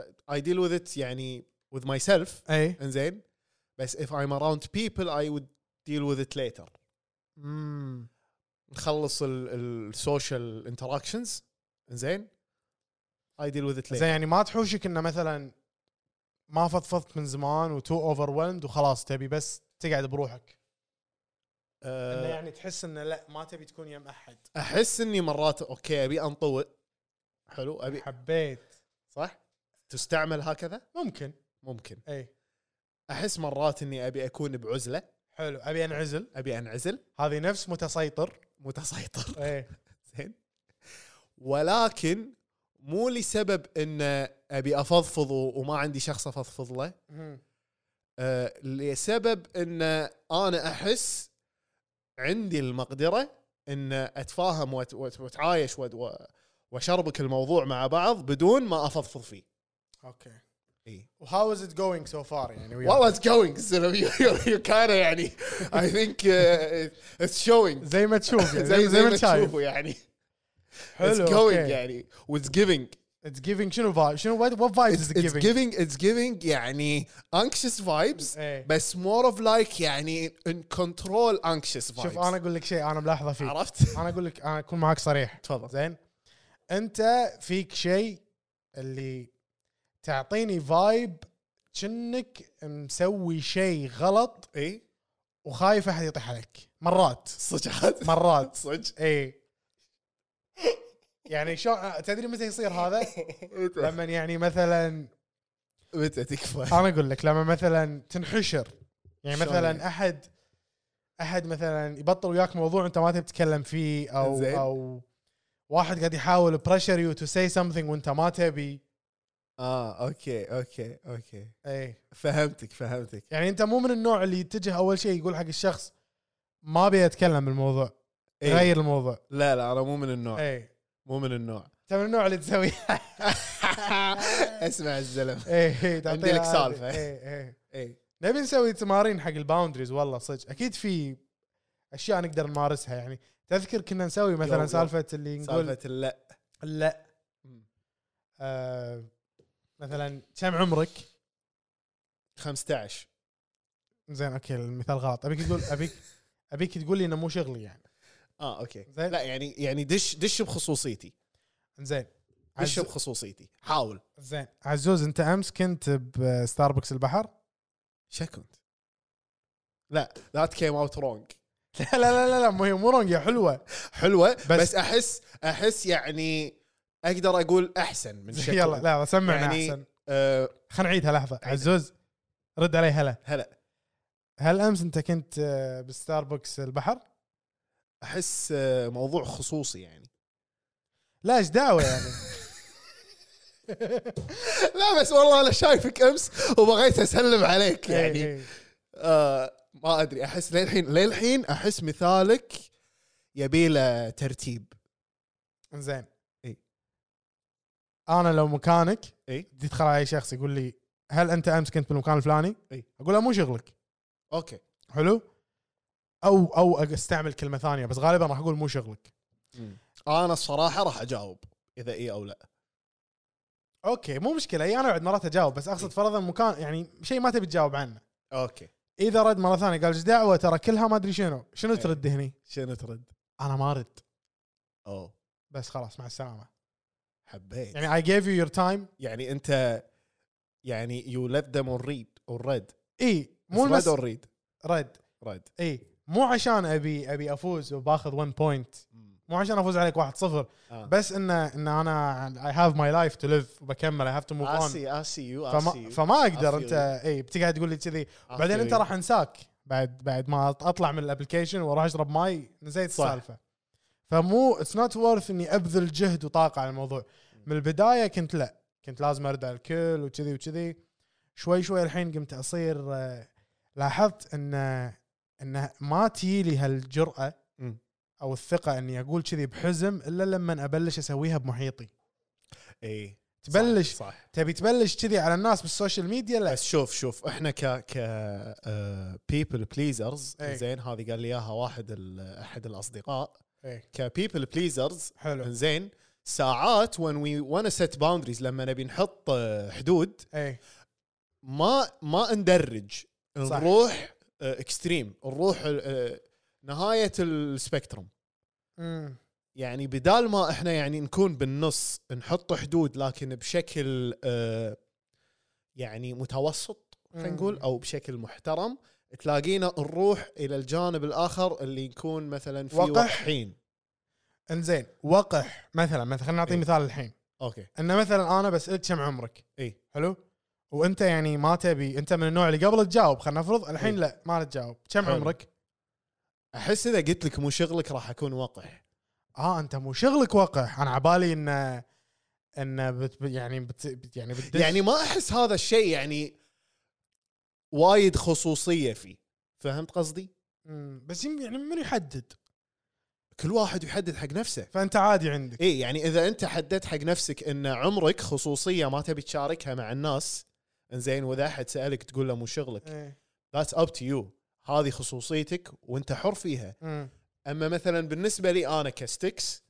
Speaker 3: But I deal with it يعني with myself
Speaker 5: اي
Speaker 3: انزين بس if I'm around people I would deal with it later
Speaker 5: مم.
Speaker 3: نخلص السوشيال انتراكشنز انزين I deal with it later
Speaker 5: زين يعني ما تحوشك انه مثلا ما فضفضت من زمان وتو اوفر وخلاص تبي بس تقعد بروحك انه
Speaker 3: أه
Speaker 5: يعني تحس انه لا ما تبي تكون يم احد
Speaker 3: احس اني مرات اوكي ابي انطوي حلو ابي
Speaker 5: حبيت
Speaker 3: صح تستعمل هكذا
Speaker 5: ممكن
Speaker 3: ممكن
Speaker 5: اي
Speaker 3: احس مرات اني ابي اكون بعزله
Speaker 5: حلو ابي انعزل
Speaker 3: ابي انعزل
Speaker 5: هذه نفس متسيطر
Speaker 3: متسيطر
Speaker 5: اي
Speaker 3: <laughs> زين ولكن مو لسبب ان ابي افضفض و- وما عندي شخص افضفض له أه لسبب ان انا احس عندي المقدره ان اتفاهم وأت- وأت- واتعايش وأت- و- واشربك الموضوع مع بعض بدون ما افضفض فيه
Speaker 5: اوكي
Speaker 3: إي.
Speaker 5: وهاو از ات جوينج سو فار يعني وياك؟
Speaker 3: والله اتس جوينج يو كان يعني uh, اي ثينك اتس شوينج
Speaker 5: زي ما تشوف يعني،
Speaker 3: زي زي ما
Speaker 5: شايف
Speaker 3: تشوفوا يعني
Speaker 5: حلو
Speaker 3: اتس جوينج يعني واتس جيفينج
Speaker 5: اتس جيفينج شنو فايب شنو وات فايب
Speaker 3: اتس
Speaker 5: از جيفينج
Speaker 3: جيفينج اتس جيفينج يعني anxious فايبس
Speaker 5: إيه.
Speaker 3: بس مور اوف لايك يعني ان كنترول anxious فايبس
Speaker 5: شوف انا اقول لك شيء انا ملاحظه فيك
Speaker 3: عرفت؟
Speaker 5: انا اقول لك انا اكون معاك صريح
Speaker 3: تفضل.
Speaker 5: زين انت فيك شيء اللي تعطيني فايب كأنك مسوي شيء غلط
Speaker 3: اي
Speaker 5: وخايف احد يطيح عليك مرات
Speaker 3: صدق عاد؟
Speaker 5: مرات
Speaker 3: صدق
Speaker 5: اي يعني شو تدري متى يصير
Speaker 3: <laughs>
Speaker 5: هذا؟
Speaker 3: متى
Speaker 5: لما يعني مثلا
Speaker 3: متى تكفى
Speaker 5: انا اقول لك لما مثلا تنحشر يعني
Speaker 3: شلون
Speaker 5: مثلا
Speaker 3: يعني؟
Speaker 5: احد احد مثلا يبطل وياك موضوع انت ما تبي تتكلم فيه او
Speaker 3: زين.
Speaker 5: او واحد قاعد يحاول بريشر يو تو سي سمثينج وانت ما تبي
Speaker 3: اه اوكي اوكي اوكي
Speaker 5: اي
Speaker 3: فهمتك فهمتك
Speaker 5: إيه. يعني انت مو من النوع اللي يتجه اول شيء يقول حق الشخص ما ابي اتكلم بالموضوع
Speaker 3: إي.
Speaker 5: غير الموضوع
Speaker 3: لا لا انا مو من النوع
Speaker 5: اي
Speaker 3: مو من النوع <laughs>
Speaker 5: انت من النوع اللي تسوي
Speaker 3: اسمع الزلمه
Speaker 5: اي
Speaker 3: عندي لك سالفة. إيه.
Speaker 5: اي اي
Speaker 3: اي
Speaker 5: إيه، نبي نسوي تمارين حق الباوندريز والله صدق اكيد في اشياء نقدر نمارسها يعني تذكر كنا نسوي
Speaker 3: يو-
Speaker 5: مثلا
Speaker 3: يو.
Speaker 5: سالفه اللي نقول
Speaker 3: سالفه اللا
Speaker 5: لا آه مثلا كم عمرك
Speaker 3: 15
Speaker 5: زين اوكي المثال غلط ابيك
Speaker 3: <laughs>
Speaker 5: تقول ابيك ابيك تقول لي انه مو شغلي يعني
Speaker 3: اه اوكي
Speaker 5: زين.
Speaker 3: لا يعني يعني دش دش بخصوصيتي
Speaker 5: زين
Speaker 3: دش
Speaker 5: عز-
Speaker 3: بخصوصيتي حاول
Speaker 5: زين عزوز انت امس كنت بستاربكس البحر
Speaker 3: شا كنت لا ذات كيم اوت رونج
Speaker 5: <laughs> لا لا لا لا, لا مو هي مو رونج يا حلوه
Speaker 3: حلوه بس,
Speaker 5: بس-
Speaker 3: بس احس احس يعني اقدر اقول احسن من شكل
Speaker 5: يلا لا سمعنا
Speaker 3: يعني-
Speaker 5: احسن
Speaker 3: آه
Speaker 5: خلينا نعيدها لحظه عزوز رد علي هلا
Speaker 3: هلا
Speaker 5: هل امس انت كنت آه، بستاربكس البحر؟
Speaker 3: احس آه موضوع خصوصي يعني
Speaker 5: لا ايش دعوه
Speaker 3: <laughs>
Speaker 5: يعني
Speaker 3: لا بس والله انا شايفك امس وبغيت اسلم عليك يعني
Speaker 5: إيه، إيه.
Speaker 3: آه ما ادري احس للحين للحين احس مثالك يبي له ترتيب
Speaker 5: زين
Speaker 3: إي.
Speaker 5: انا لو مكانك
Speaker 3: إي.
Speaker 5: بدي ادخل على اي شخص يقول لي هل انت امس كنت بالمكان الفلاني؟
Speaker 3: إي.
Speaker 5: اقول له مو شغلك
Speaker 3: اوكي
Speaker 5: حلو؟ او او استعمل كلمه ثانيه بس غالبا راح اقول مو شغلك
Speaker 3: انا الصراحه راح اجاوب اذا اي او لا
Speaker 5: اوكي مو مشكله اي انا بعد مرات اجاوب بس اقصد فرضا مكان يعني شيء ما تبي تجاوب عنه
Speaker 3: اوكي
Speaker 5: اذا رد مره ثانيه قال ايش دعوه ترى كلها ما ادري شنو شنو ترد هني؟
Speaker 3: شنو ترد؟
Speaker 5: انا ما ارد
Speaker 3: اوه
Speaker 5: بس خلاص مع السلامه
Speaker 3: حبيت يعني,
Speaker 5: يعني اي جيف يو يور تايم
Speaker 3: يعني انت يعني يو ليت ذم اون ريد اون ريد
Speaker 5: اي مو
Speaker 3: مو ريد
Speaker 5: المس
Speaker 3: اون ريد
Speaker 5: رد
Speaker 3: ريد
Speaker 5: اي مو عشان ابي ابي افوز وباخذ 1 بوينت مو عشان افوز عليك 1-0
Speaker 3: آه.
Speaker 5: بس ان ان انا اي هاف ماي لايف تو ليف وبكمل اي هاف تو موف اون
Speaker 3: اسي اسي يو
Speaker 5: فما
Speaker 3: اسي
Speaker 5: فما اقدر
Speaker 3: I feel
Speaker 5: انت اي بتقعد تقول لي كذي بعدين انت
Speaker 3: you.
Speaker 5: راح انساك بعد بعد ما اطلع من الابلكيشن واروح اشرب ماي نسيت
Speaker 3: صح.
Speaker 5: السالفه فمو اتس نوت وورث اني ابذل جهد وطاقه على الموضوع من البدايه كنت لا كنت لازم ارد على الكل وكذي وكذي شوي شوي الحين قمت اصير آه، لاحظت ان ان ما تجي لي هالجرأه
Speaker 3: مم.
Speaker 5: او الثقه اني اقول كذي بحزم الا لما ابلش اسويها بمحيطي
Speaker 3: اي
Speaker 5: تبلش
Speaker 3: صح, صح.
Speaker 5: تبي تبلش كذي على الناس بالسوشيال ميديا لا
Speaker 3: بس شوف شوف احنا ك ك بيبل بليزرز
Speaker 5: إي.
Speaker 3: زين هذه قال لي اياها واحد ال- احد الاصدقاء
Speaker 5: إي.
Speaker 3: كبيبل بليزرز
Speaker 5: إيه. حلو
Speaker 3: زين ساعات when we wanna set boundaries لما نبي نحط آه، حدود
Speaker 5: اي
Speaker 3: ما ما ندرج
Speaker 5: إيه. صح.
Speaker 3: نروح اكستريم نروح آه، نهايه السبيكترم
Speaker 5: أمم.
Speaker 3: يعني بدال ما احنا يعني نكون بالنص نحط حدود لكن بشكل آه، يعني متوسط خلينا
Speaker 5: مم.
Speaker 3: نقول او بشكل محترم تلاقينا نروح الى الجانب الاخر اللي يكون مثلا في
Speaker 5: وقح.
Speaker 3: وقحين
Speaker 5: انزين وقح مثلا مثلا خلينا نعطي
Speaker 3: إيه.
Speaker 5: مثال الحين
Speaker 3: اوكي
Speaker 5: ان مثلا انا بسالك كم عمرك
Speaker 3: إيه.
Speaker 5: حلو وانت يعني ما تبي انت من النوع اللي قبل تجاوب خلينا نفرض الحين
Speaker 3: إيه.
Speaker 5: لا ما تجاوب كم
Speaker 3: حلو.
Speaker 5: عمرك
Speaker 3: احس اذا قلت لك مو شغلك راح اكون وقح
Speaker 5: اه انت مو شغلك وقح انا عبالي ان ان بت يعني بت بت- يعني بتدش
Speaker 3: يعني ما احس هذا الشيء يعني وايد خصوصيه فيه فهمت قصدي؟
Speaker 5: أمم، بس يم- يعني من يحدد
Speaker 3: كل واحد يحدد حق نفسه
Speaker 5: فانت عادي عندك
Speaker 3: اي يعني اذا انت حددت حق نفسك ان عمرك خصوصيه ما تبي تشاركها مع الناس انزين واذا احد سالك تقول له مو شغلك
Speaker 5: إيه.
Speaker 3: ذاتس اب تو يو هذه خصوصيتك وانت حر فيها
Speaker 5: أمم.
Speaker 3: اما مثلا بالنسبه لي انا كستكس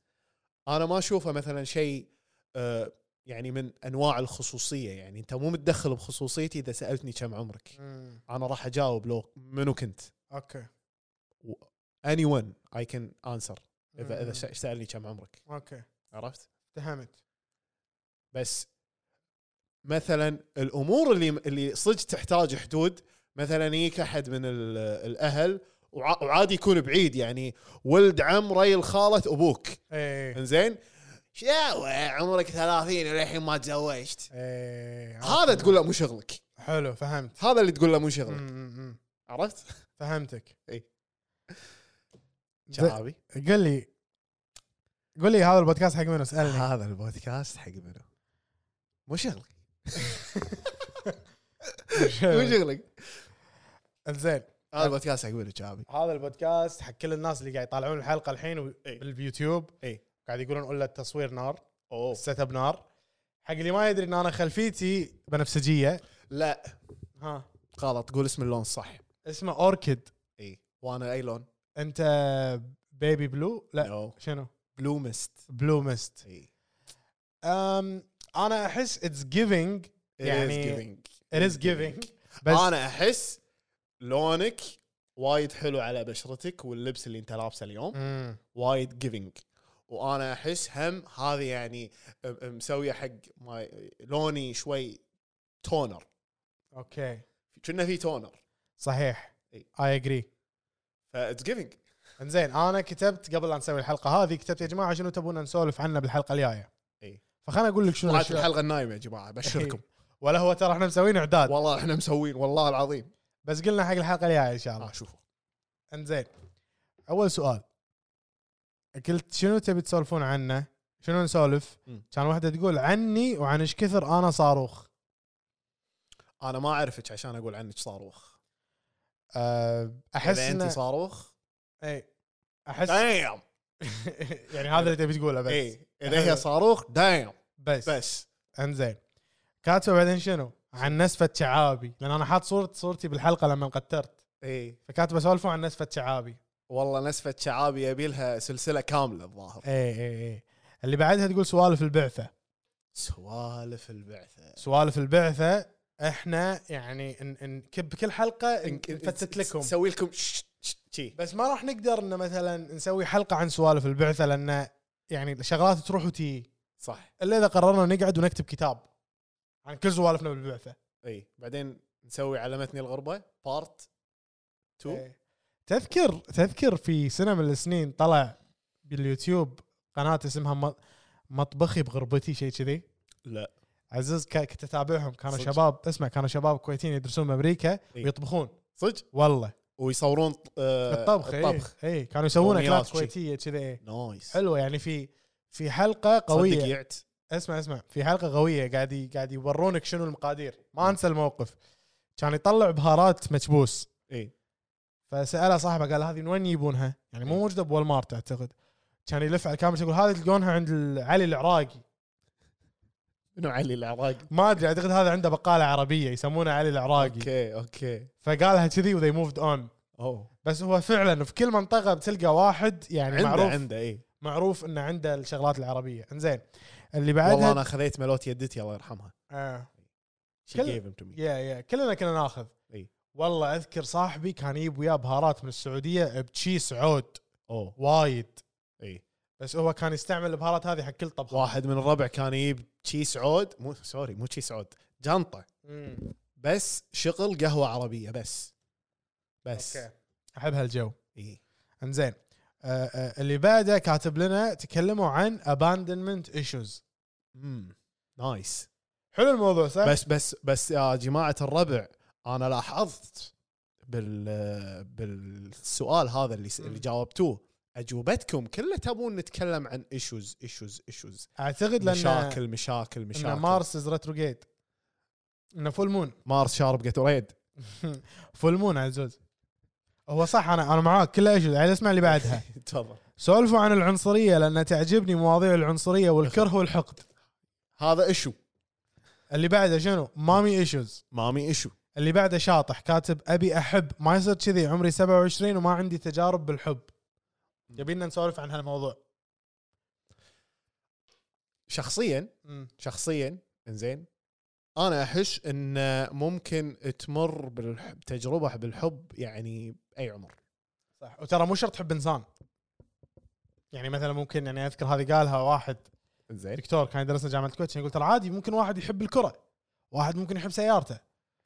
Speaker 3: انا ما اشوفه مثلا شيء آه، يعني من انواع الخصوصيه يعني انت مو متدخل بخصوصيتي اذا سالتني كم عمرك
Speaker 5: أمم.
Speaker 3: انا راح اجاوب لو منو كنت
Speaker 5: اوكي
Speaker 3: اني ون اي كان انسر
Speaker 5: مم.
Speaker 3: اذا اذا ش- سالني كم عمرك
Speaker 5: اوكي
Speaker 3: عرفت
Speaker 5: فهمت
Speaker 3: بس مثلا الامور اللي اللي صدق تحتاج حدود مثلا يجيك احد من ال- الاهل وع- وعادي يكون بعيد يعني ولد عم ريل خاله ابوك
Speaker 5: ايه
Speaker 3: انزين شاوة عمرك 30 وللحين ما تزوجت
Speaker 5: ايه
Speaker 3: هذا تقول له مو شغلك
Speaker 5: آه، حلو فهمت
Speaker 3: هذا اللي تقول له مو شغلك
Speaker 5: أمم، أمم.
Speaker 3: عرفت؟
Speaker 5: فهمتك
Speaker 3: إي.
Speaker 5: زين،
Speaker 3: شعبي
Speaker 5: قل لي قل لي هذا البودكاست حق منو اسالني
Speaker 3: هذا البودكاست حق منو؟ مو شغلك مو شغلك
Speaker 5: زين
Speaker 3: هذا البودكاست حق منو شعبي
Speaker 5: هذا البودكاست حق كل الناس اللي قاعد يطالعون الحلقه الحين و-
Speaker 3: إي.
Speaker 5: باليوتيوب
Speaker 3: إي.
Speaker 5: قاعد يقولون قول التصوير نار
Speaker 3: اوه
Speaker 5: السيت اب نار حق اللي ما يدري ان انا خلفيتي بنفسجيه
Speaker 3: لا
Speaker 5: ها
Speaker 3: غلط قول اسم اللون صح
Speaker 5: اسمه اوركيد
Speaker 3: اي وانا اي لون؟
Speaker 5: انت بيبي بلو لا
Speaker 3: No.
Speaker 5: شنو
Speaker 3: بلو ميست
Speaker 5: بلو ميست
Speaker 3: اي
Speaker 5: أم انا احس اتس جيفنج يعني
Speaker 3: يعني
Speaker 5: ات از جيفنج بس
Speaker 3: انا احس لونك وايد حلو على بشرتك واللبس اللي انت لابسه اليوم
Speaker 5: مم.
Speaker 3: وايد جيفنج وانا احس هم هذا يعني م- مسويه حق ماي لوني شوي تونر
Speaker 5: اوكي
Speaker 3: كنا في تونر
Speaker 5: صحيح
Speaker 3: إي.
Speaker 5: اي اجري
Speaker 3: فاتس جيفنج
Speaker 5: انزين انا كتبت قبل لا نسوي الحلقه هذه كتبت يا جماعه شنو تبون نسولف عنه بالحلقه الجايه
Speaker 3: إي.
Speaker 5: فخلنا اقول لك شنو
Speaker 3: طلعت
Speaker 5: الأشياء.
Speaker 3: الحلقه النايمه يا جماعه ابشركم
Speaker 5: <laughs> إي. ولا هو ترى احنا مسوين اعداد
Speaker 3: والله احنا مسوين والله العظيم
Speaker 5: بس قلنا حق الحلقه الجايه ان شاء الله
Speaker 3: اه شوفوا
Speaker 5: انزين اول سؤال قلت شنو تبي تسولفون عنه؟ شنو نسولف؟
Speaker 3: مم.
Speaker 5: كان واحده تقول عني وعن ايش كثر انا صاروخ
Speaker 3: انا ما اعرفك عشان اقول عنك صاروخ
Speaker 5: أه، احس
Speaker 3: اذا انت
Speaker 5: انه
Speaker 3: صاروخ إيه.
Speaker 5: اي احس
Speaker 3: دايم
Speaker 5: إيه. يعني هذا اللي تبي تقوله بس يعني
Speaker 3: اي اذا إيه. هي صاروخ دايم
Speaker 5: بس
Speaker 3: بس
Speaker 5: انزين كاتبه بعدين شنو؟ عن نسفة شعابي لان انا حاط صورة صورتي بالحلقة لما انقترت
Speaker 3: اي
Speaker 5: فكاتبه سولفوا عن نسفة شعابي
Speaker 3: والله نسفة شعابي يبي لها سلسله كامله الظاهر
Speaker 5: اي اي
Speaker 3: إيه.
Speaker 5: اي اللي بعدها تقول سوالف البعثة
Speaker 3: سوالف البعثه
Speaker 5: سوالف البعثة احنا يعني ن- ن- ك- بكل حلقة ن- نفتت لكم
Speaker 3: نسوي لكم ش- ش- شي
Speaker 5: بس ما راح نقدر ان مثلا نسوي حلقة عن سوالف البعثة لان يعني الشغلات تروح وتي
Speaker 3: صح
Speaker 5: الا اذا قررنا نقعد ونكتب كتاب عن كل سوالفنا بالبعثة
Speaker 3: اي بعدين نسوي علمتني الغربه بارت 2
Speaker 5: إيه. تذكر تذكر في سنه من السنين طلع باليوتيوب قناه اسمها م- مطبخي بغربتي شيء كذي
Speaker 3: لا
Speaker 5: عزيز ك- كنت اتابعهم كانوا
Speaker 3: صدق؟ إيه.
Speaker 5: شباب اسمع كانوا شباب كويتيين يدرسون بامريكا ويطبخون
Speaker 3: صدق
Speaker 5: والله
Speaker 3: ويصورون ط- آه،
Speaker 5: الطبخ
Speaker 3: الطبخ
Speaker 5: الطبخ اي إيه. كانوا يسوون
Speaker 3: يوميات
Speaker 5: اكلات
Speaker 3: شي.
Speaker 5: كويتيه كذي إيه.
Speaker 3: نايس
Speaker 5: حلوه يعني في في حلقه
Speaker 3: صدق
Speaker 5: قويه
Speaker 3: يعت
Speaker 5: اسمع اسمع في حلقه قويه قاعد ي- قاعد يورونك شنو المقادير ما انسى الموقف كان يطلع بهارات مكبوس
Speaker 3: اي
Speaker 5: فساله صاحبه قال هذه من وين يجيبونها؟ يعني مو
Speaker 3: إيه.
Speaker 5: موجوده بول مارت اعتقد كان يلف على الكاميرا يقول هذه تلقونها عند ال- علي العراقي
Speaker 3: منو علي العراقي
Speaker 5: ما ادري اعتقد هذا عنده بقاله عربيه يسمونه علي العراقي okay.
Speaker 3: اوكي اوكي
Speaker 5: فقالها كذي وذي موفد اون
Speaker 3: اوه
Speaker 5: بس هو فعلا في كل منطقه بتلقى واحد يعني
Speaker 3: عنده
Speaker 5: معروف
Speaker 3: عنده اي
Speaker 5: معروف انه عنده الشغلات العربيه انزين
Speaker 3: والله
Speaker 5: اللي بعدها
Speaker 3: انا خذيت ملوت يدتي الله يرحمها
Speaker 5: آه.
Speaker 3: شي
Speaker 5: كل-
Speaker 3: جيف تو مي
Speaker 5: يا يا كلنا كنا ناخذ
Speaker 3: إي.
Speaker 5: والله اذكر صاحبي كان يجيب وياه بهارات من السعوديه بتشيس عود
Speaker 3: اوه
Speaker 5: وايد
Speaker 3: اي
Speaker 5: بس هو كان يستعمل البهارات هذه حق كل طبخه
Speaker 3: واحد من الربع كان يجيب تشيس عود مو سوري مو تشيس عود جنطه
Speaker 5: مم.
Speaker 3: بس شغل قهوه عربيه بس بس
Speaker 5: اوكي احب هالجو
Speaker 3: اي
Speaker 5: انزين آه، آه، اللي بعده كاتب لنا تكلموا عن abandonment ايشوز
Speaker 3: امم نايس
Speaker 5: حلو الموضوع صح؟
Speaker 3: بس بس بس يا جماعه الربع انا لاحظت بال بالسؤال هذا اللي اللي جاوبتوه اجوبتكم كلها تبون نتكلم عن ايشوز ايشوز ايشوز
Speaker 5: اعتقد لان
Speaker 3: مشاكل مشاكل مشاكل
Speaker 5: ان مارس ريتروجيت انه فول مون
Speaker 3: مارس شارب جاتوريد
Speaker 5: فول مون عزوز هو صح انا انا معاك كله ايشوز عاد يعني اسمع اللي
Speaker 3: <laughs>
Speaker 5: بعدها
Speaker 3: تفضل
Speaker 5: سولفوا عن العنصريه لان تعجبني مواضيع العنصريه والكره والحقد
Speaker 3: هذا ايشو
Speaker 5: اللي بعده شنو؟ مامي ايشوز
Speaker 3: مامي ايشو
Speaker 5: اللي بعده شاطح كاتب ابي احب ما يصير كذي عمري 27 وما عندي تجارب بالحب يبينا نسولف عن هالموضوع
Speaker 3: شخصيا شخصيا انزين انا احس ان ممكن تمر بالح- بتجربه بالحب يعني باي عمر
Speaker 5: صح وترى مو شرط تحب انسان يعني مثلا ممكن يعني اذكر هذه قالها واحد
Speaker 3: انزين
Speaker 5: دكتور كان يدرسنا جامعه الكويت كان يقول ترى عادي ممكن واحد يحب الكره واحد ممكن يحب سيارته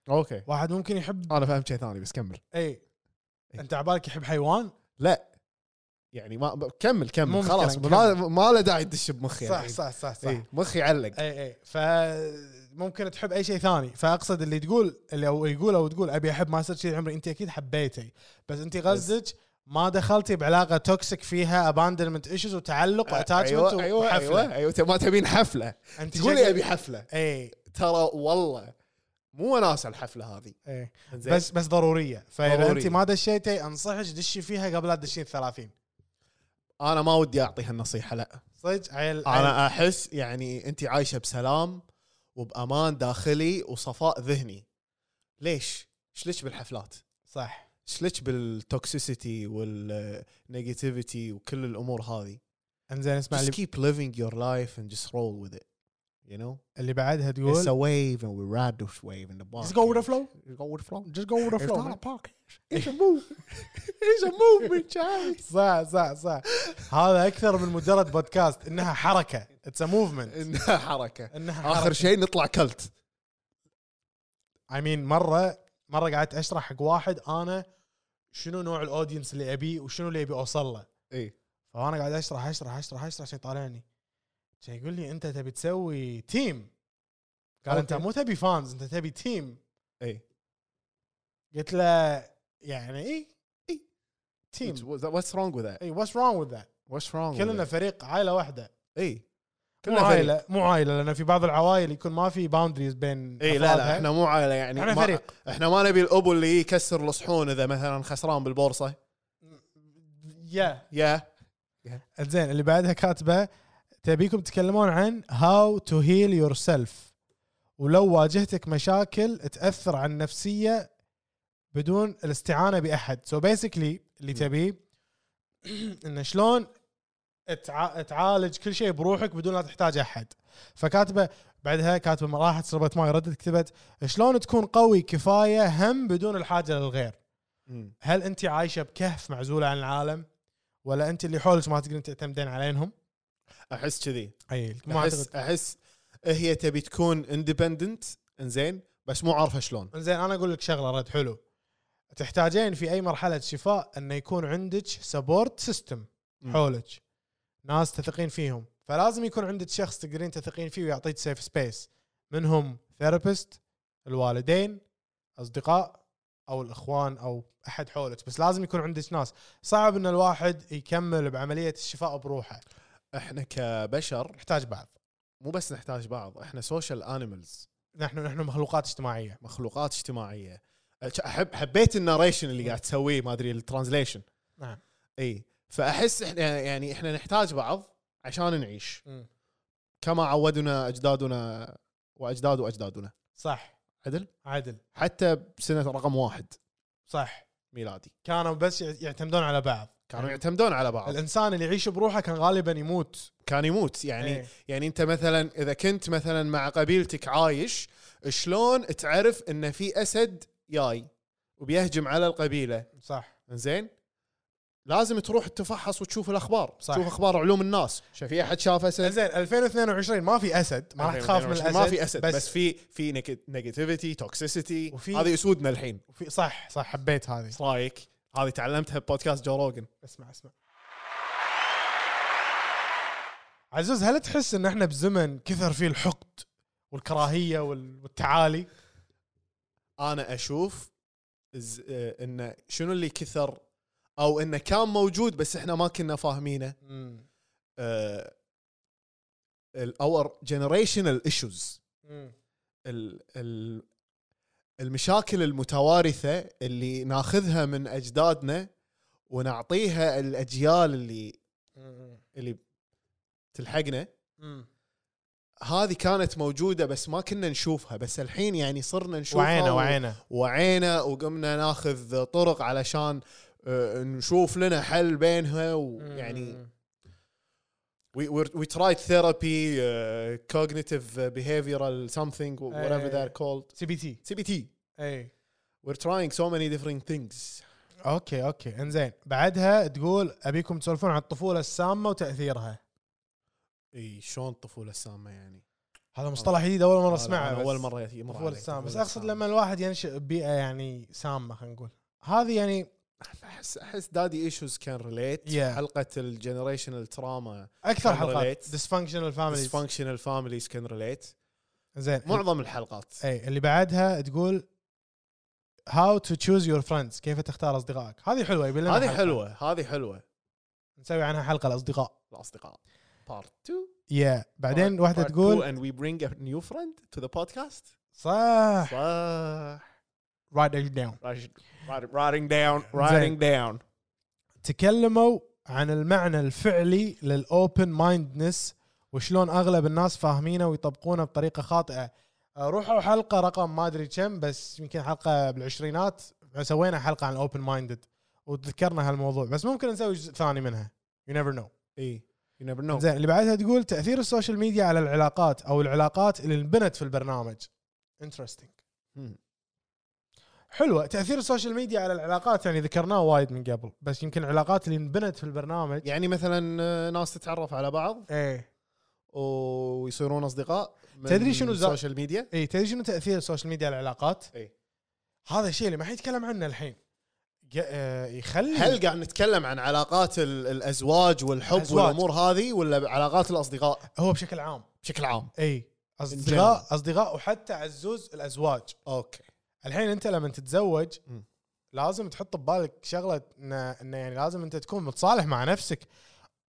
Speaker 3: اوكي
Speaker 5: واحد ممكن يحب
Speaker 3: انا فهمت شيء ثاني بس كمل
Speaker 5: اي
Speaker 3: إيه.
Speaker 5: انت عبالك يحب حيوان
Speaker 3: لا يعني ما ب- كمل
Speaker 5: مو
Speaker 3: كمل
Speaker 5: مشكلة،
Speaker 3: خلاص
Speaker 5: نكمل.
Speaker 3: ما ما له داعي تدش بمخي
Speaker 5: صح
Speaker 3: الحين.
Speaker 5: صح صح صح
Speaker 3: إيه، مخي علق
Speaker 5: اي اي فممكن تحب اي شيء ثاني فاقصد اللي تقول اللي او يقول او تقول ابي احب ما يصير شيء عمري انت اكيد حبيتي بس انت غزك ما دخلتي بعلاقه توكسيك فيها اباندمنت ايشوز وتعلق واتاتشمنت
Speaker 3: ايوه ايوه ايوه ايوه ما تبين حفله
Speaker 5: انت
Speaker 3: تقولي ابي حفله
Speaker 5: اي
Speaker 3: ترى والله مو وناسه الحفله هذه
Speaker 5: اي
Speaker 3: إنزين.
Speaker 5: بس بس ضروريه فاذا
Speaker 3: ضرورية.
Speaker 5: انت ما دشيتي انصحك دشي فيها قبل لا تدشين 30
Speaker 3: انا ما ودي اعطي هالنصيحه لا
Speaker 5: صدق عيل عيل-
Speaker 3: انا احس يعني انت عايشه بسلام وبامان داخلي وصفاء ذهني ليش؟ شلش بالحفلات
Speaker 5: صح
Speaker 3: شلش بالتوكسيسيتي والنيجاتيفيتي وكل الامور هذه
Speaker 5: انزين اسمع
Speaker 3: just
Speaker 5: اللي
Speaker 3: keep living your life and just roll with it you know
Speaker 5: اللي بعدها
Speaker 3: it's
Speaker 5: تقول
Speaker 3: a wave and we ride this wave in the bar
Speaker 5: Just go with the flow.
Speaker 3: just go with the flow
Speaker 5: Just go with the
Speaker 3: it's
Speaker 5: flow,
Speaker 3: not a
Speaker 5: man.
Speaker 3: podcast it's a
Speaker 5: <laughs>
Speaker 3: move it's a movement Charlie
Speaker 5: صح صح صح هذا اكثر من مجرد بودكاست انها حركه اتس ا موفمنت
Speaker 3: انها حركه
Speaker 5: انها
Speaker 3: اخر شيء نطلع كلت
Speaker 5: اي مين مره مره قعدت اشرح حق واحد انا شنو نوع الاودينس اللي ابيه وشنو اللي ابي اوصل له
Speaker 3: اي
Speaker 5: فانا قاعد اشرح اشرح اشرح اشرح عشان يطالعني عشان يقول لي انت تبي تسوي تيم قال انت
Speaker 3: أوكي.
Speaker 5: مو تبي فانز انت تبي تيم
Speaker 3: اي
Speaker 5: قلت له يعني اي اي تيم
Speaker 3: what's wrong with that
Speaker 5: اي واتس رونج وذ ذات
Speaker 3: what's wrong with
Speaker 5: كلنا
Speaker 3: that?
Speaker 5: فريق عائله واحده
Speaker 3: اي
Speaker 5: مو عائله مو عائله لان في بعض العوائل يكون ما في باوندريز بين
Speaker 3: اي لا
Speaker 5: أفرادها.
Speaker 3: لا احنا مو عائله يعني
Speaker 5: إحنا
Speaker 3: ما-
Speaker 5: فريق.
Speaker 3: احنا ما نبي الابو اللي يكسر الصحون اذا مثلا خسران بالبورصه
Speaker 5: يا
Speaker 3: يا
Speaker 5: زين اللي بعدها كاتبه تبيكم تتكلمون عن هاو تو هيل يور سيلف ولو واجهتك مشاكل تاثر على النفسيه بدون الاستعانه باحد سو so بيسكلي اللي تبيه <clears throat> انه شلون تع- تعالج كل شيء بروحك بدون لا تحتاج احد فكاتبه بعدها كاتبه ما راحت شربت ماي ردت كتبت شلون تكون قوي كفايه هم بدون الحاجه للغير هل انت عايشه بكهف معزوله عن العالم ولا انت اللي حولك ما تقدرين تعتمدين عليهم
Speaker 3: احس كذي
Speaker 5: اي ما
Speaker 3: احس
Speaker 5: اعتقد
Speaker 3: احس هي تبي تكون اندبندنت انزين بس مو عارفه شلون
Speaker 5: زين انا اقول لك شغله رد حلو تحتاجين في اي مرحله شفاء انه يكون عندك سبورت سيستم حولك ناس تثقين فيهم فلازم يكون عندك شخص تقدرين تثقين فيه ويعطيك سيف سبيس منهم ثيرابيست الوالدين اصدقاء او الاخوان او احد حولك بس لازم يكون عندك ناس صعب ان الواحد يكمل بعمليه الشفاء بروحه
Speaker 3: احنا كبشر
Speaker 5: نحتاج بعض
Speaker 3: مو بس نحتاج بعض احنا سوشيال انيمالز
Speaker 5: نحن نحن مخلوقات اجتماعيه
Speaker 3: مخلوقات اجتماعيه احب حبيت الناريشن اللي قاعد تسويه ما ادري الترانزليشن
Speaker 5: نعم.
Speaker 3: اي فاحس احنا يعني احنا نحتاج بعض عشان نعيش
Speaker 5: مم.
Speaker 3: كما عودنا اجدادنا واجداد واجدادنا
Speaker 5: صح
Speaker 3: عدل
Speaker 5: عدل
Speaker 3: حتى بسنه رقم واحد
Speaker 5: صح
Speaker 3: ميلادي
Speaker 5: كانوا بس يعتمدون على بعض
Speaker 3: كانوا يعتمدون على بعض
Speaker 5: الانسان اللي يعيش بروحه كان غالبا يموت
Speaker 3: كان يموت يعني
Speaker 5: إيه.
Speaker 3: يعني انت مثلا اذا كنت مثلا مع قبيلتك عايش شلون تعرف ان في اسد جاي وبيهجم على القبيله
Speaker 5: صح
Speaker 3: زين لازم تروح تفحص وتشوف الاخبار
Speaker 5: صح.
Speaker 3: صح. تشوف اخبار علوم الناس شا- في احد شاف اسد
Speaker 5: زين 2022 ما في اسد ما راح تخاف من الاسد
Speaker 3: يعني ما في اسد بس, بس في في نيجاتيفيتي توكسيسيتي
Speaker 5: وفي-
Speaker 3: هذا يسودنا الحين
Speaker 5: في صح صح حبيت هذه
Speaker 3: ايش رايك هذه تعلمتها ببودكاست جو روجن
Speaker 5: اسمع اسمع عزوز هل تحس ان احنا بزمن كثر فيه الحقد والكراهيه وال- والتعالي
Speaker 3: انا اشوف ز... آه، انه شنو اللي كثر او انه كان موجود بس احنا ما كنا فاهمينه آه، الاور جنريشنال ايشوز المشاكل المتوارثه اللي ناخذها من اجدادنا ونعطيها الاجيال اللي اللي تلحقنا هذه كانت موجوده بس ما كنا نشوفها بس الحين يعني صرنا نشوفها
Speaker 5: وعينا
Speaker 3: و-
Speaker 5: وعينا
Speaker 3: وعينا وقمنا ناخذ طرق علشان آه، نشوف لنا حل بينها ويعني we we're, we tried therapy uh, cognitive uh, behavioral something wh- whatever
Speaker 5: Eh.
Speaker 3: they're called
Speaker 5: سي بي تي
Speaker 3: CBT
Speaker 5: اي
Speaker 3: we're trying so many different things
Speaker 5: اوكي اوكي انزين بعدها تقول ابيكم تسولفون عن الطفوله السامه وتاثيرها
Speaker 3: اي شلون الطفوله السامه يعني
Speaker 5: هذا مصطلح جديد اول مره اسمعه
Speaker 3: أنا
Speaker 5: بس.
Speaker 3: اول مره يمر
Speaker 5: الطفوله
Speaker 3: علي.
Speaker 5: السامه بس
Speaker 3: الطفولة
Speaker 5: اقصد
Speaker 3: السامة.
Speaker 5: لما الواحد ينشئ ببيئه يعني سامه خلينا نقول هذه يعني
Speaker 3: احس احس دادي ايشوز كان ريليت
Speaker 5: Yeah.
Speaker 3: حلقه الجنريشنال تراما
Speaker 5: اكثر
Speaker 3: Can
Speaker 5: حلقات
Speaker 3: relate.
Speaker 5: ديسفانكشنال فاميليز
Speaker 3: dysfunctional families كان ريليت
Speaker 5: إيه. زين
Speaker 3: معظم الحلقات
Speaker 5: اي اللي بعدها تقول هاو تو تشوز يور فريندز كيف تختار اصدقائك هذه حلوه يبي لنا
Speaker 3: هذه
Speaker 5: حلقة.
Speaker 3: حلوه هذه حلوه
Speaker 5: نسوي عنها حلقه الاصدقاء
Speaker 3: الاصدقاء part 2
Speaker 5: يا بعدين
Speaker 3: Part-
Speaker 5: واحده
Speaker 3: part two,
Speaker 5: تقول
Speaker 3: and we bring a new friend to the podcast
Speaker 5: صح
Speaker 3: صح
Speaker 5: رايت داون
Speaker 3: writing down writing down
Speaker 5: تكلموا عن المعنى الفعلي للاوبن مايندنس وشلون اغلب الناس فاهمينه ويطبقونه بطريقه خاطئه آه، روحوا حلقه رقم ما ادري كم بس يمكن حلقه بالعشرينات سوينا حلقه عن الاوبن مايندد وتذكرنا هالموضوع بس ممكن نسوي جزء ثاني منها يو نيفر نو
Speaker 3: اي يو نيفر نو
Speaker 5: زين اللي بعدها تقول تاثير السوشيال ميديا على العلاقات او العلاقات اللي انبنت في البرنامج انترستنج
Speaker 3: مم.
Speaker 5: حلوه تاثير السوشيال ميديا على العلاقات يعني ذكرناه وايد من قبل بس يمكن العلاقات اللي انبنت في البرنامج
Speaker 3: يعني مثلا آه، ناس تتعرف على بعض
Speaker 5: ايه
Speaker 3: ويصيرون اصدقاء من
Speaker 5: تدري شنو زا-
Speaker 3: السوشيال ميديا
Speaker 5: اي إيه، تدري شنو تاثير السوشيال ميديا على العلاقات؟
Speaker 3: إي.
Speaker 5: هذا الشيء اللي ما حد يتكلم عنه الحين ج- آه، يخلي
Speaker 3: هل قاعد نتكلم عن علاقات ال- الازواج والحب
Speaker 5: الأزواج.
Speaker 3: والامور هذه ولا علاقات الاصدقاء
Speaker 5: هو بشكل عام
Speaker 3: بشكل عام
Speaker 5: اي
Speaker 3: general.
Speaker 5: اصدقاء اصدقاء وحتى عزوز الازواج
Speaker 3: اوكي
Speaker 5: الحين انت لما تتزوج
Speaker 3: مم.
Speaker 5: لازم تحط ببالك شغله انه إنه يعني لازم انت تكون متصالح مع نفسك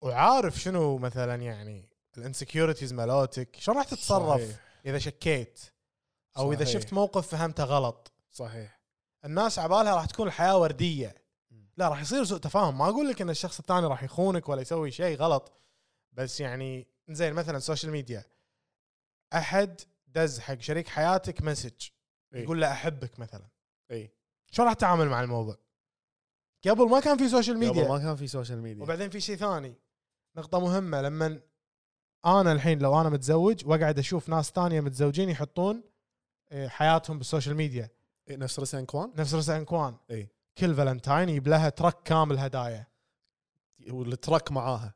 Speaker 5: وعارف شنو مثلا يعني الانسكيورتيز مالوتك شلون راح تتصرف
Speaker 3: صحيح.
Speaker 5: اذا شكيت او اذا
Speaker 3: صحيح.
Speaker 5: شفت موقف فهمته غلط
Speaker 3: صحيح
Speaker 5: الناس عبالها راح تكون الحياه ورديه لا راح يصير سوء تفاهم ما اقول لك ان الشخص الثاني راح يخونك ولا يسوي شيء غلط بس يعني زين مثلا السوشيال ميديا احد دز حق شريك حياتك مسج
Speaker 3: إي.
Speaker 5: يقول له احبك مثلا
Speaker 3: إي.
Speaker 5: شو راح تتعامل مع الموضوع قبل ما كان في سوشيال
Speaker 3: قبل
Speaker 5: ميديا
Speaker 3: ما كان في سوشيال ميديا
Speaker 5: وبعدين في شيء ثاني نقطه مهمه لما انا الحين لو انا متزوج واقعد اشوف ناس ثانيه متزوجين يحطون إيه، حياتهم بالسوشيال ميديا
Speaker 3: إيه، نفس إيه. رسان كوان
Speaker 5: نفس رسان كوان
Speaker 3: إي.
Speaker 5: كل فالنتاين يجيب لها ترك كامل هدايا
Speaker 3: والتراك معاها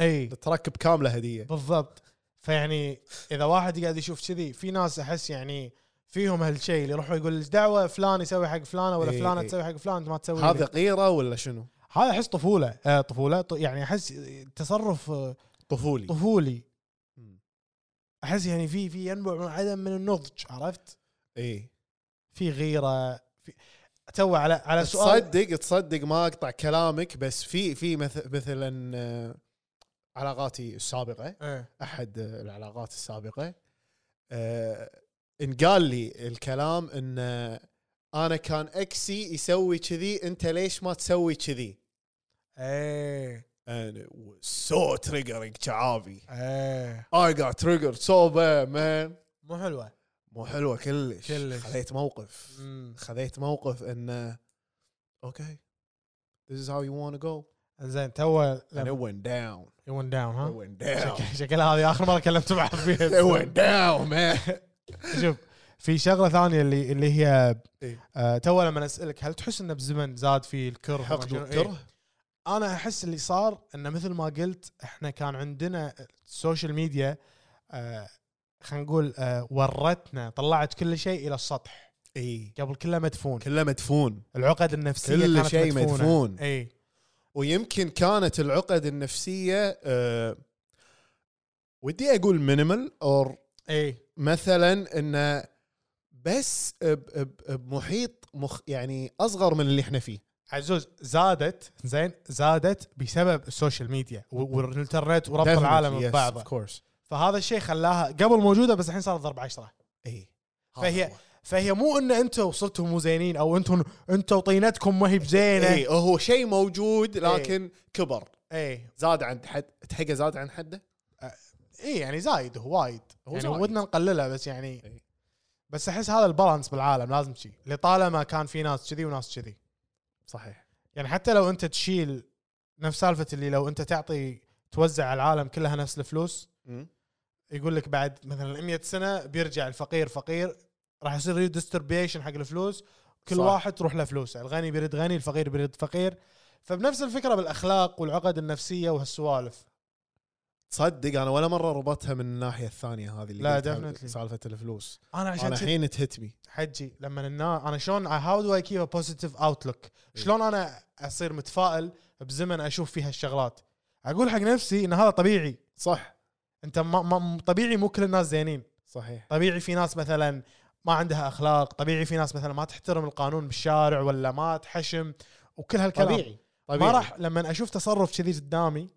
Speaker 5: اي
Speaker 3: التراك بكامله هديه
Speaker 5: بالضبط فيعني اذا واحد قاعد يشوف كذي في ناس احس يعني فيهم هالشيء اللي يروحوا يقول ايش دعوه فلان يسوي حق فلانه ولا
Speaker 3: إي،
Speaker 5: فلانه
Speaker 3: إي.
Speaker 5: تسوي حق فلان انت ما تسوي
Speaker 3: إيه، هذا
Speaker 5: لي.
Speaker 3: غيره ولا شنو؟
Speaker 5: هذا احس طفوله آه طفوله ط- يعني احس تصرف آه،
Speaker 3: طفولي
Speaker 5: طفولي
Speaker 3: إيه. مم.
Speaker 5: احس يعني في في ينبع من عدم من النضج عرفت؟
Speaker 3: اي
Speaker 5: في غيره في تو على على سؤال
Speaker 3: تصدق تصدق ما اقطع كلامك بس في في مث- مثلا آه، علاقاتي السابقه
Speaker 5: إيه.
Speaker 3: احد آه، العلاقات السابقه آه، انقال لي الكلام ان آه، انا كان اكسي يسوي كذي انت ليش ما تسوي كذي؟
Speaker 5: ايه
Speaker 3: And it was so triggering شعابي
Speaker 5: ايه
Speaker 3: I got triggered so bad man
Speaker 5: مو حلوه
Speaker 3: مو حلوه كلش
Speaker 5: كلش.
Speaker 3: خذيت موقف
Speaker 5: مم.
Speaker 3: خذيت موقف آه، انه اوكي this is how you want to go
Speaker 5: زين تو
Speaker 3: and it went down
Speaker 5: يون داون
Speaker 3: it
Speaker 5: ها <laughs>
Speaker 3: went down
Speaker 5: شك- شكلها هذه اخر مره كلمت مع فيها
Speaker 3: <laughs> it went down
Speaker 5: <laughs>
Speaker 3: man
Speaker 5: شوف في شغله ثانيه اللي اللي هي
Speaker 3: إيه.
Speaker 5: آه تو لما اسالك هل تحس انه بزمن زاد فيه الكره وما
Speaker 3: حقد
Speaker 5: شنو؟ إيه.
Speaker 3: وكره
Speaker 5: انا احس اللي صار انه مثل ما قلت احنا كان عندنا السوشيال ميديا آه خلينا نقول آه ورتنا طلعت كل شيء الى السطح
Speaker 3: اي
Speaker 5: قبل كله مدفون
Speaker 3: كله مدفون
Speaker 5: العقد النفسيه
Speaker 3: كل
Speaker 5: كانت
Speaker 3: شيء
Speaker 5: مدفونة. ايه.
Speaker 3: مدفون.
Speaker 5: اي
Speaker 3: ويمكن كانت العقد النفسيه آه، ودي اقول مينيمال اور
Speaker 5: اي
Speaker 3: مثلا انه بس ب- ب- بمحيط مخ يعني اصغر من اللي احنا فيه
Speaker 5: عزوز زادت زين زادت بسبب السوشيال ميديا و- والانترنت وربط
Speaker 3: Definitely,
Speaker 5: العالم
Speaker 3: yes,
Speaker 5: ببعضه
Speaker 3: of course
Speaker 5: فهذا الشيء خلاها قبل موجوده بس الحين صارت ضرب عشرة
Speaker 3: اي
Speaker 5: فهي فهي مو ان انتم وصلتوا مو زينين او انتم انتم طينتكم ما هي بزينه
Speaker 3: اي إيه، هو شيء موجود
Speaker 5: ايه.
Speaker 3: لكن كبر
Speaker 5: اي
Speaker 3: إيه، زاد عن حد تحقه زاد عن حده إيه،
Speaker 5: اي يعني زايد هو وايد
Speaker 3: هو
Speaker 5: يعني
Speaker 3: زايد. إيه.
Speaker 5: ودنا نقلله بس يعني
Speaker 3: إي.
Speaker 5: بس احس هذا البالانس بالعالم لازم شيء لطالما كان في ناس كذي وناس كذي
Speaker 3: صحيح
Speaker 5: يعني حتى لو انت تشيل نفس سالفه اللي لو انت تعطي توزع على العالم كلها نفس الفلوس يقول لك بعد مثلا 100 سنه بيرجع الفقير فقير راح يصير ريدستربيشن حق الفلوس كل
Speaker 3: صح.
Speaker 5: صح. واحد تروح له فلوسه الغني بيرد غني الفقير بيرد فقير فبنفس الفكره بالاخلاق والعقد النفسيه وهالسوالف
Speaker 3: تصدق انا ولا مره ربطتها من الناحيه الثانيه هذه اللي
Speaker 5: لا،
Speaker 3: قلتها
Speaker 5: definitely.
Speaker 3: سالفه الفلوس
Speaker 5: انا
Speaker 3: انا
Speaker 5: عشان كذا
Speaker 3: الحين تهتمي
Speaker 5: حجي لما النا... انا شلون هاو دو اي كيف ا بوزيتيف اوتلوك
Speaker 3: إيه.
Speaker 5: شلون انا اصير متفائل بزمن اشوف فيه هالشغلات اقول حق نفسي ان هذا طبيعي
Speaker 3: صح
Speaker 5: انت ما... ما... طبيعي مو كل الناس زينين
Speaker 3: صحيح
Speaker 5: طبيعي في ناس مثلا ما عندها اخلاق طبيعي في ناس مثلا ما تحترم القانون بالشارع ولا ما تحشم وكل هالكلام
Speaker 3: طبيعي
Speaker 5: ما راح لما اشوف تصرف كذي قدامي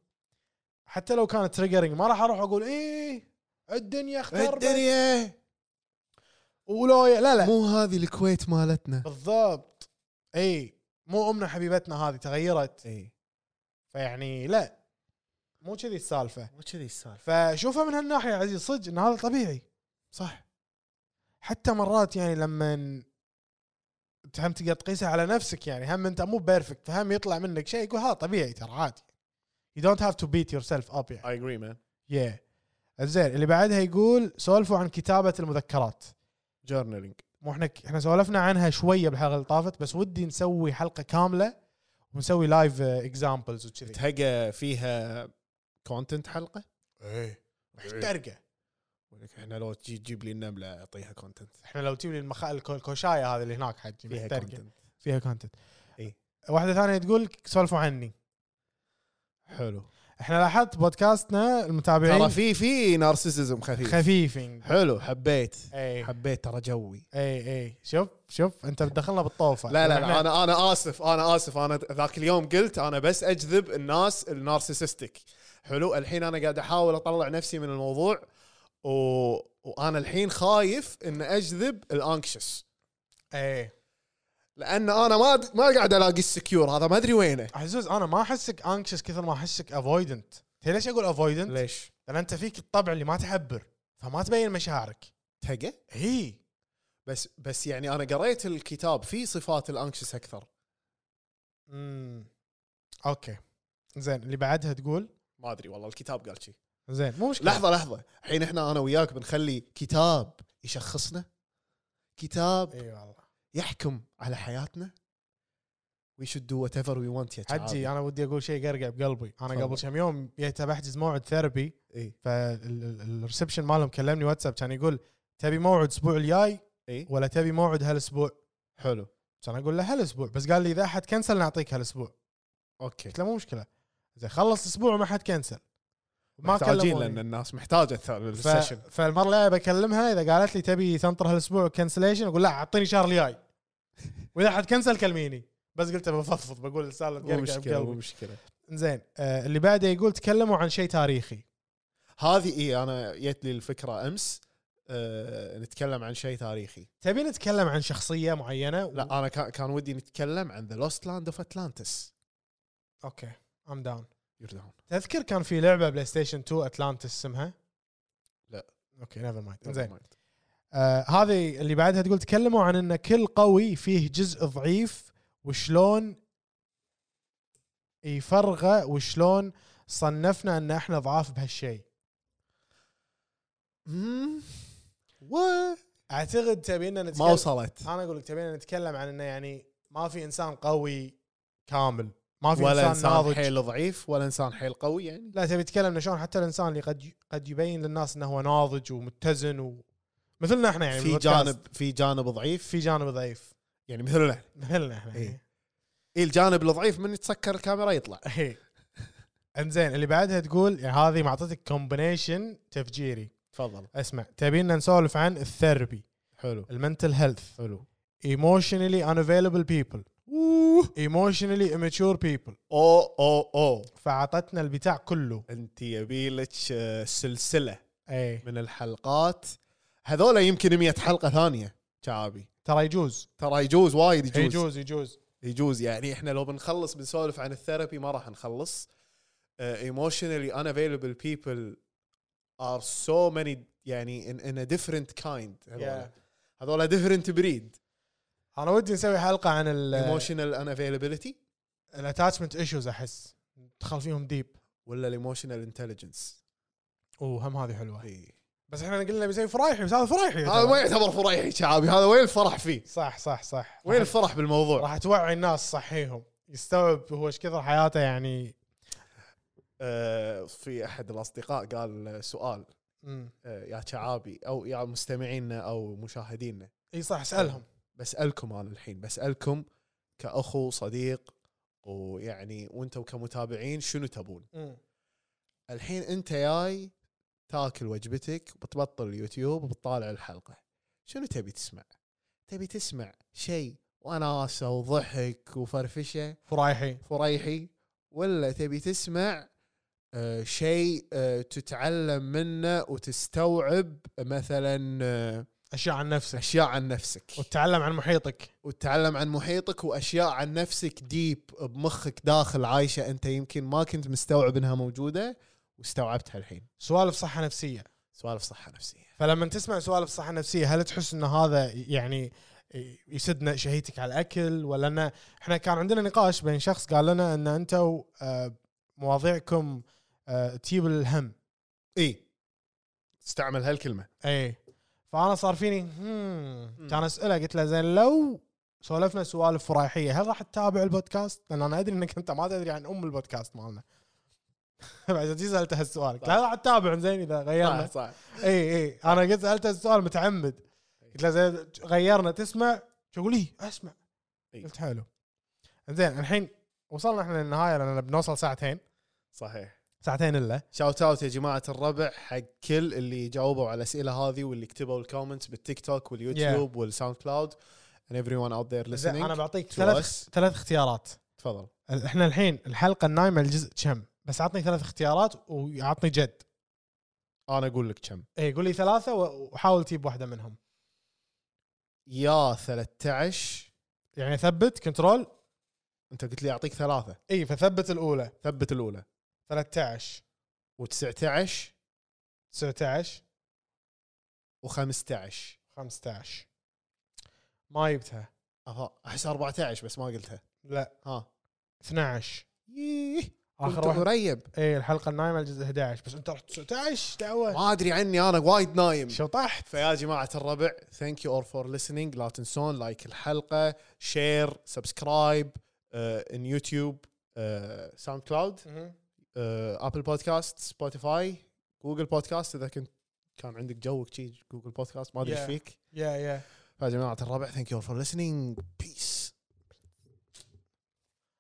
Speaker 5: حتى لو كانت تريجرنج ما راح اروح اقول ايه الدنيا اختربت
Speaker 3: الدنيا
Speaker 5: ولو ي- لا لا
Speaker 3: مو هذه الكويت مالتنا
Speaker 5: بالضبط اي مو امنا حبيبتنا هذه تغيرت
Speaker 3: اي
Speaker 5: فيعني لا مو كذي السالفه
Speaker 3: مو كذي السالفه
Speaker 5: فشوفها من هالناحيه يا عزيز صدق ان هذا طبيعي
Speaker 3: صح
Speaker 5: حتى مرات يعني لما أنت هم تقدر تقيسها على نفسك يعني هم انت مو بيرفكت فهم يطلع منك شيء يقول هذا طبيعي ترى عادي You don't have to beat yourself up يعني
Speaker 3: I agree man
Speaker 5: yeah. زين اللي بعدها يقول سولفوا عن كتابة المذكرات
Speaker 3: journaling
Speaker 5: مو احنا احنا سولفنا عنها شوية بالحلقة اللي طافت بس ودي نسوي حلقة كاملة ونسوي لايف اكزامبلز وكذي
Speaker 3: تهقى فيها كونتنت حلقه إيه.
Speaker 5: ايه محترقة
Speaker 3: يقول لك احنا لو تجي تجيب لي النمله اعطيها كونتنت
Speaker 5: احنا لو تجيب لي المخ... الكو- الكوشاية هذه اللي هناك حجي
Speaker 3: فيها
Speaker 5: محترقة
Speaker 3: كونتنت
Speaker 5: فيها كونتنت
Speaker 3: إيه.
Speaker 5: واحدة ثانية تقول سولفوا عني
Speaker 3: حلو
Speaker 5: احنا لاحظت بودكاستنا
Speaker 3: ترى
Speaker 5: المتابعين
Speaker 3: في في نارسيسيزم خفيف
Speaker 5: خفيفين
Speaker 3: حلو حبيت
Speaker 5: اي
Speaker 3: حبيت ترى جوي
Speaker 5: اي اي إيه. شوف شوف انت بتدخلنا بالطوفه
Speaker 3: لا لا, لا
Speaker 5: احنا-
Speaker 3: انا انا اسف انا اسف انا ذاك اليوم قلت انا بس اجذب الناس النارسيسستك حلو الحين انا قاعد احاول اطلع نفسي من الموضوع و... وانا الحين خايف ان اجذب الانكشس
Speaker 5: اي
Speaker 3: لان انا ما أد- ما قاعد الاقي السكيور هذا ما ادري وينه
Speaker 5: عزوز انا ما احسك انكشس كثر ما احسك افويدنت تدري ليش اقول افويدنت؟
Speaker 3: ليش؟
Speaker 5: لان انت فيك الطبع اللي ما تحبر فما تبين مشاعرك
Speaker 3: تهقى؟
Speaker 5: هي
Speaker 3: بس بس يعني انا قريت الكتاب في صفات الانكشس اكثر
Speaker 5: امم اوكي زين اللي بعدها تقول
Speaker 3: ما ادري والله الكتاب قال شي
Speaker 5: زين مو مشكله
Speaker 3: لحظه لحظه الحين احنا انا وياك بنخلي كتاب يشخصنا كتاب
Speaker 5: اي والله
Speaker 3: يحكم على حياتنا وي شود دو وات ايفر وي وانت يا
Speaker 5: حجي
Speaker 3: شعب.
Speaker 5: انا ودي اقول شيء قرقع بقلبي انا
Speaker 3: تفضل.
Speaker 5: قبل كم يوم جيت بحجز موعد ثيرابي
Speaker 3: إي.
Speaker 5: فالريسبشن مالهم كلمني واتساب كان يقول تبي موعد الاسبوع الجاي
Speaker 3: إي.
Speaker 5: ولا تبي موعد هالاسبوع
Speaker 3: حلو
Speaker 5: كان اقول له هالاسبوع بس قال لي اذا احد كنسل نعطيك هالاسبوع
Speaker 3: اوكي
Speaker 5: قلت له مو مشكله زين خلص اسبوع وما حد كنسل ما
Speaker 3: محتاجين لان
Speaker 5: كلموني
Speaker 3: الناس محتاجه الث-
Speaker 5: ف...
Speaker 3: السيشن
Speaker 5: فالمره الجايه بكلمها اذا قالت لي تبي تنطر هالاسبوع كنسليشن اقول لا اعطيني شهر
Speaker 3: <laughs>
Speaker 5: الجاي واذا حد كنسل كلميني بس قلت بفضفض بقول الرساله
Speaker 3: مو
Speaker 5: تقرقع
Speaker 3: مشكله مو
Speaker 5: بقلبي
Speaker 3: مشكله
Speaker 5: زين آه اللي بعده يقول تكلموا عن شيء تاريخي
Speaker 3: هذه اي انا جت لي الفكره امس أه نتكلم عن شيء تاريخي
Speaker 5: تبي نتكلم عن شخصيه معينه و...
Speaker 3: لا انا كان كان ودي نتكلم عن ذا لوست لاند اوف اتلانتس
Speaker 5: اوكي ام داون
Speaker 3: يور داون
Speaker 5: تذكر كان في لعبه بلاي ستيشن 2 اتلانتس اسمها
Speaker 3: لا.
Speaker 5: اوكي نيفر مايند زين آه هذه اللي بعدها تقول تكلموا عن ان كل قوي فيه جزء ضعيف وشلون يفرغه وشلون صنفنا ان احنا ضعاف بهالشيء اعتقد تبينا نتكلم
Speaker 3: ما وصلت
Speaker 5: انا اقول لك تبينا نتكلم عن انه يعني ما في انسان قوي كامل ما في
Speaker 3: ولا
Speaker 5: انسان,
Speaker 3: انسان
Speaker 5: ناضج
Speaker 3: حيل ضعيف ولا انسان حيل قوي يعني
Speaker 5: لا تبي تتكلم إنه شلون حتى الانسان اللي قد قد يبين للناس انه هو ناضج ومتزن و مثلنا احنا يعني
Speaker 3: في
Speaker 5: بالبودكاست.
Speaker 3: جانب في جانب ضعيف
Speaker 5: في جانب ضعيف
Speaker 3: يعني مثلنا
Speaker 5: <laughs> مثلنا احنا
Speaker 3: إيه. اي الجانب الضعيف من يتسكر الكاميرا
Speaker 5: <laughs>
Speaker 3: يطلع
Speaker 5: ايه انزين اللي بعدها تقول يعني هذه معطتك كومبينيشن تفجيري
Speaker 3: تفضل
Speaker 5: اسمع تبينا نسولف عن الثيرابي
Speaker 3: حلو
Speaker 5: المنتل هيلث
Speaker 3: حلو
Speaker 5: ايموشنالي unavailable people ايموشنالي immature people
Speaker 3: او او او
Speaker 5: فعطتنا البتاع كله
Speaker 3: انت يبيلك آه، سلسله
Speaker 5: اي
Speaker 3: من الحلقات هذولا يمكن 100 حلقه ثانيه شعابي
Speaker 5: ترى يجوز
Speaker 3: ترى يجوز وايد يجوز يجوز,
Speaker 5: يجوز يجوز
Speaker 3: يجوز يعني احنا لو بنخلص بنسولف عن الثيرابي ما راح نخلص ايموشنالي unavailable people are so many يعني in, in a different kind هذولا
Speaker 5: Yeah.
Speaker 3: هذولا different breed
Speaker 5: انا ودي نسوي حلقه عن ال
Speaker 3: ايموشنال unavailability
Speaker 5: الاتاتشمنت ايشوز احس ندخل فيهم ديب
Speaker 3: ولا الايموشنال انتليجنس
Speaker 5: اوه هم هذه حلوه بس احنا قلنا بنسوي فرايحي بس هذا فرايحي
Speaker 3: هذا ما يعتبر فرح شعبي هذا وين الفرح فيه
Speaker 5: صح صح صح
Speaker 3: <laughs> وين الفرح بالموضوع
Speaker 5: راح توعي الناس صحيهم يستوعب هو ايش كثر حياته يعني
Speaker 3: آه في احد الاصدقاء قال سؤال
Speaker 5: مم.
Speaker 3: آه يا شعابي او يا مستمعينا او مشاهدينا
Speaker 5: اي صح اسالهم
Speaker 3: بسالكم انا الحين بسالكم كاخو صديق ويعني وانتم كمتابعين شنو تبون
Speaker 5: مم.
Speaker 3: الحين انت جاي تاكل وجبتك وبتبطل اليوتيوب وبتطالع الحلقه شنو تبي تسمع؟ تبي تسمع شيء وناسه وضحك وفرفشه
Speaker 5: فرايحي
Speaker 3: فريحي ولا تبي تسمع آه، شيء آه، تتعلم منه وتستوعب مثلا آه،
Speaker 5: اشياء عن نفسك
Speaker 3: اشياء عن نفسك
Speaker 5: وتتعلم عن محيطك
Speaker 3: وتتعلم عن محيطك واشياء عن نفسك ديب بمخك داخل عايشه انت يمكن ما كنت مستوعب انها موجوده واستوعبتها الحين
Speaker 5: سوالف صحه نفسيه
Speaker 3: سوالف صحه نفسيه
Speaker 5: فلما تسمع سوالف صحه نفسيه هل تحس ان هذا يعني يسدنا شهيتك على الاكل ولا ان احنا كان عندنا نقاش بين شخص قال لنا ان انتم آه، مواضيعكم آه، تجيب الهم
Speaker 3: اي استعمل هالكلمه
Speaker 5: اي فانا صار فيني هم كان اساله قلت له زين لو سولفنا سوالف فرايحيه هل راح تتابع البودكاست؟ لان انا ادري انك انت ما تدري عن ام البودكاست مالنا. <laughs> بعد جي سالته هالسؤال قلت له هل راح تتابع زين اذا غيرنا
Speaker 3: صح صح
Speaker 5: اي اي انا قلت سالته السؤال متعمد قلت له زين غيرنا تسمع يقول لي اسمع
Speaker 3: إي.
Speaker 5: قلت حلو زين الحين وصلنا احنا للنهايه لان بنوصل ساعتين
Speaker 3: صحيح
Speaker 5: ساعتين الا
Speaker 3: شاوت اوت يا جماعه الربع حق كل اللي جاوبوا على الاسئله هذه واللي كتبوا الكومنتس بالتيك توك واليوتيوب والساوند كلاود and everyone out there
Speaker 5: زين،
Speaker 3: listening
Speaker 5: انا بعطيك
Speaker 3: to
Speaker 5: ثلاث
Speaker 3: us.
Speaker 5: ثلاث اختيارات
Speaker 3: تفضل
Speaker 5: ال- احنا الحين الحلقه النايمه الجزء كم بس عطني ثلاث اختيارات وعطني جد
Speaker 3: انا اقول لك كم
Speaker 5: اي قول لي ثلاثه و- وحاول تجيب واحده منهم
Speaker 3: يا 13
Speaker 5: يعني ثبت كنترول
Speaker 3: انت قلت لي اعطيك ثلاثه
Speaker 5: اي فثبت الاولى
Speaker 3: ثبت الاولى
Speaker 5: 13
Speaker 3: و19
Speaker 5: 19
Speaker 3: و15
Speaker 5: 15 ما جبتها
Speaker 3: اها احس 14 بس ما قلتها
Speaker 5: لا
Speaker 3: ها
Speaker 5: 12
Speaker 3: ييه
Speaker 5: اخر واحد
Speaker 3: قريب
Speaker 5: اي الحلقه النايمه الجزء 11 بس انت رحت 19 دعوه
Speaker 3: ما ادري عني انا وايد نايم
Speaker 5: شطحت
Speaker 3: فيا جماعه الربع ثانك يو اول فور listening لا تنسون لايك الحلقه شير سبسكرايب ان يوتيوب ساوند كلاود ابل بودكاست سبوتيفاي جوجل بودكاست اذا كنت كان عندك جوك شي جوجل بودكاست ما ادري ايش
Speaker 5: Yeah.
Speaker 3: فيك
Speaker 5: يا يا
Speaker 3: فيا جماعه الربع ثانك يو فور listening